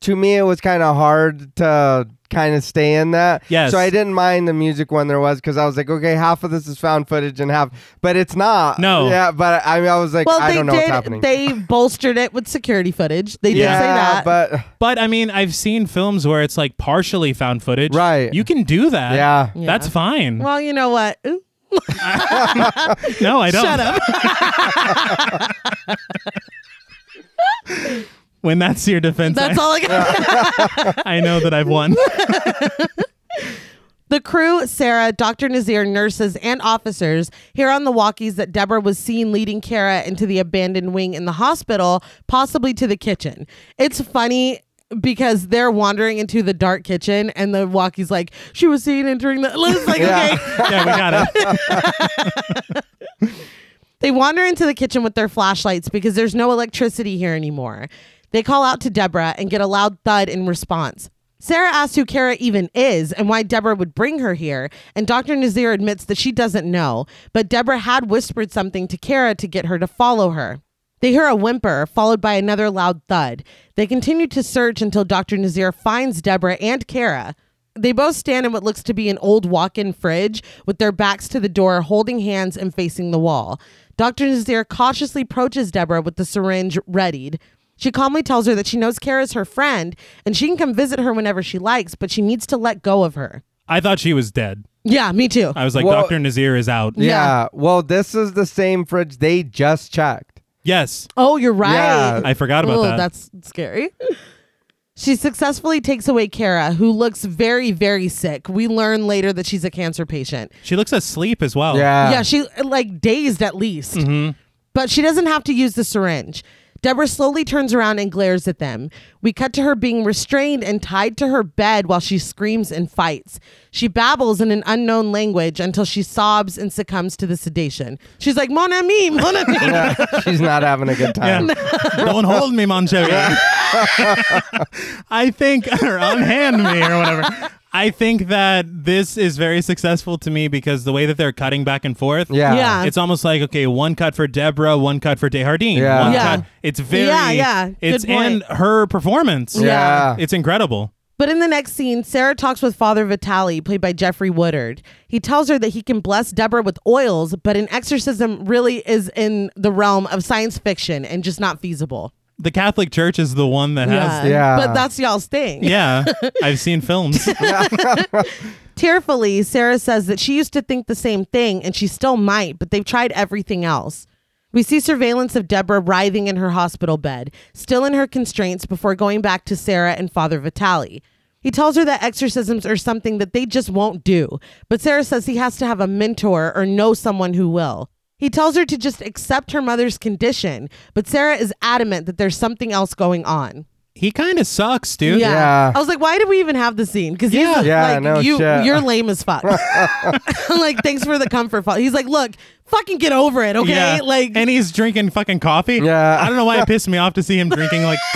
B: to me it was kind of hard to kind of stay in that.
C: Yes.
B: So I didn't mind the music when there was because I was like, okay, half of this is found footage and half, but it's not.
C: No.
B: Yeah. But I mean, I was like,
A: Well,
B: I
A: they
B: don't know what's happening.
A: did. They bolstered it with security footage. They did
B: yeah,
A: say that.
B: but
C: But I mean, I've seen films where it's like partially found footage.
B: Right.
C: You can do that.
B: Yeah.
A: Yeah.
C: That's fine.
A: well, you know what? Ooh,
C: no, I don't.
A: shut up.
C: When that's your defense,
A: That's
C: I,
A: all I got.
C: I know that I've won.
A: The crew, Sarah, Dr. Nazir, nurses, and officers hear on the walkies that Deborah was seen leading Kara into the abandoned wing in the hospital, possibly to the kitchen. It's funny because they're wandering into the dark kitchen and the walkie's like, she was seen entering the. It's like,
B: Yeah.
A: okay.
C: yeah, we got it.
A: They wander into the kitchen with their flashlights because there's no electricity here anymore. They call out to Deborah and get a loud thud in response. Sarah asks who Kara even is and why Deborah would bring her here, and Dr. Nazir admits that she doesn't know, but Deborah had whispered something to Kara to get her to follow her. They hear a whimper, followed by another loud thud. They continue to search until Dr. Nazir finds Deborah and Kara. They both stand in what looks to be an old walk in fridge with their backs to the door, holding hands and facing the wall. Dr. Nazir cautiously approaches Deborah with the syringe readied. She calmly tells her that she knows Kara's her friend and she can come visit her whenever she likes, but she needs to let go of her.
C: I thought she was dead.
A: Yeah, me too.
C: I was like,
B: Well-
C: Dr. Nazir is out.
B: yeah. Well, this is the same fridge they just checked.
C: Yes.
A: Oh, you're right.
B: Yeah.
C: I forgot about
A: Oh,
C: that.
A: That's scary. She successfully takes away Kara, who looks very, very sick. We learn later that she's a cancer patient.
C: She looks asleep as well.
B: Yeah.
A: yeah, she like dazed at least. But she doesn't have to use the syringe. Deborah slowly turns around and glares at them. We cut to her being restrained and tied to her bed while she screams and fights. She babbles in an unknown language until she sobs and succumbs to the sedation. She's like, Mon ami, mon ami.
B: Yeah, she's not having a good
C: Yeah.
B: time.
C: Don't hold me, Manchevia. I think, or unhand me, or whatever. I think that this is very successful to me because the way that they're cutting back and forth.
B: Yeah.
A: Yeah.
C: It's almost like okay, one cut for Deborah, one cut for Dehardine.
B: Yeah.
C: One
A: Yeah.
C: Cut, it's very.
A: Yeah, yeah.
C: It's
A: Good point.
C: and her performance.
B: Yeah.
C: It's incredible.
A: But in the next scene, Sarah talks with Father Vitale, played by Jeffrey Woodard. He tells her that he can bless Deborah with oils, but an exorcism really is in the realm of science fiction and just not feasible.
C: The Catholic Church is the one that has.
B: Yeah.
A: But that's y'all's thing.
C: Yeah, I've seen films.
A: Tearfully, Sarah says that she used to think the same thing and she still might, but they've tried everything else. We see surveillance of Deborah writhing in her hospital bed, still in her constraints, before going back to Sarah and Father Vitale. He tells her that exorcisms are something that they just won't do, but Sarah says he has to have a mentor or know someone who will. He tells her to just accept her mother's condition, but Sarah is adamant that there's something else going on.
C: he kind of sucks, dude.
A: Yeah.
B: Yeah.
A: I was like, why did we even have the scene? Because he's
C: Yeah.
A: like,
B: Yeah, no
A: you,
B: shit.
A: you're lame as fuck. like, thanks for the comfort. Fall. He's like, look, fucking get over it, okay?
C: Yeah.
A: Like,
C: and he's drinking fucking coffee.
B: Yeah.
C: I don't know why it pissed me off to see him drinking like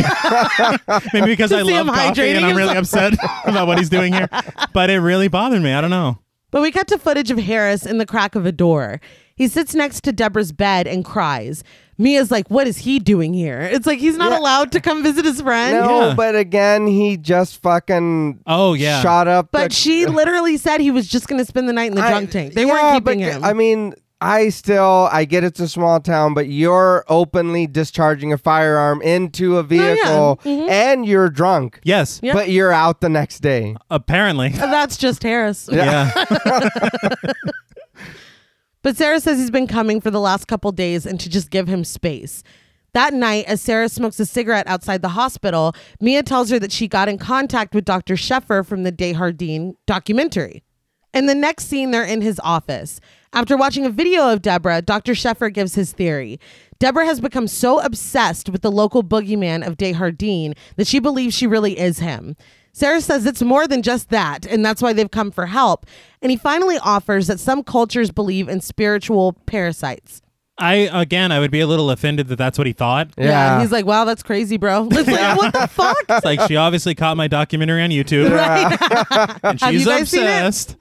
C: maybe because
A: To
C: I
A: see him
C: love coffee
A: hydrating
C: and I'm really
A: himself.
C: upset about what he's doing here. But it really bothered me. I don't know.
A: but we cut to footage of Harris in the crack of a door. He sits next to Deborah's bed and cries. Mia's like, what is he doing here? It's like he's not allowed to come visit his friend.
B: No,
C: Yeah.
B: but again, he just fucking
C: Oh, yeah.
B: shot up.
A: But
B: the-
A: she literally said he was just going to spend the night in the
B: I-
A: drunk tank. They
B: yeah,
A: weren't
B: but
A: keeping him.
B: I mean, I still I get it's a small town, but you're openly discharging a firearm into a
A: Oh,
B: vehicle
A: Mm-hmm.
B: and you're drunk.
C: Yes.
A: Yeah.
B: But you're out the next day.
C: Apparently.
A: That's just Harris.
C: Yeah.
A: But Sarah says he's been coming for the last couple days and to just give him space. That night, as Sarah smokes a cigarette outside the hospital, Mia tells her that she got in contact with Dr. Sheffer from the Dehardine documentary. In the next scene, they're in his office. After watching a video of Deborah, Dr. Sheffer gives his theory. Deborah has become so obsessed with the local boogeyman of Dehardine that she believes she really is him. Sarah says it's more than just that, and that's why they've come for help. And he finally offers that some cultures believe in spiritual parasites.
C: I again, I would be a little offended that that's what he thought.
B: Yeah.
A: he's like, wow, that's crazy, bro. It's like, what the fuck?
C: It's like she obviously caught my documentary on YouTube, and
A: Have you
C: she's
A: guys seen it?
C: obsessed.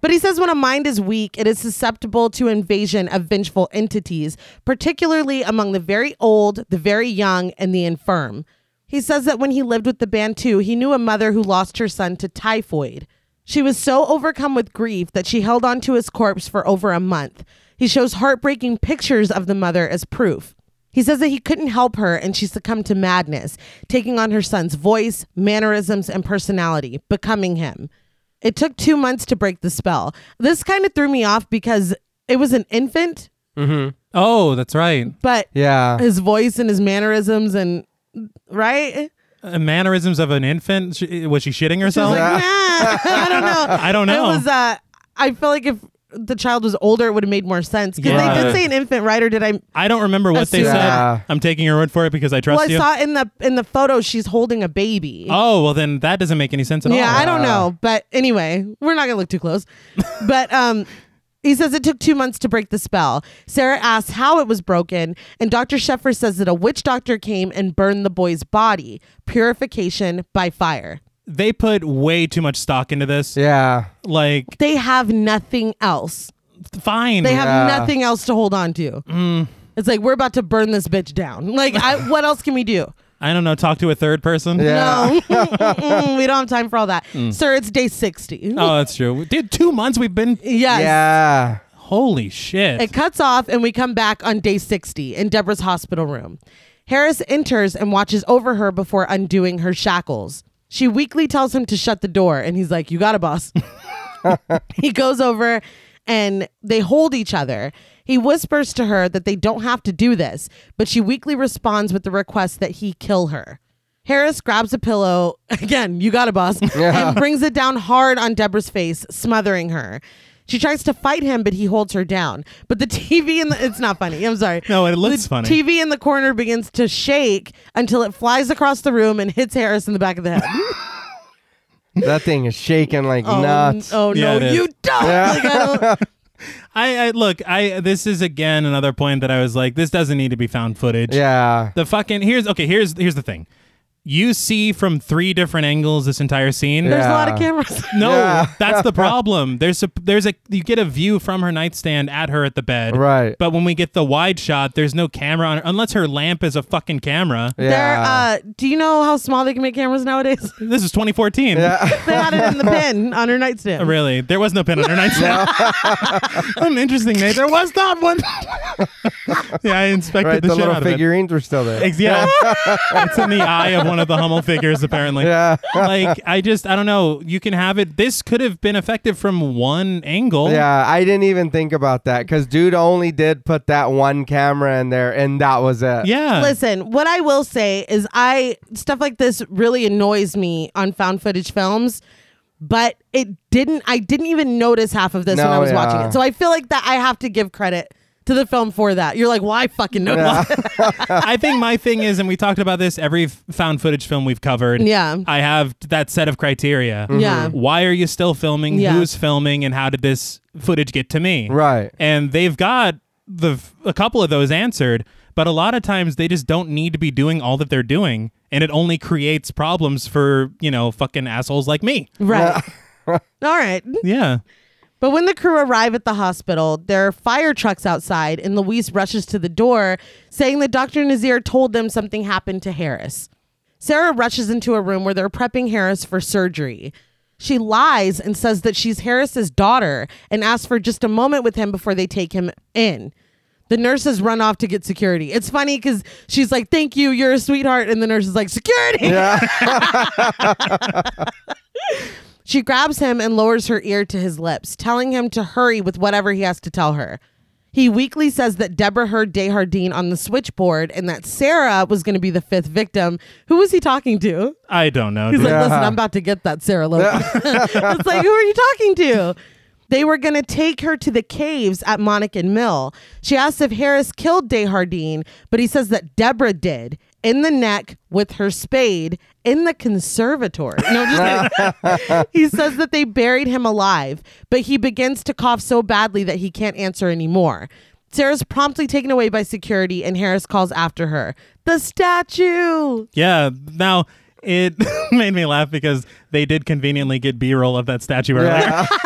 A: But he says when a mind is weak, it is susceptible to invasion of vengeful entities, particularly among the very old, the very young, and the infirm. He says that when he lived with the Bantu, he knew a mother who lost her son to typhoid. She was so overcome with grief that she held onto his corpse for over a month. He shows heartbreaking pictures of the mother as proof. He says that he couldn't help her and she succumbed to madness, taking on her son's voice, mannerisms, and personality, becoming him. It took two months to break the spell. This kind of threw me off because it was an infant,
C: Oh, that's right.
A: but
B: Yeah.
A: his voice and his mannerisms and right.
C: Uh, mannerisms of an infant. Sh- was she shitting herself?
A: Like, nah, I don't know.
C: I don't know.
A: It was. Uh, I feel like if the child was older, it would have made more sense. Because they
C: Yeah.
A: did say an infant, right? Or did I?
C: I don't remember what they
A: Assume
B: that.
C: said. I'm taking your word for it because I trust
A: Well, I
C: you.
A: saw in the in the photo she's holding a baby.
C: oh, well then that doesn't make any sense at all.
A: yeah, I
B: Uh.
A: don't know. But anyway, we're not gonna look too close. but um he says it took two months to break the spell. Sarah asks how it was broken, and Dr. Sheffer says that a witch doctor came and burned the boy's body. Purification by fire.
C: They put way too much stock into this.
B: Yeah.
C: Like,
A: They have nothing else.
C: fine.
A: They have
B: Yeah. Mm.
A: nothing else to hold on to. It's like we're about to burn this bitch down. Like, I, what else can we do?
C: I don't know. Talk to a third person.
B: Yeah. Mm.
A: No, Mm-mm, we don't have time for all that, sir. It's day sixty.
C: Oh, that's true. Dude, two months we've been.
A: yes.
B: Yeah.
C: Holy shit.
A: It cuts off, and we come back on day 60 in Deborah's hospital room. Harris enters and watches over her before undoing her shackles. She weakly tells him to shut the door, and he's like, You got it, boss. he goes over and they hold each other. He whispers to her that they don't have to do this, but she weakly responds with the request that he kill her. Harris grabs a pillow, again, you got it, boss, and brings it down hard on Deborah's face, smothering her. She tries to fight him, but he holds her down. But the TV in the, it's not funny. I'm sorry.
C: No, it looks
A: The
C: funny.
A: TV in the corner begins to shake until it flies across the room and hits Harris in the back of the head.
B: That thing is shaking like
A: Oh,
B: nuts.
A: Oh,
C: Yeah,
A: no,
C: it is.
A: you don't. Like, I don't.
C: I, I look. I this is again another point that I was like, this doesn't need to be found footage.
B: Yeah.
C: The fucking here's okay. Here's here's the thing. you see from three different angles this entire scene.
A: There's a lot of
B: Yeah.
A: cameras.
C: No,
B: Yeah.
C: that's the problem. There's a there's a you get a view from her nightstand at her at the bed.
B: Right.
C: But when we get the wide shot, there's no camera on her unless her lamp is a fucking camera.
B: Yeah.
A: They're, uh, do you know how small they can make cameras nowadays?
C: This is 2014.
A: they had it in the pen on her nightstand.
C: Really, there was no pin on her nightstand. I'm interesting, Nate. There was not one. yeah, I inspected
B: right.
C: the,
B: The,
C: shit
B: little
C: out of it.
B: figurines were still there.
C: Ex- Yeah, it's in the eye of one of the Hummel figures, apparently.
B: yeah.
C: Like I just I don't know. You can have it. This could have been effective from one angle.
B: Yeah, I didn't even think about that because dude only did put that one camera in there, and that was it.
C: Yeah.
A: Listen, what I will say is I stuff like this really annoys me on found footage films, but it didn't I didn't even notice half of this when
B: No,
A: I was
B: yeah.
A: watching it. So I feel like that I have to give credit to the film for that. You're like, "Well, I fucking noticed." it."
C: I think my thing is, and we talked about this every f- found footage film we've covered.
A: Yeah.
C: I have that set of criteria.
B: Mm-hmm.
A: Yeah.
C: Why are you still filming?
A: Yeah.
C: Who's filming? And how did this footage get to me?
B: Right.
C: And they've got the f- a couple of those answered, but a lot of times they just don't need to be doing all that they're doing, and it only creates problems for you know fucking assholes like me.
A: Right. All right.
C: Yeah.
A: But when the crew arrive at the hospital, there are fire trucks outside, and Luis rushes to the door, saying that Dr. Nazir told them something happened to Harris. Sarah rushes into a room where they're prepping Harris for surgery. She lies and says that she's Harris's daughter and asks for just a moment with him before they take him in. The nurses run off to get security. It's funny because she's like, Thank you, you're a sweetheart. And the nurse is like, Security. She grabs him and lowers her ear to his lips, telling him to hurry with whatever he has to tell her. He weakly says that Deborah heard Dehardine on the switchboard and that Sarah was going to be the fifth victim. Who was he talking to?
C: I don't know.
A: He's
C: dude.
A: like,
B: Yeah.
A: listen, I'm about to get that Sarah Logan. it's like, who are you talking to? They were going to take her to the caves at Monikin Mill. She asks if Harris killed Dehardine, but he says that Deborah did in the neck with her spade in the conservatory. No, I'm just kidding. he says that they buried him alive, but he begins to cough so badly that he can't answer anymore. Sarah's promptly taken away by security, and Harris calls after her. The statue.
C: Yeah. Now it made me laugh because they did conveniently get B-roll of that statue earlier.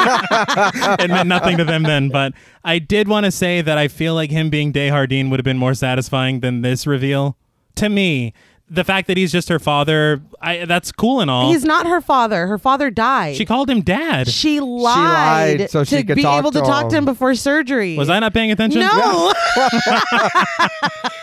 C: it meant nothing to them then, but I did want to say that I feel like him being Dehardine would have been more satisfying than this reveal to me. The fact that he's just her father, I, that's cool and all.
A: He's not her father. Her father died.
C: she called him dad.
A: She lied,
B: lied so
A: to
B: she could
A: be
B: talk
A: able to,
B: to
A: talk to him
B: him.
A: before surgery.
C: Was I not paying attention?
A: No.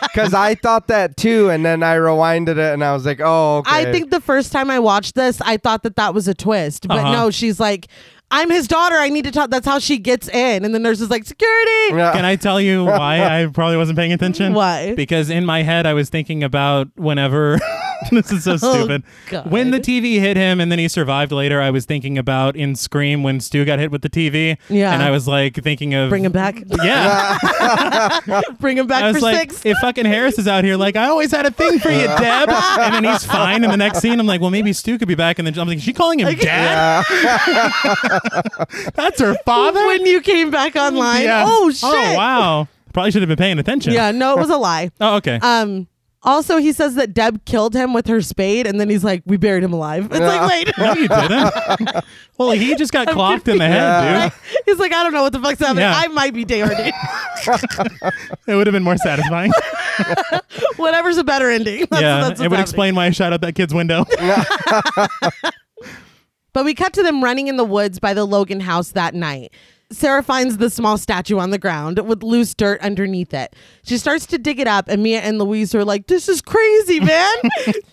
B: Because I thought that too, and then I rewinded it, and I was like, oh, okay.
A: I think the first time I watched this, I thought that that was a twist, but
C: Uh-huh.
A: no, she's like, I'm his daughter. I need to talk. That's how she gets in. And the nurse is like, security.
B: Yeah.
C: Can I tell you why I probably wasn't paying attention?
A: Why?
C: Because in my head, I was thinking about whenever. this is so stupid.
A: Oh, God.
C: when the TV hit him and then he survived later, I was thinking about in Scream when Stu got hit with the TV.
A: Yeah.
C: And I was like thinking of.
A: Bring him back.
C: Yeah.
A: Bring him
C: I
A: back for
C: was like,
A: six.
C: if fucking Harris is out here, like, I always had a thing for you, Deb. And then he's fine in the next scene. I'm like, well, maybe Stu could be back. And then I'm like, is she calling him dad?
B: Yeah.
C: That's her father?
A: when you came back online.
C: Yeah.
A: Oh, shit.
C: Oh, wow. Probably should have been paying attention.
A: Yeah, no, it was a lie.
C: Oh, okay.
A: Um, also, he says that Deb killed him with her spade, and then he's like, "We buried him alive." It's like, wait,
C: No, you didn't. well, he just got clocked in the head,
A: he's like, "I don't know what the fuck's happening.
C: Yeah.
A: I might be Dehardine.
C: dude. It would have been more satisfying.
A: Whatever's a better ending." That's,
C: yeah,
A: that's what's
C: it would
A: happening.
C: explain why I shot out that kid's window.
A: But we cut to them running in the woods by the Logan house that night. Sarah finds the small statue on the ground with loose dirt underneath it. She starts to dig it up, and Mia and Louise are like, This is crazy, man.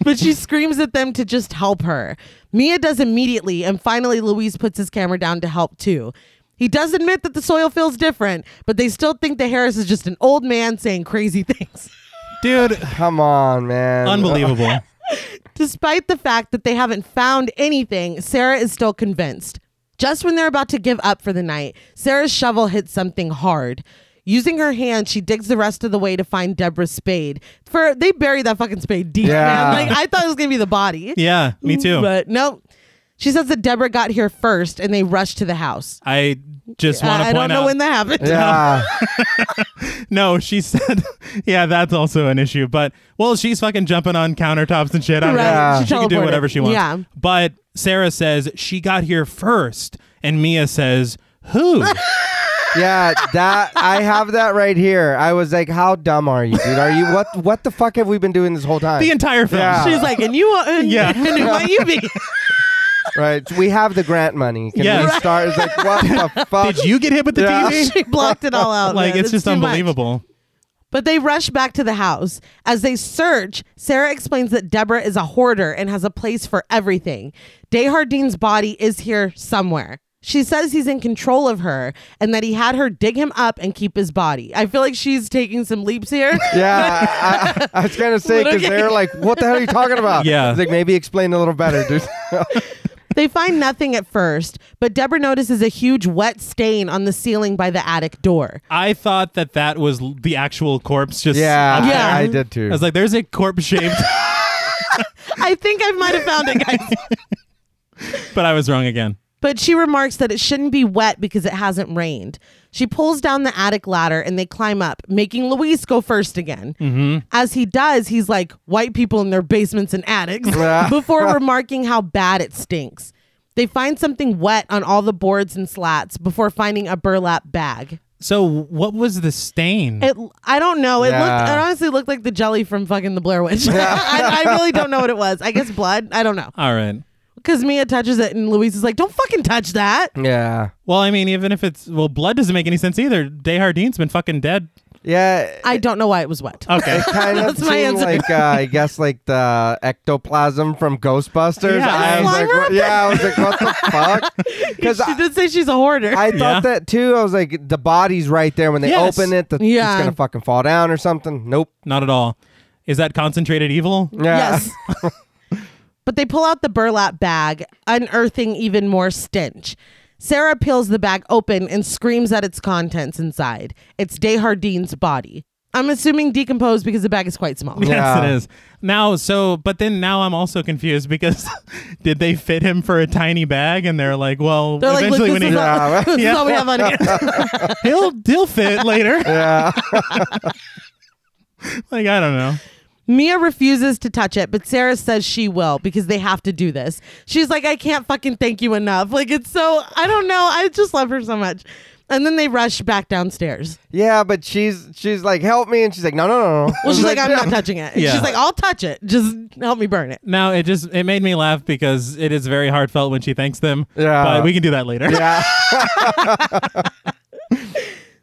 A: but she screams at them to just help her. Mia does immediately, and finally, Louise puts his camera down to help too. He does admit that the soil feels different, but they still think that Harris is just an old man saying crazy things.
C: Dude,
B: Come on, man.
C: unbelievable.
A: Despite the fact that they haven't found anything, Sarah is still convinced. Just when they're about to give up for the night, Sarah's shovel hits something hard. Using her hand, she digs the rest of the way to find Deborah's spade. For they buried that fucking spade deep.
B: Yeah.
A: Man. Like I thought it was gonna be the body.
C: Yeah, me too.
A: But no. She says that Deborah got here first and they rushed to the house. Uh,
C: I just want to
A: I I
C: point
A: don't know
C: out.
A: when that happened.
B: Yeah.
C: no, she said, yeah, that's also an issue. But well, she's fucking jumping on countertops and shit. I don't
A: Right.
C: know.
A: She
C: She can do
A: teleported.
C: whatever she wants.
A: Yeah.
C: But Sarah says she got here first, and Mia says, "Who?"
B: yeah, that I have that right here. I was like, "How dumb are you, dude? Are you what? What the fuck have we been doing this whole time?"
C: the entire film.
B: Yeah.
A: She's like, and you, uh,
C: Yeah.
A: and who might you be?
B: right? We have the grant money. Can
C: Yeah.
B: we start? It's like, what the fuck?
C: Did you get hit with the
B: Yeah.
C: TV?
A: she blocked it all out.
C: Like
A: man.
C: it's just
A: too much.
C: unbelievable.
A: But they rush back to the house. As they search, Sarah explains that Deborah is a hoarder and has a place for everything. Dehardine's body is here somewhere. She says he's in control of her and that he had her dig him up and keep his body. I feel like she's taking some leaps here.
B: Yeah, I, I, I was gonna say because
A: Little
B: they're like, "What the hell are you talking about?"
C: Yeah.
B: I was like maybe explain a little better, dude.
A: they find nothing at first, but Deborah notices a huge wet stain on the ceiling by the attic door.
C: I thought that that was l- the actual corpse. Just
B: yeah,
C: up
B: I-
A: Yeah.
B: I, did too.
C: I was like, there's a corpse shaped,
A: I think I might have found it, guys.
C: but I was wrong again.
A: But she remarks that it shouldn't be wet because it hasn't rained. She pulls down the attic ladder and they climb up, making Luis go first again. As he does, he's like, white people in their basements and attics, before remarking how bad it stinks. They find something wet on all the boards and slats before finding a burlap bag.
C: So what was the stain?
A: It, I don't know. It looked,
B: Yeah.
A: it honestly looked like the jelly from fucking the Blair Witch. I, I really don't know what it was. I guess blood. I don't know.
C: All right.
A: Because Mia touches it and Luis is like, don't fucking touch that.
B: yeah,
C: Well, I mean, even if it's well, blood doesn't make any sense either. Dehardine's been fucking dead.
B: yeah.
A: I don't know why it was wet.
C: Okay.
B: It kind of
A: That's my
B: seemed
A: answer.
B: like uh, I guess like the ectoplasm from Ghostbusters.
C: Yeah.
B: I was like,
A: Slimer?
B: what- yeah, I was like, what the fuck? Because
A: she did say she's a hoarder.
B: I thought
C: Yeah.
B: that too. I was like, the body's right there when they
C: Yes.
B: open it. The,
A: Yeah.
B: It's gonna fucking fall down or something. Nope.
C: Not at all. Is that concentrated evil?
B: Yeah.
A: Yes. but they pull out the burlap bag, unearthing even more stench. Sarah peels the bag open and screams at its contents inside. It's Dehardine's body. I'm assuming decomposed because the bag is quite small.
B: Yeah.
C: Yes, it is. Now, so, but then now I'm also confused because did they fit him for a tiny bag? And they're like, well,
A: They're like, look,
C: eventually
A: this, is,
C: when he,
A: all,
B: Yeah.
A: this is all we have on hand.
C: he'll he'll fit later.
B: Yeah.
C: like I don't know.
A: Mia refuses to touch it, but Sarah says she will because they have to do this. She's like, I can't fucking thank you enough. Like, it's so, I don't know. I just love her so much. And then they rush back downstairs.
B: Yeah, but she's she's like, help me, and she's like, no, no, no, no. I
A: Well,
B: was
A: she's like, I'm
B: "Yeah."
A: not touching it.
C: Yeah.
A: She's like, I'll touch it. Just help me burn it.
C: Now it just it made me laugh because it is very heartfelt when she thanks them.
B: Yeah.
C: but we can do that later.
B: Yeah.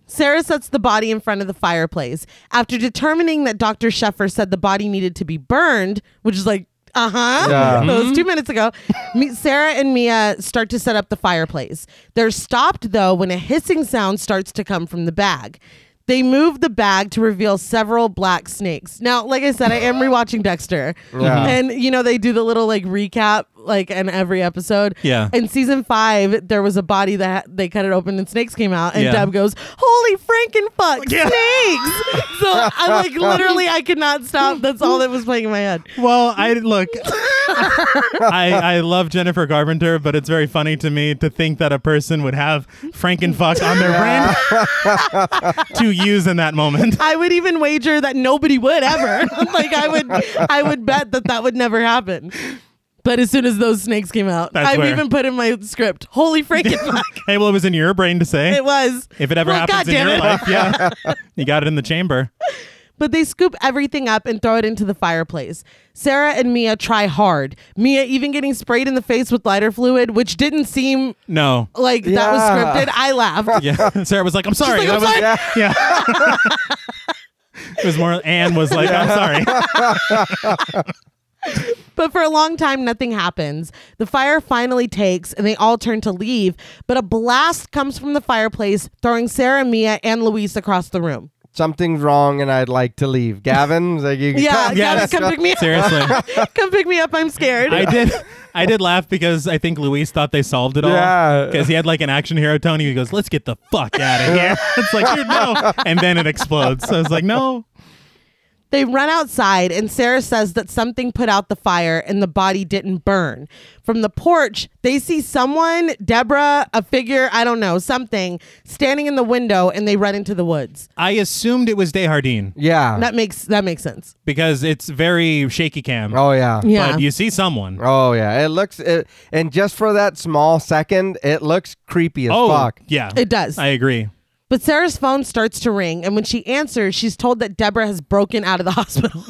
A: Sarah sets the body in front of the fireplace. After determining that Dr. Sheffer said the body needed to be burned, which is like, uh huh.
B: Yeah.
A: That was two minutes ago. Me, Sarah and Mia start to set up the fireplace. They're stopped, though, when a hissing sound starts to come from the bag. They move the bag to reveal several black snakes. Now, like I said, I am rewatching Dexter.
B: Yeah.
A: And, you know, they do the little like recap, like in every episode.
C: Yeah.
A: In season five, there was a body that they cut it open and snakes came out. And
C: Yeah.
A: Deb goes, "Holy frankenfuck,
C: Yeah.
A: snakes!" so I like literally, I could not stop. That's all that was playing in my head.
C: Well, I look. I I love Jennifer Garventer, but it's very funny to me to think that a person would have Frankenfuck on their brain to use in that moment.
A: I would even wager that nobody would ever. like I would, I would bet that that would never happen. But as soon as those snakes came out,
C: That's
A: I've
C: where-
A: even put in my script, "Holy frankenfuck."
C: Hey, well, it was in your brain to say.
A: It was.
C: If it ever
A: Well,
C: happens in
A: goddamn
C: your
A: it.
C: life, yeah, you got it in the chamber.
A: But they scoop everything up and throw it into the fireplace. Sarah and Mia try hard. Mia even getting sprayed in the face with lighter fluid, which didn't seem
C: No.
A: like that was
B: Yeah.
A: scripted. I laughed.
C: Yeah. Sarah was like, "I'm sorry."
A: She's like,
C: That was-
A: "I'm sorry."
C: Yeah. it was more. Anne was like, "I'm sorry."
A: But for a long time, nothing happens. The fire finally takes, and they all turn to leave. But a blast comes from the fireplace, throwing Sarah, Mia, and Luis across the room.
B: Something's wrong, and I'd like to leave. Gavin, was like, you can
A: Yeah,
B: come-
A: yeah gotta come pick me up.
C: Seriously.
A: come pick me up. I'm scared.
C: I did. I did laugh because I think Luis thought they solved it all.
B: Yeah.
C: Because he had like an action hero tone. He goes, "Let's get the fuck out of here." it's like, dude, no. And then it explodes. So I was like, no.
A: They run outside, and Sarah says that something put out the fire and the body didn't burn. From the porch, they see someone, Deborah, a figure, I don't know, something, standing in the window, and they run into the woods.
C: I assumed it was Dehardine
B: Yeah.
A: That makes that makes sense.
C: because it's very shaky cam.
B: oh yeah.
A: Yeah.
C: But you see someone.
B: Oh yeah. It looks it, and just for that small second, it looks creepy as
C: oh,
B: fuck.
C: yeah.
A: It does.
C: I agree.
A: But Sarah's phone starts to ring, and when she answers, she's told that Deborah has broken out of the hospital.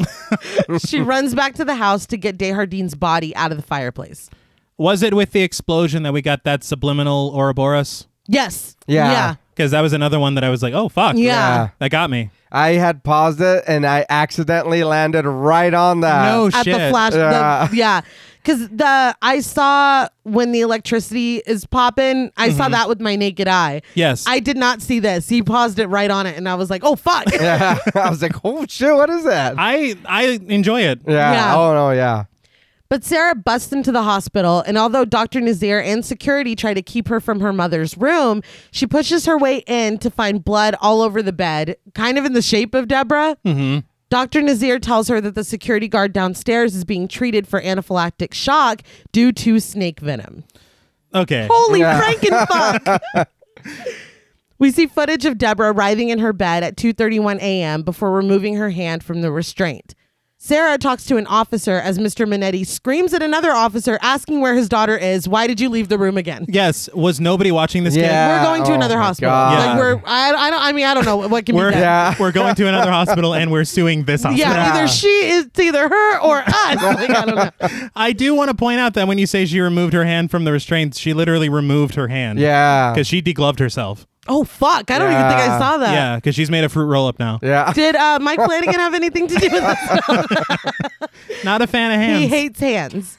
A: she runs back to the house to get Dehardine's body out of the fireplace.
C: Was it with the explosion that we got that subliminal Ouroboros?
A: Yes.
B: Yeah.
A: Yeah.
C: Because that was another one that I was like, oh, fuck.
A: Yeah.
C: That got me.
B: I had paused it and I accidentally landed right on that.
C: No
A: At
C: Oh, shit.
A: the flash.
B: Yeah.
A: The, yeah. Because the I saw when the electricity is popping, I saw that with my naked eye.
C: Mm-hmm. Yes.
A: I did not see this. He paused it right on it, and I was like, "Oh fuck!"
B: Yeah. I was like, oh shit, what is that?
C: I, I enjoy it.
B: yeah.
A: Yeah.
B: Oh no, yeah.
A: But Sarah busts into the hospital, and although Dr. Nazir and security try to keep her from her mother's room, she pushes her way in to find blood all over the bed, kind of in the shape of Deborah. Mm-hmm. Dr. Nazir tells her that the security guard downstairs is being treated for anaphylactic shock due to snake venom.
C: Okay.
A: Holy
B: Yeah.
A: frankenfuck! we see footage of Deborah writhing in her bed at 2:31 a.m. before removing her hand from the restraint. Sarah talks to an officer as Mr. Minetti screams at another officer asking where his daughter is. Why did you leave the room again?
C: Yes. Was nobody watching this
B: Yeah.
A: We're going to
B: oh
A: another
B: my
A: hospital.
B: God.
A: Like we're I, I don't I mean I don't know what can
C: kid? We're,
A: be done. Yeah.
B: Yeah.
C: we're going to another hospital and we're suing this hospital.
A: either she is it's either her or us. Like, I don't know.
C: I do want to point out that when you say she removed her hand from the restraints, she literally removed her hand.
B: Yeah.
C: Because she degloved herself.
A: Oh fuck! I don't even think I
B: Yeah.
A: saw that.
C: yeah. Because she's made a fruit roll up now.
B: Yeah.
A: Did uh, Mike Flanagan have anything to do with this?
C: Not a fan of
A: He
C: hands.
A: hates hands.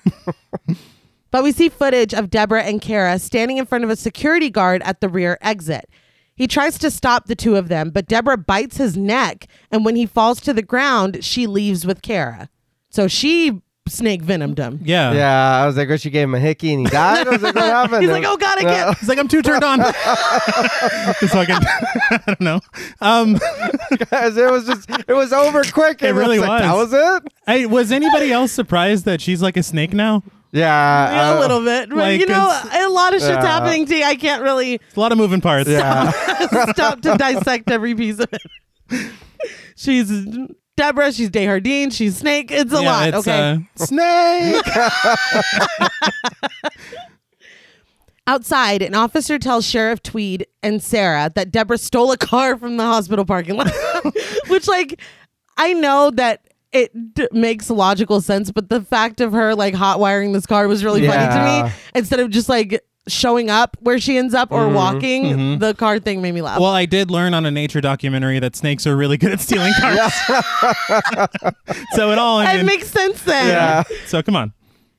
A: but we see footage of Deborah and Kara standing in front of a security guard at the rear exit. He tries to stop the two of them, but Deborah bites his neck, and when he falls to the ground, she leaves with Kara. So she snake venomed him.
C: yeah.
B: Yeah. I was like, well, she gave him a hickey and he died. I was like, what happened?
A: He's like, oh god, I can't.
C: It's like I'm too turned on. it's like I'm, I don't know. Um,
B: Guys, it was just it was over quick. and
C: really
B: it's like,
C: was.
B: That was it?
C: I, was anybody else surprised that she's like a snake now?
B: Yeah.
A: Yeah,
B: uh,
A: a little bit, but
C: like
A: you know,
C: it's-
A: a lot of shit's
B: Yeah.
A: happening to you. I can't really
C: It's a lot of moving parts.
B: Yeah.
A: stop to dissect every piece of it. she's Deborah, she's Dehardine, she's Snake. It's a
C: Yeah,
A: lot.
C: it's,
A: okay,
C: uh, snake.
A: Outside, an officer tells Sheriff Tweed and Sarah that Deborah stole a car from the hospital parking lot, which, like, I know that it d- makes logical sense, but the fact of her like hotwiring this car was really funny to
B: Yeah.
A: me. Instead of just like showing up where she ends up or walking, the car thing made me laugh.
C: Mm-hmm. well, I did learn on a nature documentary that snakes are really good at stealing cars. so it all. I
A: it
C: mean,
A: makes sense then.
B: Yeah.
C: so come on.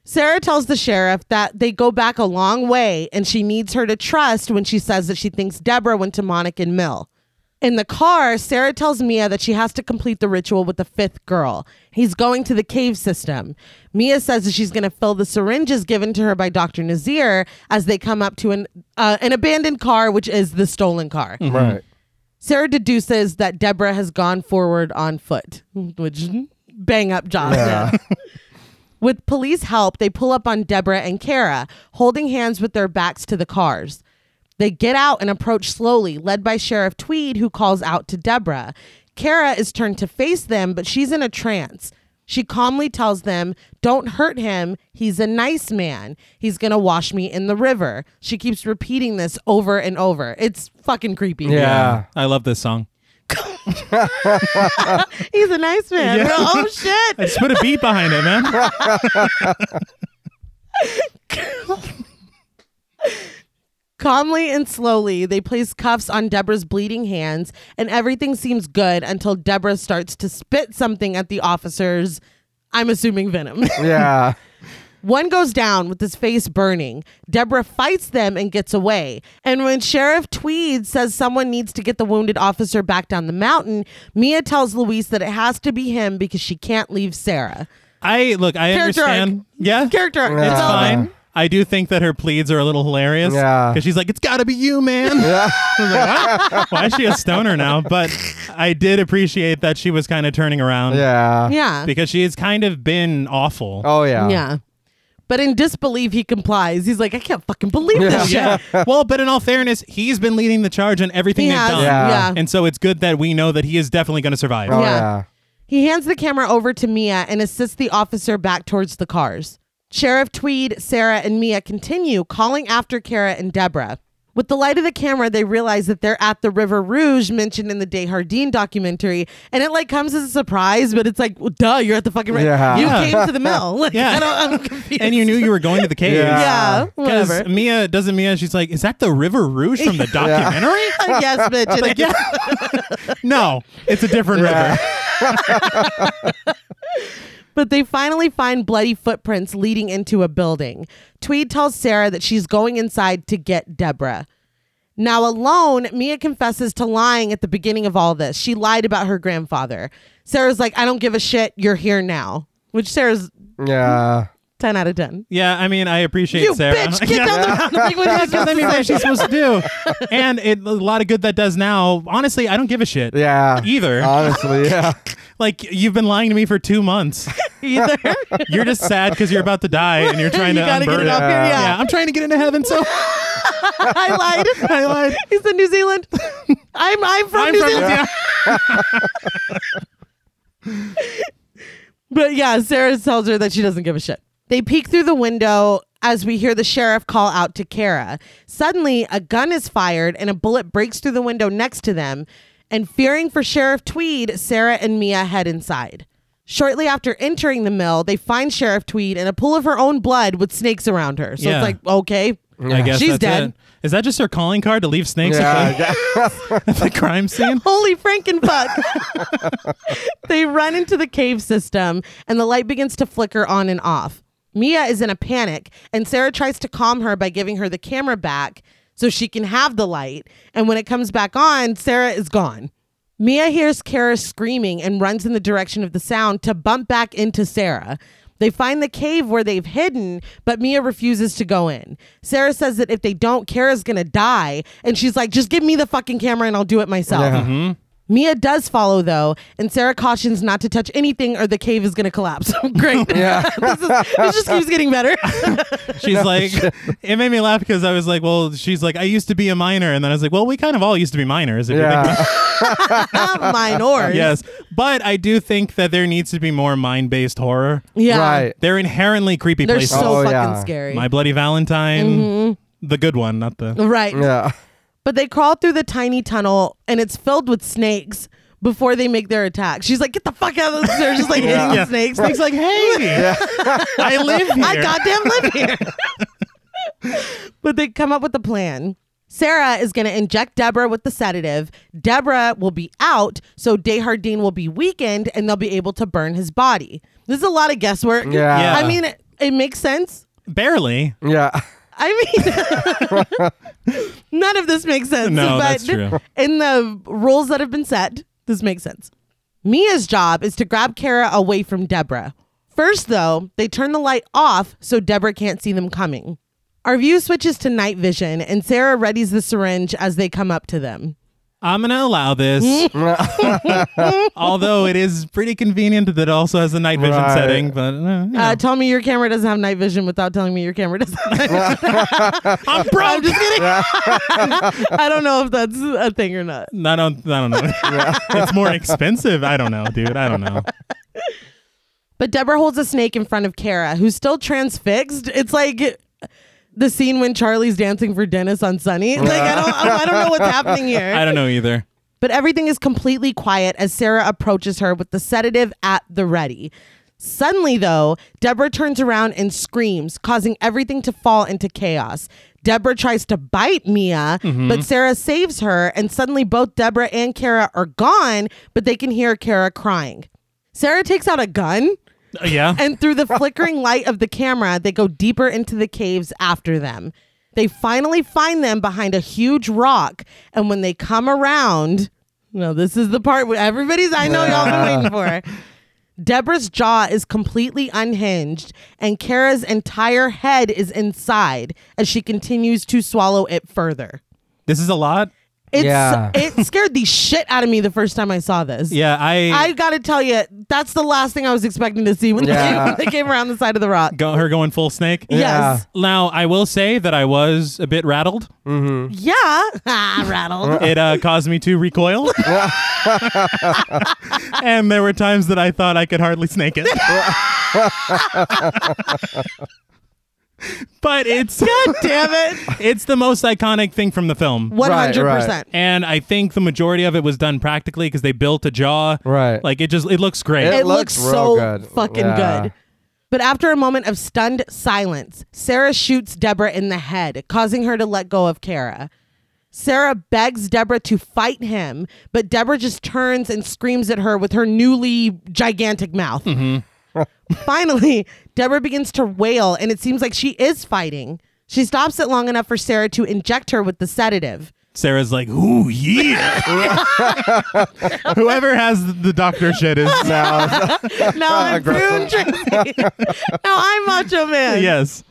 A: Sarah tells the sheriff that they go back a long way and she needs her to trust when she says that she thinks Deborah went to Monikin Mill. In the car, Sarah tells Mia that she has to complete the ritual with the fifth girl. He's going to the cave system. Mia says that she's going to fill the syringes given to her by Dr. Nazir as they come up to an, uh, an abandoned car, which is the stolen car.
B: Right.
A: Sarah deduces that Deborah has gone forward on foot, which bang up job. with police help, they pull up on Deborah and Kara, holding hands with their backs to the cars. They get out and approach slowly, led by Sheriff Tweed, who calls out to Deborah. Kara is turned to face them, but she's in a trance. She calmly tells them, Don't hurt him. He's a nice man. He's going to wash me in the river. She keeps repeating this over and over. It's fucking creepy.
B: Yeah.
C: I love this song.
A: He's a nice man.
C: Yeah.
A: Oh shit.
C: I just put a beat behind it, man.
A: Calmly and slowly, they place cuffs on Deborah's bleeding hands, and everything seems good until Deborah starts to spit something at the officers. I'm assuming venom.
B: Yeah.
A: One goes down with his face burning. Deborah fights them and gets away. And when Sheriff Tweed says someone needs to get the wounded officer back down the mountain, Mia tells Luis that it has to be him because she can't leave Sarah.
C: I look. I
A: Character arc.
C: understand. Yeah.
A: Character, arc.
B: It's
A: development.
C: fine. I do think that her pleads are a little hilarious.
B: Yeah.
C: Because she's like, it's got to be you, man. I was like, "What? Why is she a stoner now? But I did appreciate that she was kind of turning around.
B: Yeah.
A: Yeah.
C: Because she has kind of been awful.
B: Oh yeah.
A: yeah. But in disbelief, he complies. He's like, I can't fucking believe this shit.
C: yeah. well, but in all fairness, he's been leading the charge on everything
A: He
C: they've
A: has.
C: done.
B: Yeah.
A: yeah.
C: And so it's good that we know that he is definitely going to survive.
B: Oh
A: Yeah.
B: yeah.
A: He hands the camera over to Mia and assists the officer back towards the cars. Sheriff Tweed, Sarah, and Mia continue calling after Kara and Deborah. With the light of the camera, they realize that they're at the River Rouge mentioned in the Dehardine documentary, and it like comes as a surprise, but it's like, well, duh, you're at the fucking ri-
B: Yeah.
A: you
C: Yeah.
A: came to the mill. Like,
C: Yeah.
A: I don't, I'm confused.
C: And you knew you were going to the cave.
B: Yeah.
A: yeah, whatever.
C: Because Mia doesn't Mia, she's like, is that the River Rouge from the documentary?
A: yes, bitch. it is.
C: Yeah. no, it's a different river.
A: But they finally find bloody footprints leading into a building. Tweed tells Sarah that she's going inside to get Deborah. Now, alone, Mia confesses to lying at the beginning of all this. She lied about her grandfather. Sarah's like, I don't give a shit. You're here now. Which Sarah's
B: Yeah.
A: 10 out of 10.
C: Yeah, I mean, I appreciate
A: you
C: Sarah.
A: bitch, get
C: Yeah.
A: down the mountain. Like, what are you
C: Because, I mean, what is she supposed to do? And it, a lot of good that does now. Honestly, I don't give a shit.
B: Yeah. Uh,
C: Either.
B: Honestly, yeah.
C: Like you've been lying to me for two months.
A: either?
C: You're just sad because you're about to die and you're trying
A: You
C: to
A: gotta get
C: unburden
A: it off here, yeah.
C: I'm trying to get into heaven. So
A: I lied.
C: I lied.
A: He's in New Zealand. I'm, I'm from
C: I'm
A: New
C: from
A: Zealand.
C: yeah.
A: But yeah, Sarah tells her that she doesn't give a shit. They peek through the window as we hear the sheriff call out to Kara. Suddenly, a gun is fired and a bullet breaks through the window next to them. And fearing for Sheriff Tweed, Sarah and Mia head inside. Shortly after entering the mill, they find Sheriff Tweed in a pool of her own blood with snakes around her. So
C: Yeah.
A: it's like, okay.
C: I guess
A: She's
C: that's
A: dead.
C: it. Is that just her calling card to leave snakes at
B: Yeah.
C: the- at the crime scene?
A: Holy Frankenfuck. they run into the cave system and the light begins to flicker on and off. Mia is in a panic and Sarah tries to calm her by giving her the camera back so she can have the light. And when it comes back on, Sarah is gone. Mia hears Kara screaming and runs in the direction of the sound to bump back into Sarah. They find the cave where they've hidden, but Mia refuses to go in. Sarah says that if they don't, Kara's gonna die. And she's like, just give me the fucking camera and I'll do it myself. Mia does follow though, and Sarah cautions not to touch anything or the cave is going to collapse. Great.
B: Yeah.
A: this, is, this just keeps getting better.
C: She's like, it made me laugh because I was like, well, she's like, I used to be a minor, and then I was like, well, we kind of all used to be minors. If you think
B: Yeah.
A: Mine or
C: Yes, but I do think that there needs to be more mind-based horror.
A: Yeah.
B: Right.
C: They're inherently creepy
A: They're
C: places.
A: so
B: Oh,
A: fucking
B: yeah.
A: scary. Mm-hmm.
C: My Bloody Valentine, the good one, not the.
A: right.
B: Yeah.
A: But they crawl through the tiny tunnel and it's filled with snakes before they make their attack. She's like, get the fuck out of this. They're just like hitting the snakes.
C: Snake's like, hey, I live here.
A: I goddamn live here. but they come up with a plan. Sarah is going to inject Deborah with the sedative. Deborah will be out, so Dehardine will be weakened and they'll be able to burn his body. This is a lot of guesswork.
B: Yeah.
C: Yeah.
A: I mean, it, it makes sense.
C: Barely.
B: Yeah.
A: I mean, none of this makes sense.
C: No,
A: but
C: that's true.
A: in the rules that have been set, this makes sense. Mia's job is to grab Kara away from Deborah. First, though, they turn the light off so Deborah can't see them coming. Our view switches to night vision, and Sarah readies the syringe as they come up to them.
C: I'm gonna allow this. Although it is pretty convenient that it also has the night vision
B: Right.
C: setting, but uh, you know.
A: Uh, tell me your camera doesn't have night vision without telling me your camera doesn't. Have night vision.
C: I'm broke.
A: I'm just kidding. I don't know if that's a thing or not.
C: I don't. I don't know. it's more expensive. I don't know, dude. I don't know.
A: But Deborah holds a snake in front of Kara, who's still transfixed. It's like the scene when Charlie's dancing for Dennis on Sunny. Like I don't, I don't know what's happening
C: I
A: here.
C: don't know either.
A: But everything is completely quiet as Sarah approaches her with the sedative at the ready. Suddenly, though, Deborah turns around and screams, causing everything to fall into chaos. Deborah tries to bite Mia, but Sarah saves her, and suddenly both Deborah and Kara are gone, but they can hear Kara crying. Sarah takes out a gun
C: Uh, yeah.
A: and through the flickering light of the camera, they go deeper into the caves after them. They finally find them behind a huge rock, and when they come around, no, this is the part where everybody's I know y'all been waiting for. Deborah's jaw is completely unhinged, and Kara's entire head is inside as she continues to swallow it further.
C: This is a lot.
A: It's,
B: Yeah.
A: It scared the shit out of me the first time I saw this.
C: Yeah, I,
A: I gotta tell you, that's the last thing I was expecting to see when, they,
B: Yeah.
A: came, when they came around the side of the rock.
C: got her going full snake.
B: Yeah.
A: Yes.
C: Now I will say that I was a bit rattled.
A: Yeah. Ah, rattled.
C: It uh, caused me to recoil, and there were times that I thought I could hardly snake it. but it's
A: God damn it.
C: it's the most iconic thing from the film.
A: 100%.
B: Right, right.
C: And I think the majority of it was done practically because they built a jaw.
B: Right.
C: Like it just it looks great.
A: It,
B: It
A: looks,
B: looks real
A: so
B: good.
A: fucking
B: Yeah.
A: good. But after a moment of stunned silence, Sarah shoots Deborah in the head, causing her to let go of Kara. Sarah begs Deborah to fight him, but Deborah just turns and screams at her with her newly gigantic mouth.
B: Mm-hmm.
A: Finally, Deborah begins to wail, and it seems like she is fighting. She stops it long enough for Sarah to inject her with the sedative.
C: Sarah's like, ooh yeah. Whoever has the doctor shit is
B: Now,
A: Now I'm Boone Tracy. now I'm Macho Man.
C: yes.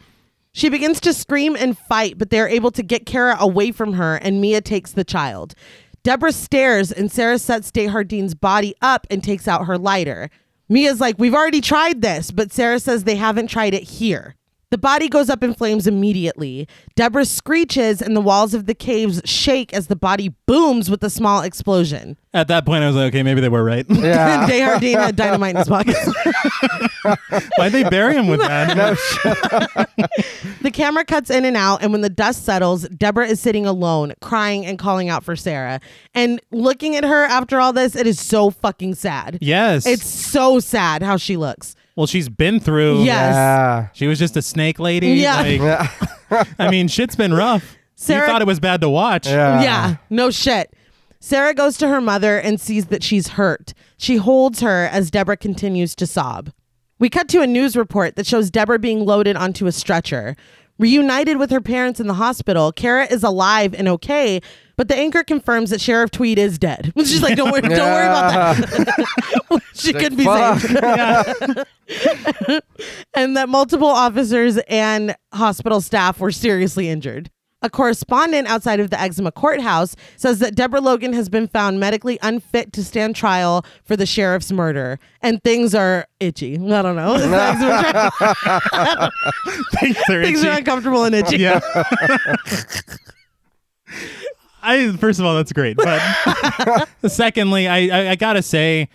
A: She begins to scream and fight, but they're able to get Kara away from her, and Mia takes the child. Deborah stares, and Sarah sets Dehardine's body up and takes out her lighter. Mia's like, We've already tried this, but Sarah says they haven't tried it here. The body goes up in flames immediately. Deborah screeches, and the walls of the caves shake as the body booms with a small explosion.
C: At that point, I was like, okay, maybe they were right.
B: yeah.
A: Dehardine had dynamite in his pocket.
C: Why'd they bury him with that?
A: The camera cuts in and out, and when the dust settles, Deborah is sitting alone, crying and calling out for Sarah. And looking at her after all this, it is so fucking sad.
C: Yes.
A: It's so sad how she looks.
C: well, she's been through.
A: Yeah.
B: Yeah.
C: She was just a snake lady.
A: Yeah.
C: Like, I mean, shit's been rough.
A: Sarah-
C: you thought it was bad to watch.
B: Yeah.
A: yeah, no shit. Sarah goes to her mother and sees that she's hurt. She holds her as Deborah continues to sob. We cut to a news report that shows Deborah being loaded onto a stretcher. Reunited with her parents in the hospital, Kara is alive and okay, but the anchor confirms that Sheriff Tweed is dead. She's like, don't worry, don't worry about that. she couldn't be
B: Fuck.
A: saved. and that multiple officers and hospital staff were seriously injured. A correspondent outside of the Eczema courthouse says that Deborah Logan has been found medically unfit to stand trial for the sheriff's murder, and things are itchy. I don't know. The Eczema trial-
C: Things are
A: things are
C: itchy.
A: uncomfortable and itchy.
C: Yeah. I first of all, that's great. But secondly, I, I I gotta say,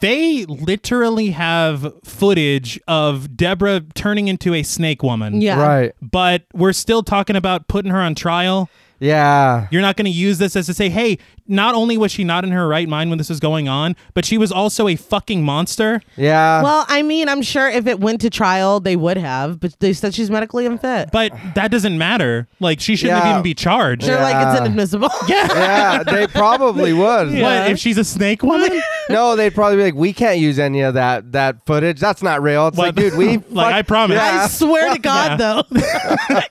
C: they literally have footage of Deborah turning into a snake woman.
A: Yeah.
B: Right.
C: But we're still talking about putting her on trial.
B: Yeah.
C: You're not going to use this as to say, hey, not only was she not in her right mind when this was going on, but she was also a fucking monster.
B: Yeah.
A: Well, I mean, I'm sure if it went to trial, they would have, but they said she's medically unfit.
C: But that doesn't matter. Like, she shouldn't
B: Yeah.
C: even be charged.
A: They're like, it's
B: Yeah.
A: inadmissible. Yeah.
B: yeah, they probably would.
C: What, if she's a snake woman?
B: No, they'd probably be like, we can't use any of that that footage. That's not real. It's like,
C: What-
B: dude, we
C: like, I promise.
A: I swear to God, though.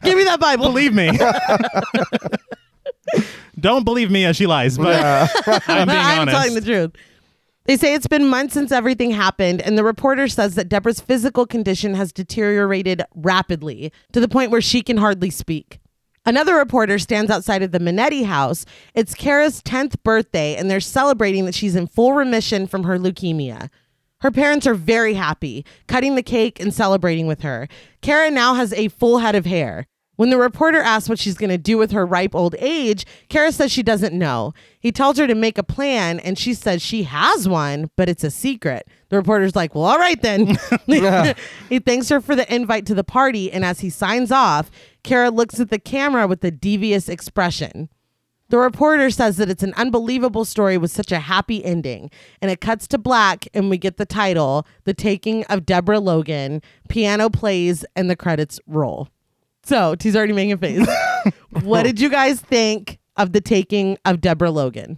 A: Give me that Bible.
C: Believe me. Don't believe me as she lies, but I'm being
A: I'm
C: honest.
A: telling the truth. They say it's been months since everything happened, and the reporter says that Deborah's physical condition has deteriorated rapidly to the point where she can hardly speak. Another reporter stands outside of the Minetti house. It's Kara's 10th birthday, and they're celebrating that she's in full remission from her leukemia. Her parents are very happy, cutting the cake and celebrating with her. Kara now has a full head of hair. When the reporter asks what she's going to do with her ripe old age, Kara says she doesn't know. He tells her to make a plan, and she says she has one, but it's a secret. The reporter's like, Well, all right then. he thanks her for the invite to the party, and as he signs off, Kara looks at the camera with a devious expression. The reporter says that it's an unbelievable story with such a happy ending. And it cuts to black, and we get the title The Taking of Deborah Logan, piano plays, and the credits roll. So, T's already making a face. what did you guys think of The Taking of Deborah Logan?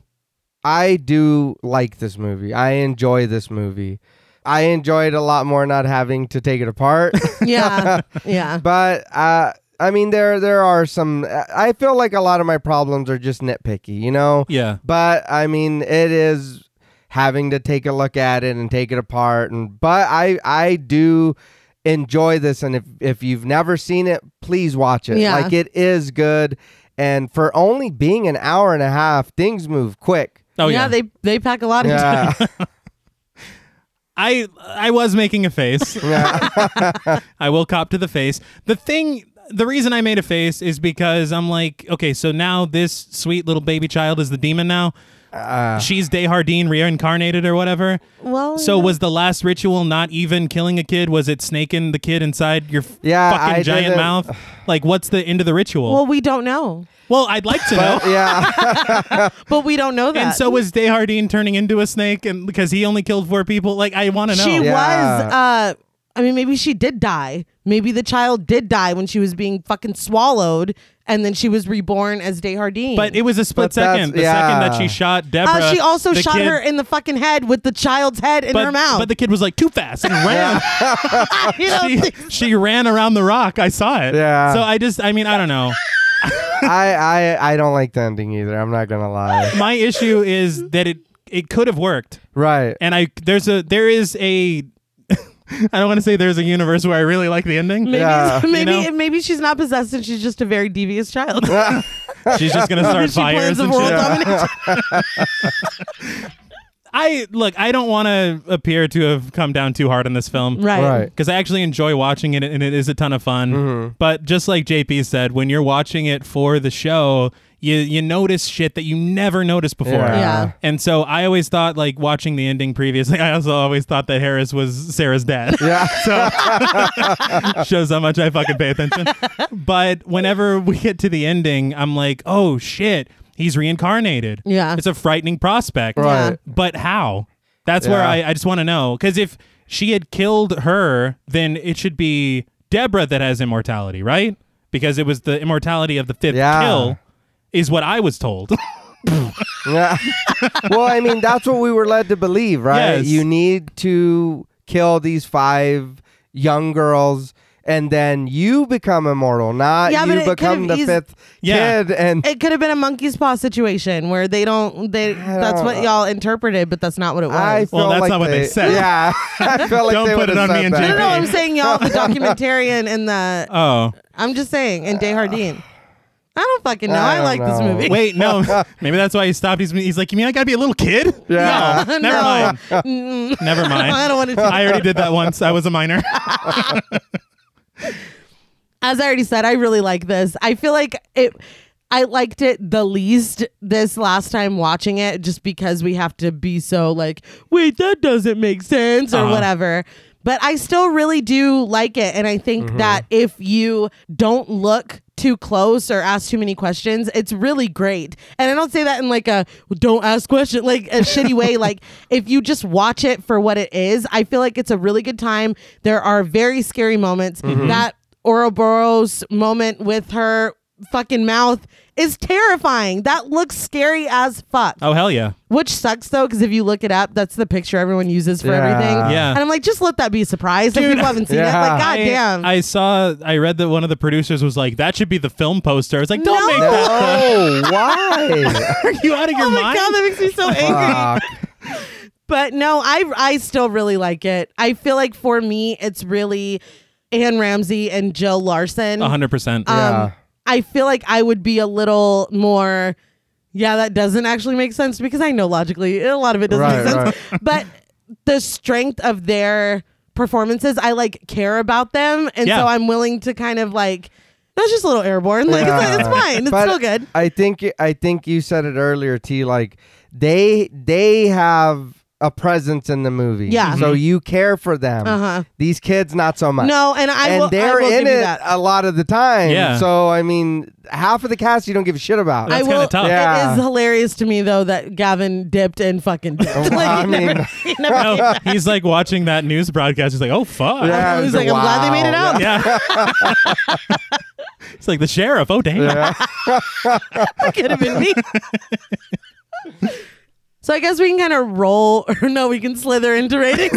B: I do like this movie. I enjoy this movie. I enjoy it a lot more not having to take it apart.
A: Yeah. yeah.
B: but uh I mean there there are some I feel like a lot of my problems are just nitpicky, you know?
C: Yeah.
B: But I mean it is having to take a look at it and take it apart. And but I I do enjoy this, and if if you've never seen it, please watch it.
A: Yeah.
B: Like it is good, and for only being an hour and a half, things move quick.
C: Oh yeah,
A: they they pack a lot of time.
B: Yeah,
C: I I was making a face.
B: yeah,
C: I will cop to the face. The thing, the reason I made a face is because I'm like, okay, so now this sweet little baby child is the demon now. She's Dehardine reincarnated or whatever.
A: Well,
C: So
A: Oh, yeah.
C: was the last ritual not even killing a kid? Was it snaking the kid inside your f-
B: Yeah,
C: fucking
B: I
C: giant
B: didn't-
C: mouth? Like, what's the end of the ritual? Well,
A: well, we don't know,
C: I'd like to know.
B: yeah.
A: but we don't know that.
C: And so was Dehardine turning into a snake, and because he only killed four people. Like, I want to know.
A: she
B: Yeah.
A: was. uh I mean, maybe she did die. Maybe the child did die when she was being fucking swallowed, and then she was reborn as Dehardine.
C: but it was a split
B: But that's-
C: second. The second
B: yeah.
C: that she shot Deborah,
A: Uh, she also
C: the
A: shot
C: kid-
A: her in the fucking head with the child's head in
C: but,
A: her mouth.
C: But the kid was like too fast and ran.
A: You know,
C: she, she ran around the rock. I saw it.
B: Yeah.
C: So I just, I mean, I don't know.
B: I, I I don't like the ending either. I'm not gonna lie.
C: My issue is that it it could have worked,
B: Right.
C: and I there's a there is a I don't want to say there's a universe where I really like the ending.
A: maybe
B: Yeah.
A: maybe
C: You know?
A: maybe she's not possessed and she's just a very devious child.
C: She's just gonna start
A: she plans
C: fires
A: a
C: and
A: world
C: shit.
A: domination.
C: I look, I don't want to appear to have come down too hard on this film,
A: Right.
B: Right.
C: Because I actually enjoy watching it, and it is a ton of fun. But just like JP said, when you're watching it for the show, you you notice shit that you never noticed before.
B: Yeah.
A: Yeah.
C: And so I always thought, like watching the ending previously, I also always thought that Harris was Sarah's dad.
B: Yeah.
C: Shows how much I fucking pay attention. but whenever we get to the ending, I'm like, oh shit, he's reincarnated.
A: Yeah.
C: It's a frightening prospect.
B: Right.
A: Yeah.
C: But how? That's where
B: Yeah.
C: I, I just want to know. Because if she had killed her, then it should be Deborah that has immortality, right? Because it was the immortality of the fifth
B: Yeah.
C: kill, is what I was told.
B: Yeah. well, I mean, that's what we were led to believe, right?
C: Yes.
B: You need to kill these five young girls, and then you become immortal, not
A: Yeah, but
B: you
A: it could've
B: become the
A: eas-
B: fifth
C: Yeah.
B: kid. And
A: It could have been a monkey's paw situation where they don't. They that's what y'all interpreted, but that's not what it was.
B: I feel
C: Well, that's
B: like
C: not what they said.
B: Yeah, I feel like
C: Don't
B: they
C: put it
B: would've
C: on me
B: said
C: and
B: that.
A: no, no, no, I'm
C: JP.
A: saying y'all, the documentarian and the.
C: oh.
A: I'm just saying, and Dehardine. I don't fucking know. I,
B: I don't
A: like this
B: know.
A: movie.
C: Wait, no. Maybe that's why he stopped. He's, he's like, you mean I gotta be a little kid?
B: Yeah.
C: No, never
A: No.
C: mind. Never mind.
A: I don't want to.
C: I already did that once. I was a minor.
A: As I already said, I really like this. I feel like it. I liked it the least this last time watching it, just because we have to be so like, wait, that doesn't make sense or
C: Uh-huh.
A: whatever. But I still really do like it, and I think that if you don't look too close or ask too many questions, it's really great. And I don't say that in like a don't ask question like a shitty way. Like if you just watch it for what it is, I feel like it's a really good time. There are very scary moments that Ouroboros moment with her fucking mouth is terrifying. That looks scary as fuck.
C: Oh hell yeah.
A: Which sucks though, because if you look it up, that's the picture everyone uses for
B: Yeah.
A: everything.
C: Yeah.
A: And I'm like, just let that be a surprise. If
C: Dude,
A: people haven't seen
B: yeah.
A: it, like, god
C: I,
A: damn.
C: I saw. I read that one of the producers was like, "That should be the film poster." I was like, "Don't
A: No.
C: make that!
B: Oh, why?
C: Are you out of your
A: oh my
C: mind?"
A: god, that makes me so angry.
B: Fuck.
A: But no, I I still really like it. I feel like for me, it's really Anne Ramsey and Jill Larson.
C: A hundred percent.
A: Uh,
B: Yeah.
A: Um, I feel like I would be a little more. Yeah, that doesn't actually make sense because I know logically a lot of it doesn't
B: Right,
A: make sense. But the strength of their performances, I like care about them, and
C: Yeah.
A: so I'm willing to kind of like. That's just a little airborne. Like
B: Yeah.
A: it's, it's fine. It's
B: Uh, But
A: still good.
B: I think I think you said it earlier, T. Like they they have a presence in the movie,
A: Yeah.
B: So you care for them.
A: Uh-huh.
B: These kids, not so much.
A: No, and I
B: and
A: will.
B: they're
A: I will
B: in
A: give you
B: it
A: that.
B: a lot of the time.
C: Yeah.
B: So I mean, half of the cast you don't give a shit about.
A: I
C: That's
A: will.
C: kinda tough.
A: It
B: Yeah. Oh,
A: is hilarious to me though that Gavin dipped and fucking dipped. like,
B: I
A: he
B: mean-
A: never, he never came
C: No, he's like watching that news broadcast. He's like, "Oh fuck!"
B: Yeah.
A: I was like, I'm glad they made it
B: Wow.
A: out.
C: Yeah. it's like the sheriff. Oh damn.
A: That could have been me. so I guess we can kind of roll, or no, we can slither into ratings.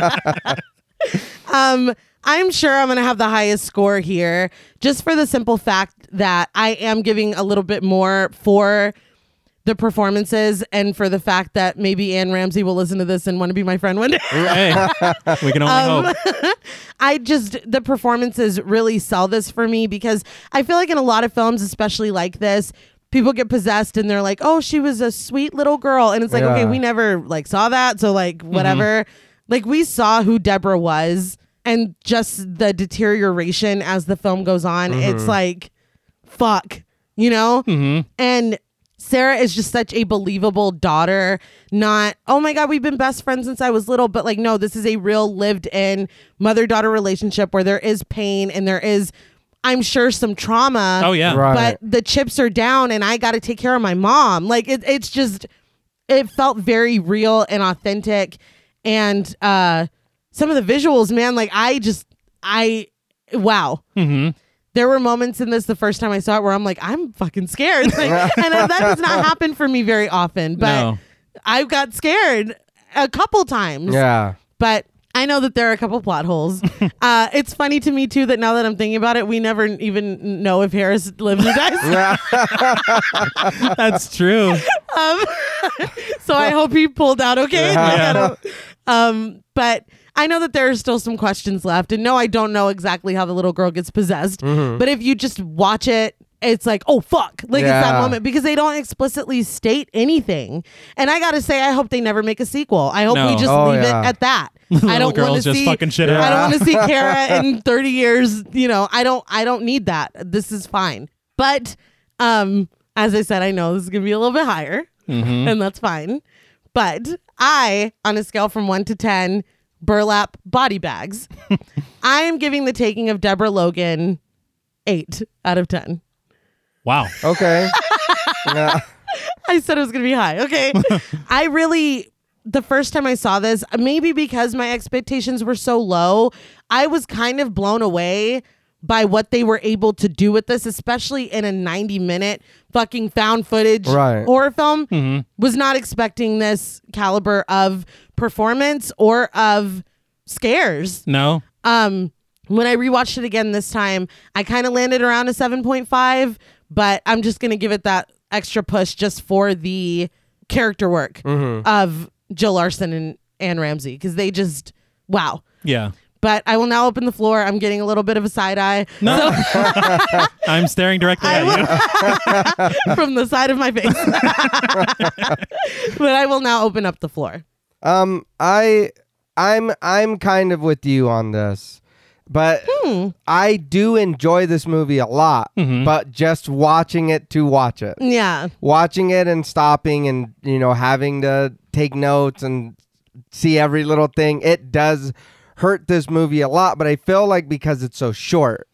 A: um, I'm sure I'm going to have the highest score here, just for the simple fact that I am giving a little bit more for the performances and for the fact that maybe Anne Ramsey will listen to this and want to be my friend one day.
C: Hey, we can
A: Um,
C: only hope.
A: I just the performances really sell this for me because I feel like in a lot of films, especially like this, people get possessed and they're like, "Oh, she was a sweet little girl," and it's like, okay,
B: Yeah.
A: we never like saw that, so like whatever. Like we saw who Deborah was, and just the deterioration as the film goes on, it's like, fuck, you know.
C: Mm-hmm.
A: And Sarah is just such a believable daughter. Not, oh my God, we've been best friends since I was little, but like, no, this is a real lived in mother daughter relationship where there is pain and there is, I'm sure, some trauma.
C: Oh yeah.
B: Right.
A: But the chips are down and I got to take care of my mom. Like, it, it's just, it felt very real and authentic. And uh some of the visuals, man, like, I just, I, wow
C: hmm
A: there were moments in this the first time I saw it where I'm like, I'm fucking scared. Like, and that does not happen for me very often, but
C: No.
A: I got scared a couple times.
B: Yeah.
A: But I know that there are a couple plot holes. uh, it's funny to me, too, that now that I'm thinking about it, we never even know if Harris lives or dies.
C: That's true.
A: so I hope he pulled out okay. Like, I
C: Yeah.
A: don't- um, but I know that there are still some questions left. And no, I don't know exactly how the little girl gets possessed. But if you just watch it, it's like, oh, fuck. Like, it's that
B: Yeah.
A: moment because they don't explicitly state anything. And I got to say, I hope they never make a sequel. I hope we
C: No.
A: just
B: Oh,
A: leave
B: yeah.
A: it at that. I
C: Little
A: don't want
C: girls
A: to
C: just
A: see
C: fucking shit
A: I don't
B: out.
A: want to see Kara in 30 years. You know, I don't I don't need that. This is fine. But um, as I said, I know this is gonna be a little bit higher,
C: Mm-hmm.
A: and that's fine. But I, on a scale from one to ten, burlap body bags, I am giving the taking of Deborah Logan eight out of ten.
C: Wow.
B: Okay. yeah.
A: I said it was gonna be high. Okay. I really the first time I saw this, maybe because my expectations were so low, I was kind of blown away by what they were able to do with this, especially in a 90 minute fucking found footage
B: Right.
A: horror film. Was not expecting this caliber of performance or of scares.
C: No.
A: Um, when I rewatched it again this time, I kind of landed around a 7.5, but I'm just going to give it that extra push just for the character work
C: Mm-hmm.
A: of Jill Larson and Anne Ramsey because they just, wow.
C: Yeah.
A: But I will now open the floor. I'm getting a little bit of a side eye
C: No. I'm staring directly
A: I
C: at you.
A: from the side of my face. but I will now open up the floor.
B: Um, I, I'm, I'm kind of with you on this, but
A: Hmm.
B: I do enjoy this movie a lot. But just watching it to watch it,
A: Yeah.
B: watching it and stopping and you know having to take notes and see every little thing, it does hurt this movie a lot. But I feel like because it's so short,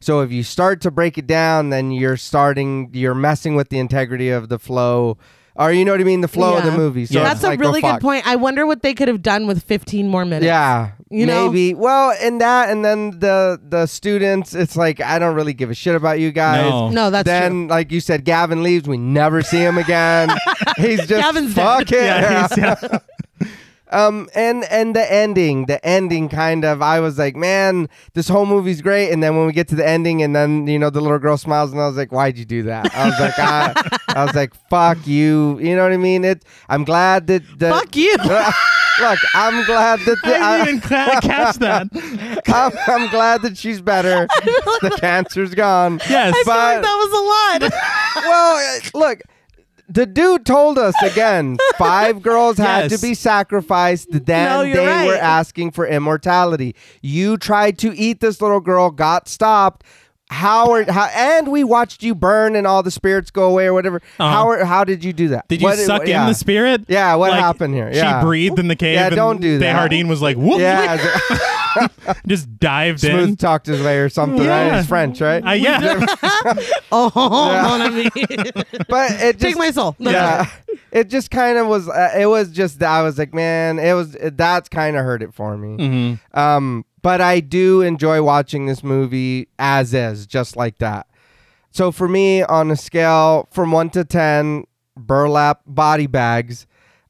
B: so if you start to break it down, then you're starting, you're messing with the integrity of the flow. Or you know what I mean, the flow of the
A: Yeah.
B: movie. So
C: Yeah.
B: it's
A: That's a
B: like, well,
A: really good
B: fuck.
A: point. I wonder what they could have done with 15 more minutes.
B: Yeah,
A: You know?
B: maybe. Well, and that, and then the the students. It's like I don't really give a shit about you guys.
C: No.
A: No, that's
B: then,
A: true.
B: like you said, Gavin leaves. We never see him again. He's just
A: Gavin's
B: fuck it.
C: Yeah, he's- yeah.
B: Um, and and the ending, the ending kind of. I was like, man, this whole movie's great. And then when we get to the ending, and then you know the little girl smiles, and I was like, why'd you do that? I was like, I, I was like, fuck you. You know what I mean? It. I'm glad that. that
A: Fuck you.
B: Look, I'm glad that the,
C: I didn't even ca- catch that.
B: I'm, I'm glad that she's better. the cancer's gone.
C: Yes.
A: I feel like that was
B: But-
A: a lot.
B: Well, uh, look, the dude told us again five girls had
C: Yes.
B: to be sacrificed. Then
A: No,
B: they
A: you're right.
B: were asking for immortality. You tried to eat this little girl, got stopped. Howard, how, and we watched you burn and all the spirits go away or whatever.
C: Uh-huh.
B: Howard, how did you do that?
C: Did you
B: What-
C: suck in
B: yeah.
C: the spirit?
B: Yeah, what happened here? Yeah.
C: She breathed in the cave.
B: Yeah,
C: and
B: don't do that.
C: Behardine was like, whoop,
B: Yeah,
C: just dived in.
B: smooth talked his way or something. Right?
C: Yeah.
B: He's French, right?
C: Uh, yeah.
A: Oh, hold on, I mean.
B: but it just,
A: Take my soul. That's it.
B: yeah. It just kind of was. Uh, it was just. I was like, man, it was. It, that's kind of hurt it for me. Um, but I do enjoy watching this movie as is, just like that. So for me, on a scale from one to ten, burlap body bags.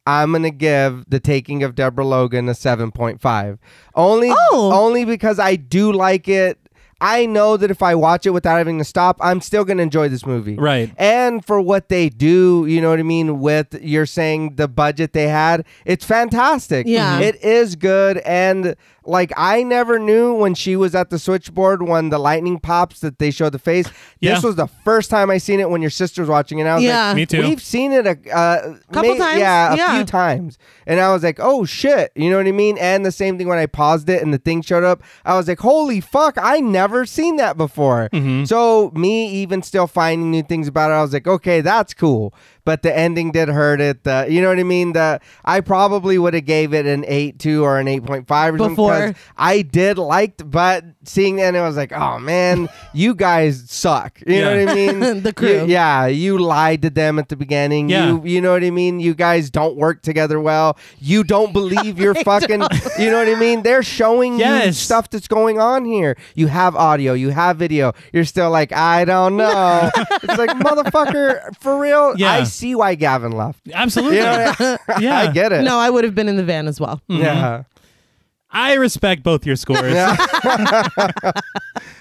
B: I'm gonna give the taking of Deborah Logan a 7.5, only
A: Oh.
B: only because I do like it. I know that if I watch it without having to stop, I'm still going to enjoy this movie.
C: Right.
B: And for what they do, you know what I mean, with you're saying the budget they had, it's fantastic. Mm-hmm.
A: Yeah. Mhm.
B: It is good. And like, I never knew when she was at the switchboard when the lightning pops that they showed the face.
C: Yeah.
B: This was the first time I seen it when your sister's watching it. And I was
A: Yeah.
B: like,
C: Me too.
B: We've seen it a uh,
A: Couple times,
B: Yeah, a
A: yeah.
B: few times. And I was like, oh shit. You know what I mean? And the same thing when I paused it and the thing showed up, I was like, holy fuck, I never seen that before.
A: Mm-hmm.
B: So me even still finding new things about it, I was like, okay, that's cool. But the ending did hurt it. The, you know what I mean? The I probably would have gave it an eight two or an eight point five or something. 'cause
A: Before.
B: I did liked, but seeing that, I was like, oh man, you guys suck. You know
C: Yeah.
B: what I mean?
A: The
B: You-
A: crew.
B: yeah, you lied to them at the beginning.
C: Yeah.
B: You you know what I mean? You guys don't work together well. You don't believe your fucking you know what I mean? They're showing you
C: Yes.
B: stuff that's going on here. You have audio, you have video. You're still like, I don't know. it's like motherfucker, for real.
C: Yeah.
B: I see why Gavin left.
C: Absolutely.
B: You know what I-
C: yeah.
B: I get it.
A: No, I would have been in the van as well.
C: Mm-hmm.
B: Yeah.
C: I respect both your scores.
B: Yeah.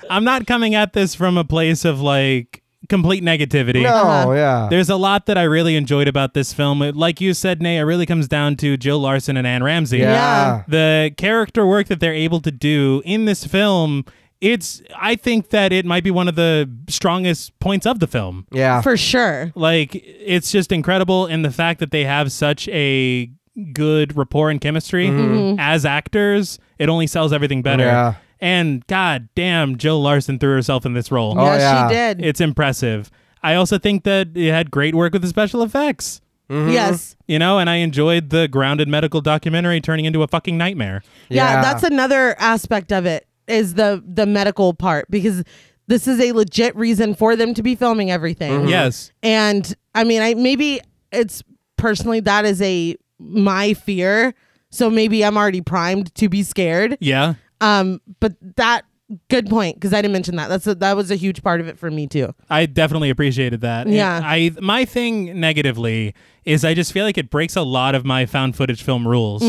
C: I'm not coming at this from a place of like complete negativity.
B: No,
A: Uh-huh.
B: yeah.
C: There's a lot that I really enjoyed about this film. It- Like you said, Nay, it really comes down to Jill Larson and Anne Ramsey.
A: Yeah.
B: yeah.
C: The character work that they're able to do in this film, it's I think that it might be one of the strongest points of the film.
B: Yeah.
A: For sure.
C: Like it's just incredible and the fact that they have such a good rapport and chemistry as actors, it only sells everything better.
B: Mm-hmm. Yeah.
C: And god damn, Jill Larson threw herself in this role.
B: Oh,
A: yes,
B: yeah.
A: she did.
C: It's impressive. I also think that it had great work with the special effects.
A: Mm-hmm. Yes.
C: You know, and I enjoyed the grounded medical documentary turning into a fucking nightmare.
A: Yeah.
B: Yeah.
A: that's another aspect of it is the the medical part because this is a legit reason for them to be filming everything.
B: Mm-hmm.
C: Yes.
A: And I mean, I maybe it's personally that is a my fear. So maybe I'm already primed to be scared.
C: Yeah.
A: Um, but that good point because I didn't mention that. That's a, that was a huge part of it for me too.
C: I definitely appreciated that. And
A: Yeah.
C: I my thing negatively is I just feel like it breaks a lot of my found footage film rules.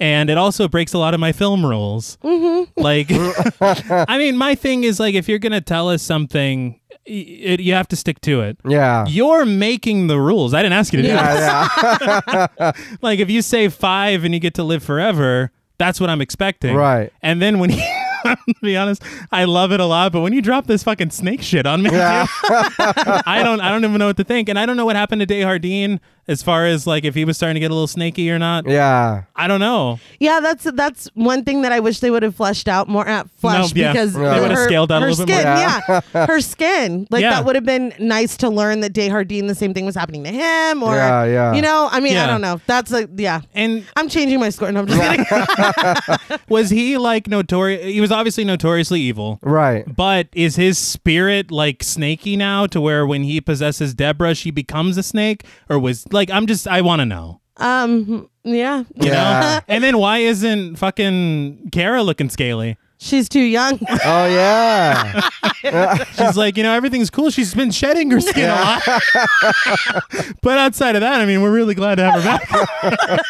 C: And it also breaks a lot of my film rules. Mm-hmm. Like, I mean, my thing is like, if you're gonna tell us something, y- it, you have to stick to it.
B: Yeah.
C: You're making the rules. I didn't ask you to do that.
B: Yeah.
C: Like if you say five and you get to live forever, that's what I'm expecting.
B: Right.
C: And then when you to be honest, I love it a lot, but when you drop this fucking snake shit on me, dude, I don't I don't even know what to think. And I don't know what happened to Day Hardin as far as like if he was starting to get a little snaky or not.
B: Yeah.
C: I don't know.
A: Yeah, that's that's one thing that I wish they would have fleshed out more at flesh
C: No, yeah.
A: because
C: They would've
A: her,
C: scaled down a
A: her
C: little
A: skin,
C: bit more.
A: yeah, her skin. Like
C: Yeah.
A: that would have been nice to learn that Dehardine the same thing was happening to him, or
B: Yeah, yeah.
A: you know, I mean, I
C: Yeah.
A: don't know. That's a yeah.
C: And
A: I'm changing my score. No, I'm just kidding.
C: was he like notorious he was obviously notoriously evil.
B: Right.
C: But is his spirit like snaky now to where when he possesses Deborah she becomes a snake? Or was like I'm just I wanna know.
A: um, yeah,
C: You
B: Yeah.
C: know? And then why isn't fucking Kara looking scaly?
A: she's too young.
B: Oh yeah.
C: She's like, you know, everything's cool. She's been shedding her skin a lot. but outside of that, I mean, we're really glad to have her back.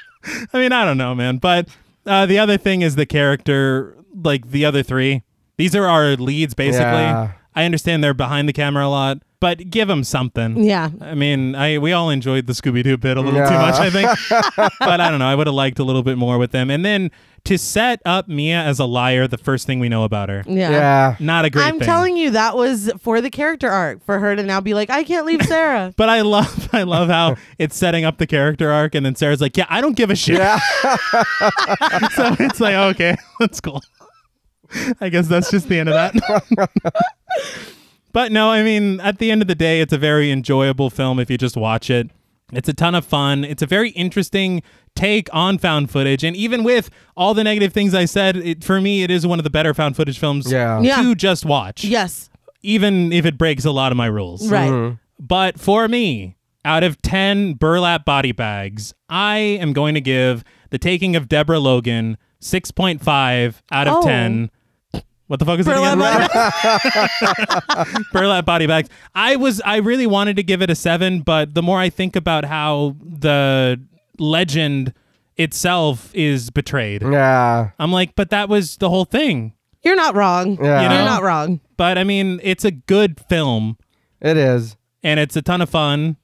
C: I mean, I don't know, man. But uh, the other thing is the character, like the other three. These are our leads, basically.
B: Yeah.
C: I understand they're behind the camera a lot, but give them something.
A: yeah,
C: I mean, I we all enjoyed the Scooby Doo bit a little too
B: Yeah.
C: much, I think. but I don't know. I would have liked a little bit more with them. And then to set up Mia as a liar, the first thing we know about her,
A: yeah.
B: Yeah.
C: not a great.
A: Mm. I'm
C: thing.
A: telling you, that was for the character arc for her to now be like, I can't leave Sarah.
C: But I love, I love how it's setting up the character arc, and then Sarah's like, "Yeah, I don't give a shit."
B: Yeah.
C: so it's like, okay, that's cool. I guess that's just the end of that. but no, I mean, at the end of the day, it's a very enjoyable film if you just watch it. It's a ton of fun. It's a very interesting take on found footage, and even with all the negative things I said, it, for me, it is one of the better found footage films
B: Yeah.
A: Yeah.
C: to just watch,
A: yes,
C: even if it breaks a lot of my rules.
A: right.
B: Mm-hmm.
C: But for me, out of 10 burlap body bags, I am going to give The Taking of Deborah Logan 6.5 out of
A: Oh.
C: 10. What the fuck is
A: Burlap
C: it again?
A: body
C: burlap body bags. I was I really wanted to give it a 7, but the more I think about how the legend itself is betrayed,
B: Yeah.
C: I'm like, but that was the whole thing.
A: You're not wrong.
B: Yeah. You
A: You're
C: know?
A: not wrong.
C: But I mean, it's a good film
B: It is.
C: and it's a ton of fun.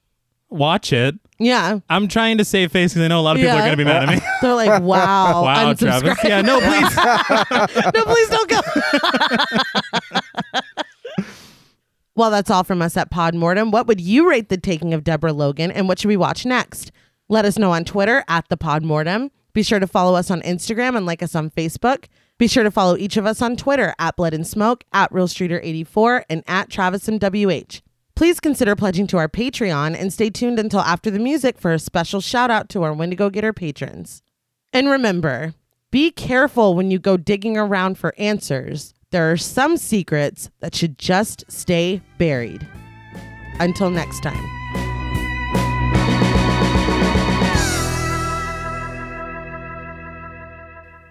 C: Watch it.
A: Yeah.
C: I'm trying to save face because I know a lot of people are
A: Yeah.
C: going to be mad at me.
A: They're like, wow.
C: wow,
A: unsubscribe.
C: Travis. Yeah, no, please.
A: no, please don't go. well, that's all from us at Podmortem. What would you rate the taking of Deborah Logan and what should we watch next? Let us know on Twitter at the Podmortem. Be sure to follow us on Instagram and like us on Facebook. Be sure to follow each of us on Twitter at Blood and Smoke, at Real Streeter 84, and at Travis and WH. Please consider pledging to our Patreon and stay tuned until after the music for a special shout out to our Wendigo Getter patrons. And remember, be careful when you go digging around for answers. There are some secrets that should just stay buried. Until next time.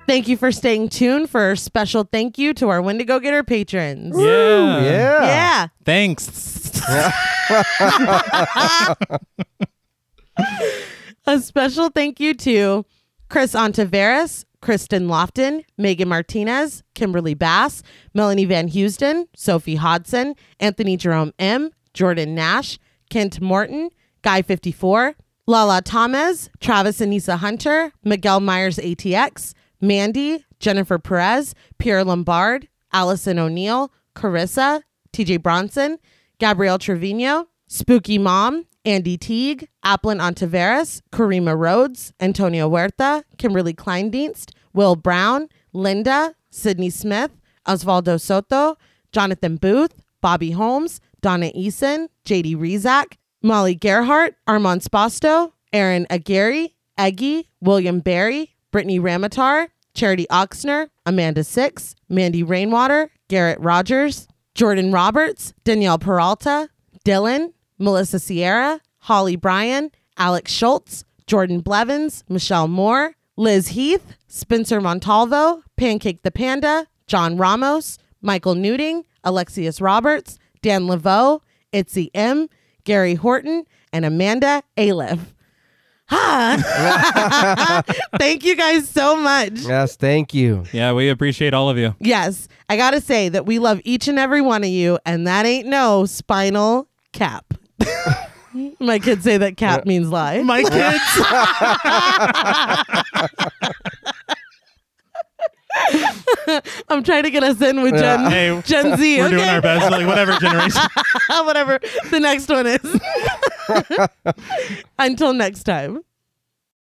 A: Thank you for staying tuned for a special thank you to our Wendigo Getter patrons.
C: Uh, yeah.
B: yeah.
A: Yeah.
C: Thanks.
A: A special thank you to Chris Ontiveros, Kristen Lofton, Megan Martinez, Kimberly Bass, Melanie Van Houston, Sophie Hodson, Anthony Jerome M, Jordan Nash, Kent Morton, Guy 54, Lala Thomas, Travis Anissa Hunter, Miguel Myers ATX, Mandy, Jennifer Perez, Pierre Lombard, Allison O'Neill, Carissa, TJ Bronson, Gabrielle Trevino, Spooky Mom, Andy Teague, Applin Ontiveros, Karima Rhodes, Antonio Huerta, Kimberly Kleindienst, Will Brown, Linda, Sydney Smith, Osvaldo Soto, Jonathan Booth, Bobby Holmes, Donna Eason, JD Rizak, Molly Gerhart, Armand Spasto, Aaron Aguirre, Eggy, William Barry, Brittany Ramatar, Charity Oxner, Amanda Six, Mandy Rainwater, Garrett Rogers, Jordan Roberts, Danielle Peralta, Dylan, Melissa Sierra, Holly Bryan, Alex Schultz, Jordan Blevins, Michelle Moore, Liz Heath, Spencer Montalvo, Pancake the Panda, John Ramos, Michael Newting, Alexius Roberts, Dan Laveau, Itzy M, Gary Horton, and Amanda Aliff. Ah. Thank you guys so much.
B: Yes, thank you.
C: yeah, we appreciate all of you.
A: Yes, I got to say that we love each and every one of you, and that ain't no spinal cap. My kids say that cap means lie.
C: My kids.
A: I'm trying to get us in with Gen,
C: Hey,
A: Gen Z.
C: We're
A: okay?
C: doing our best. Like, whatever generation.
A: Whatever the next one is. Until next time.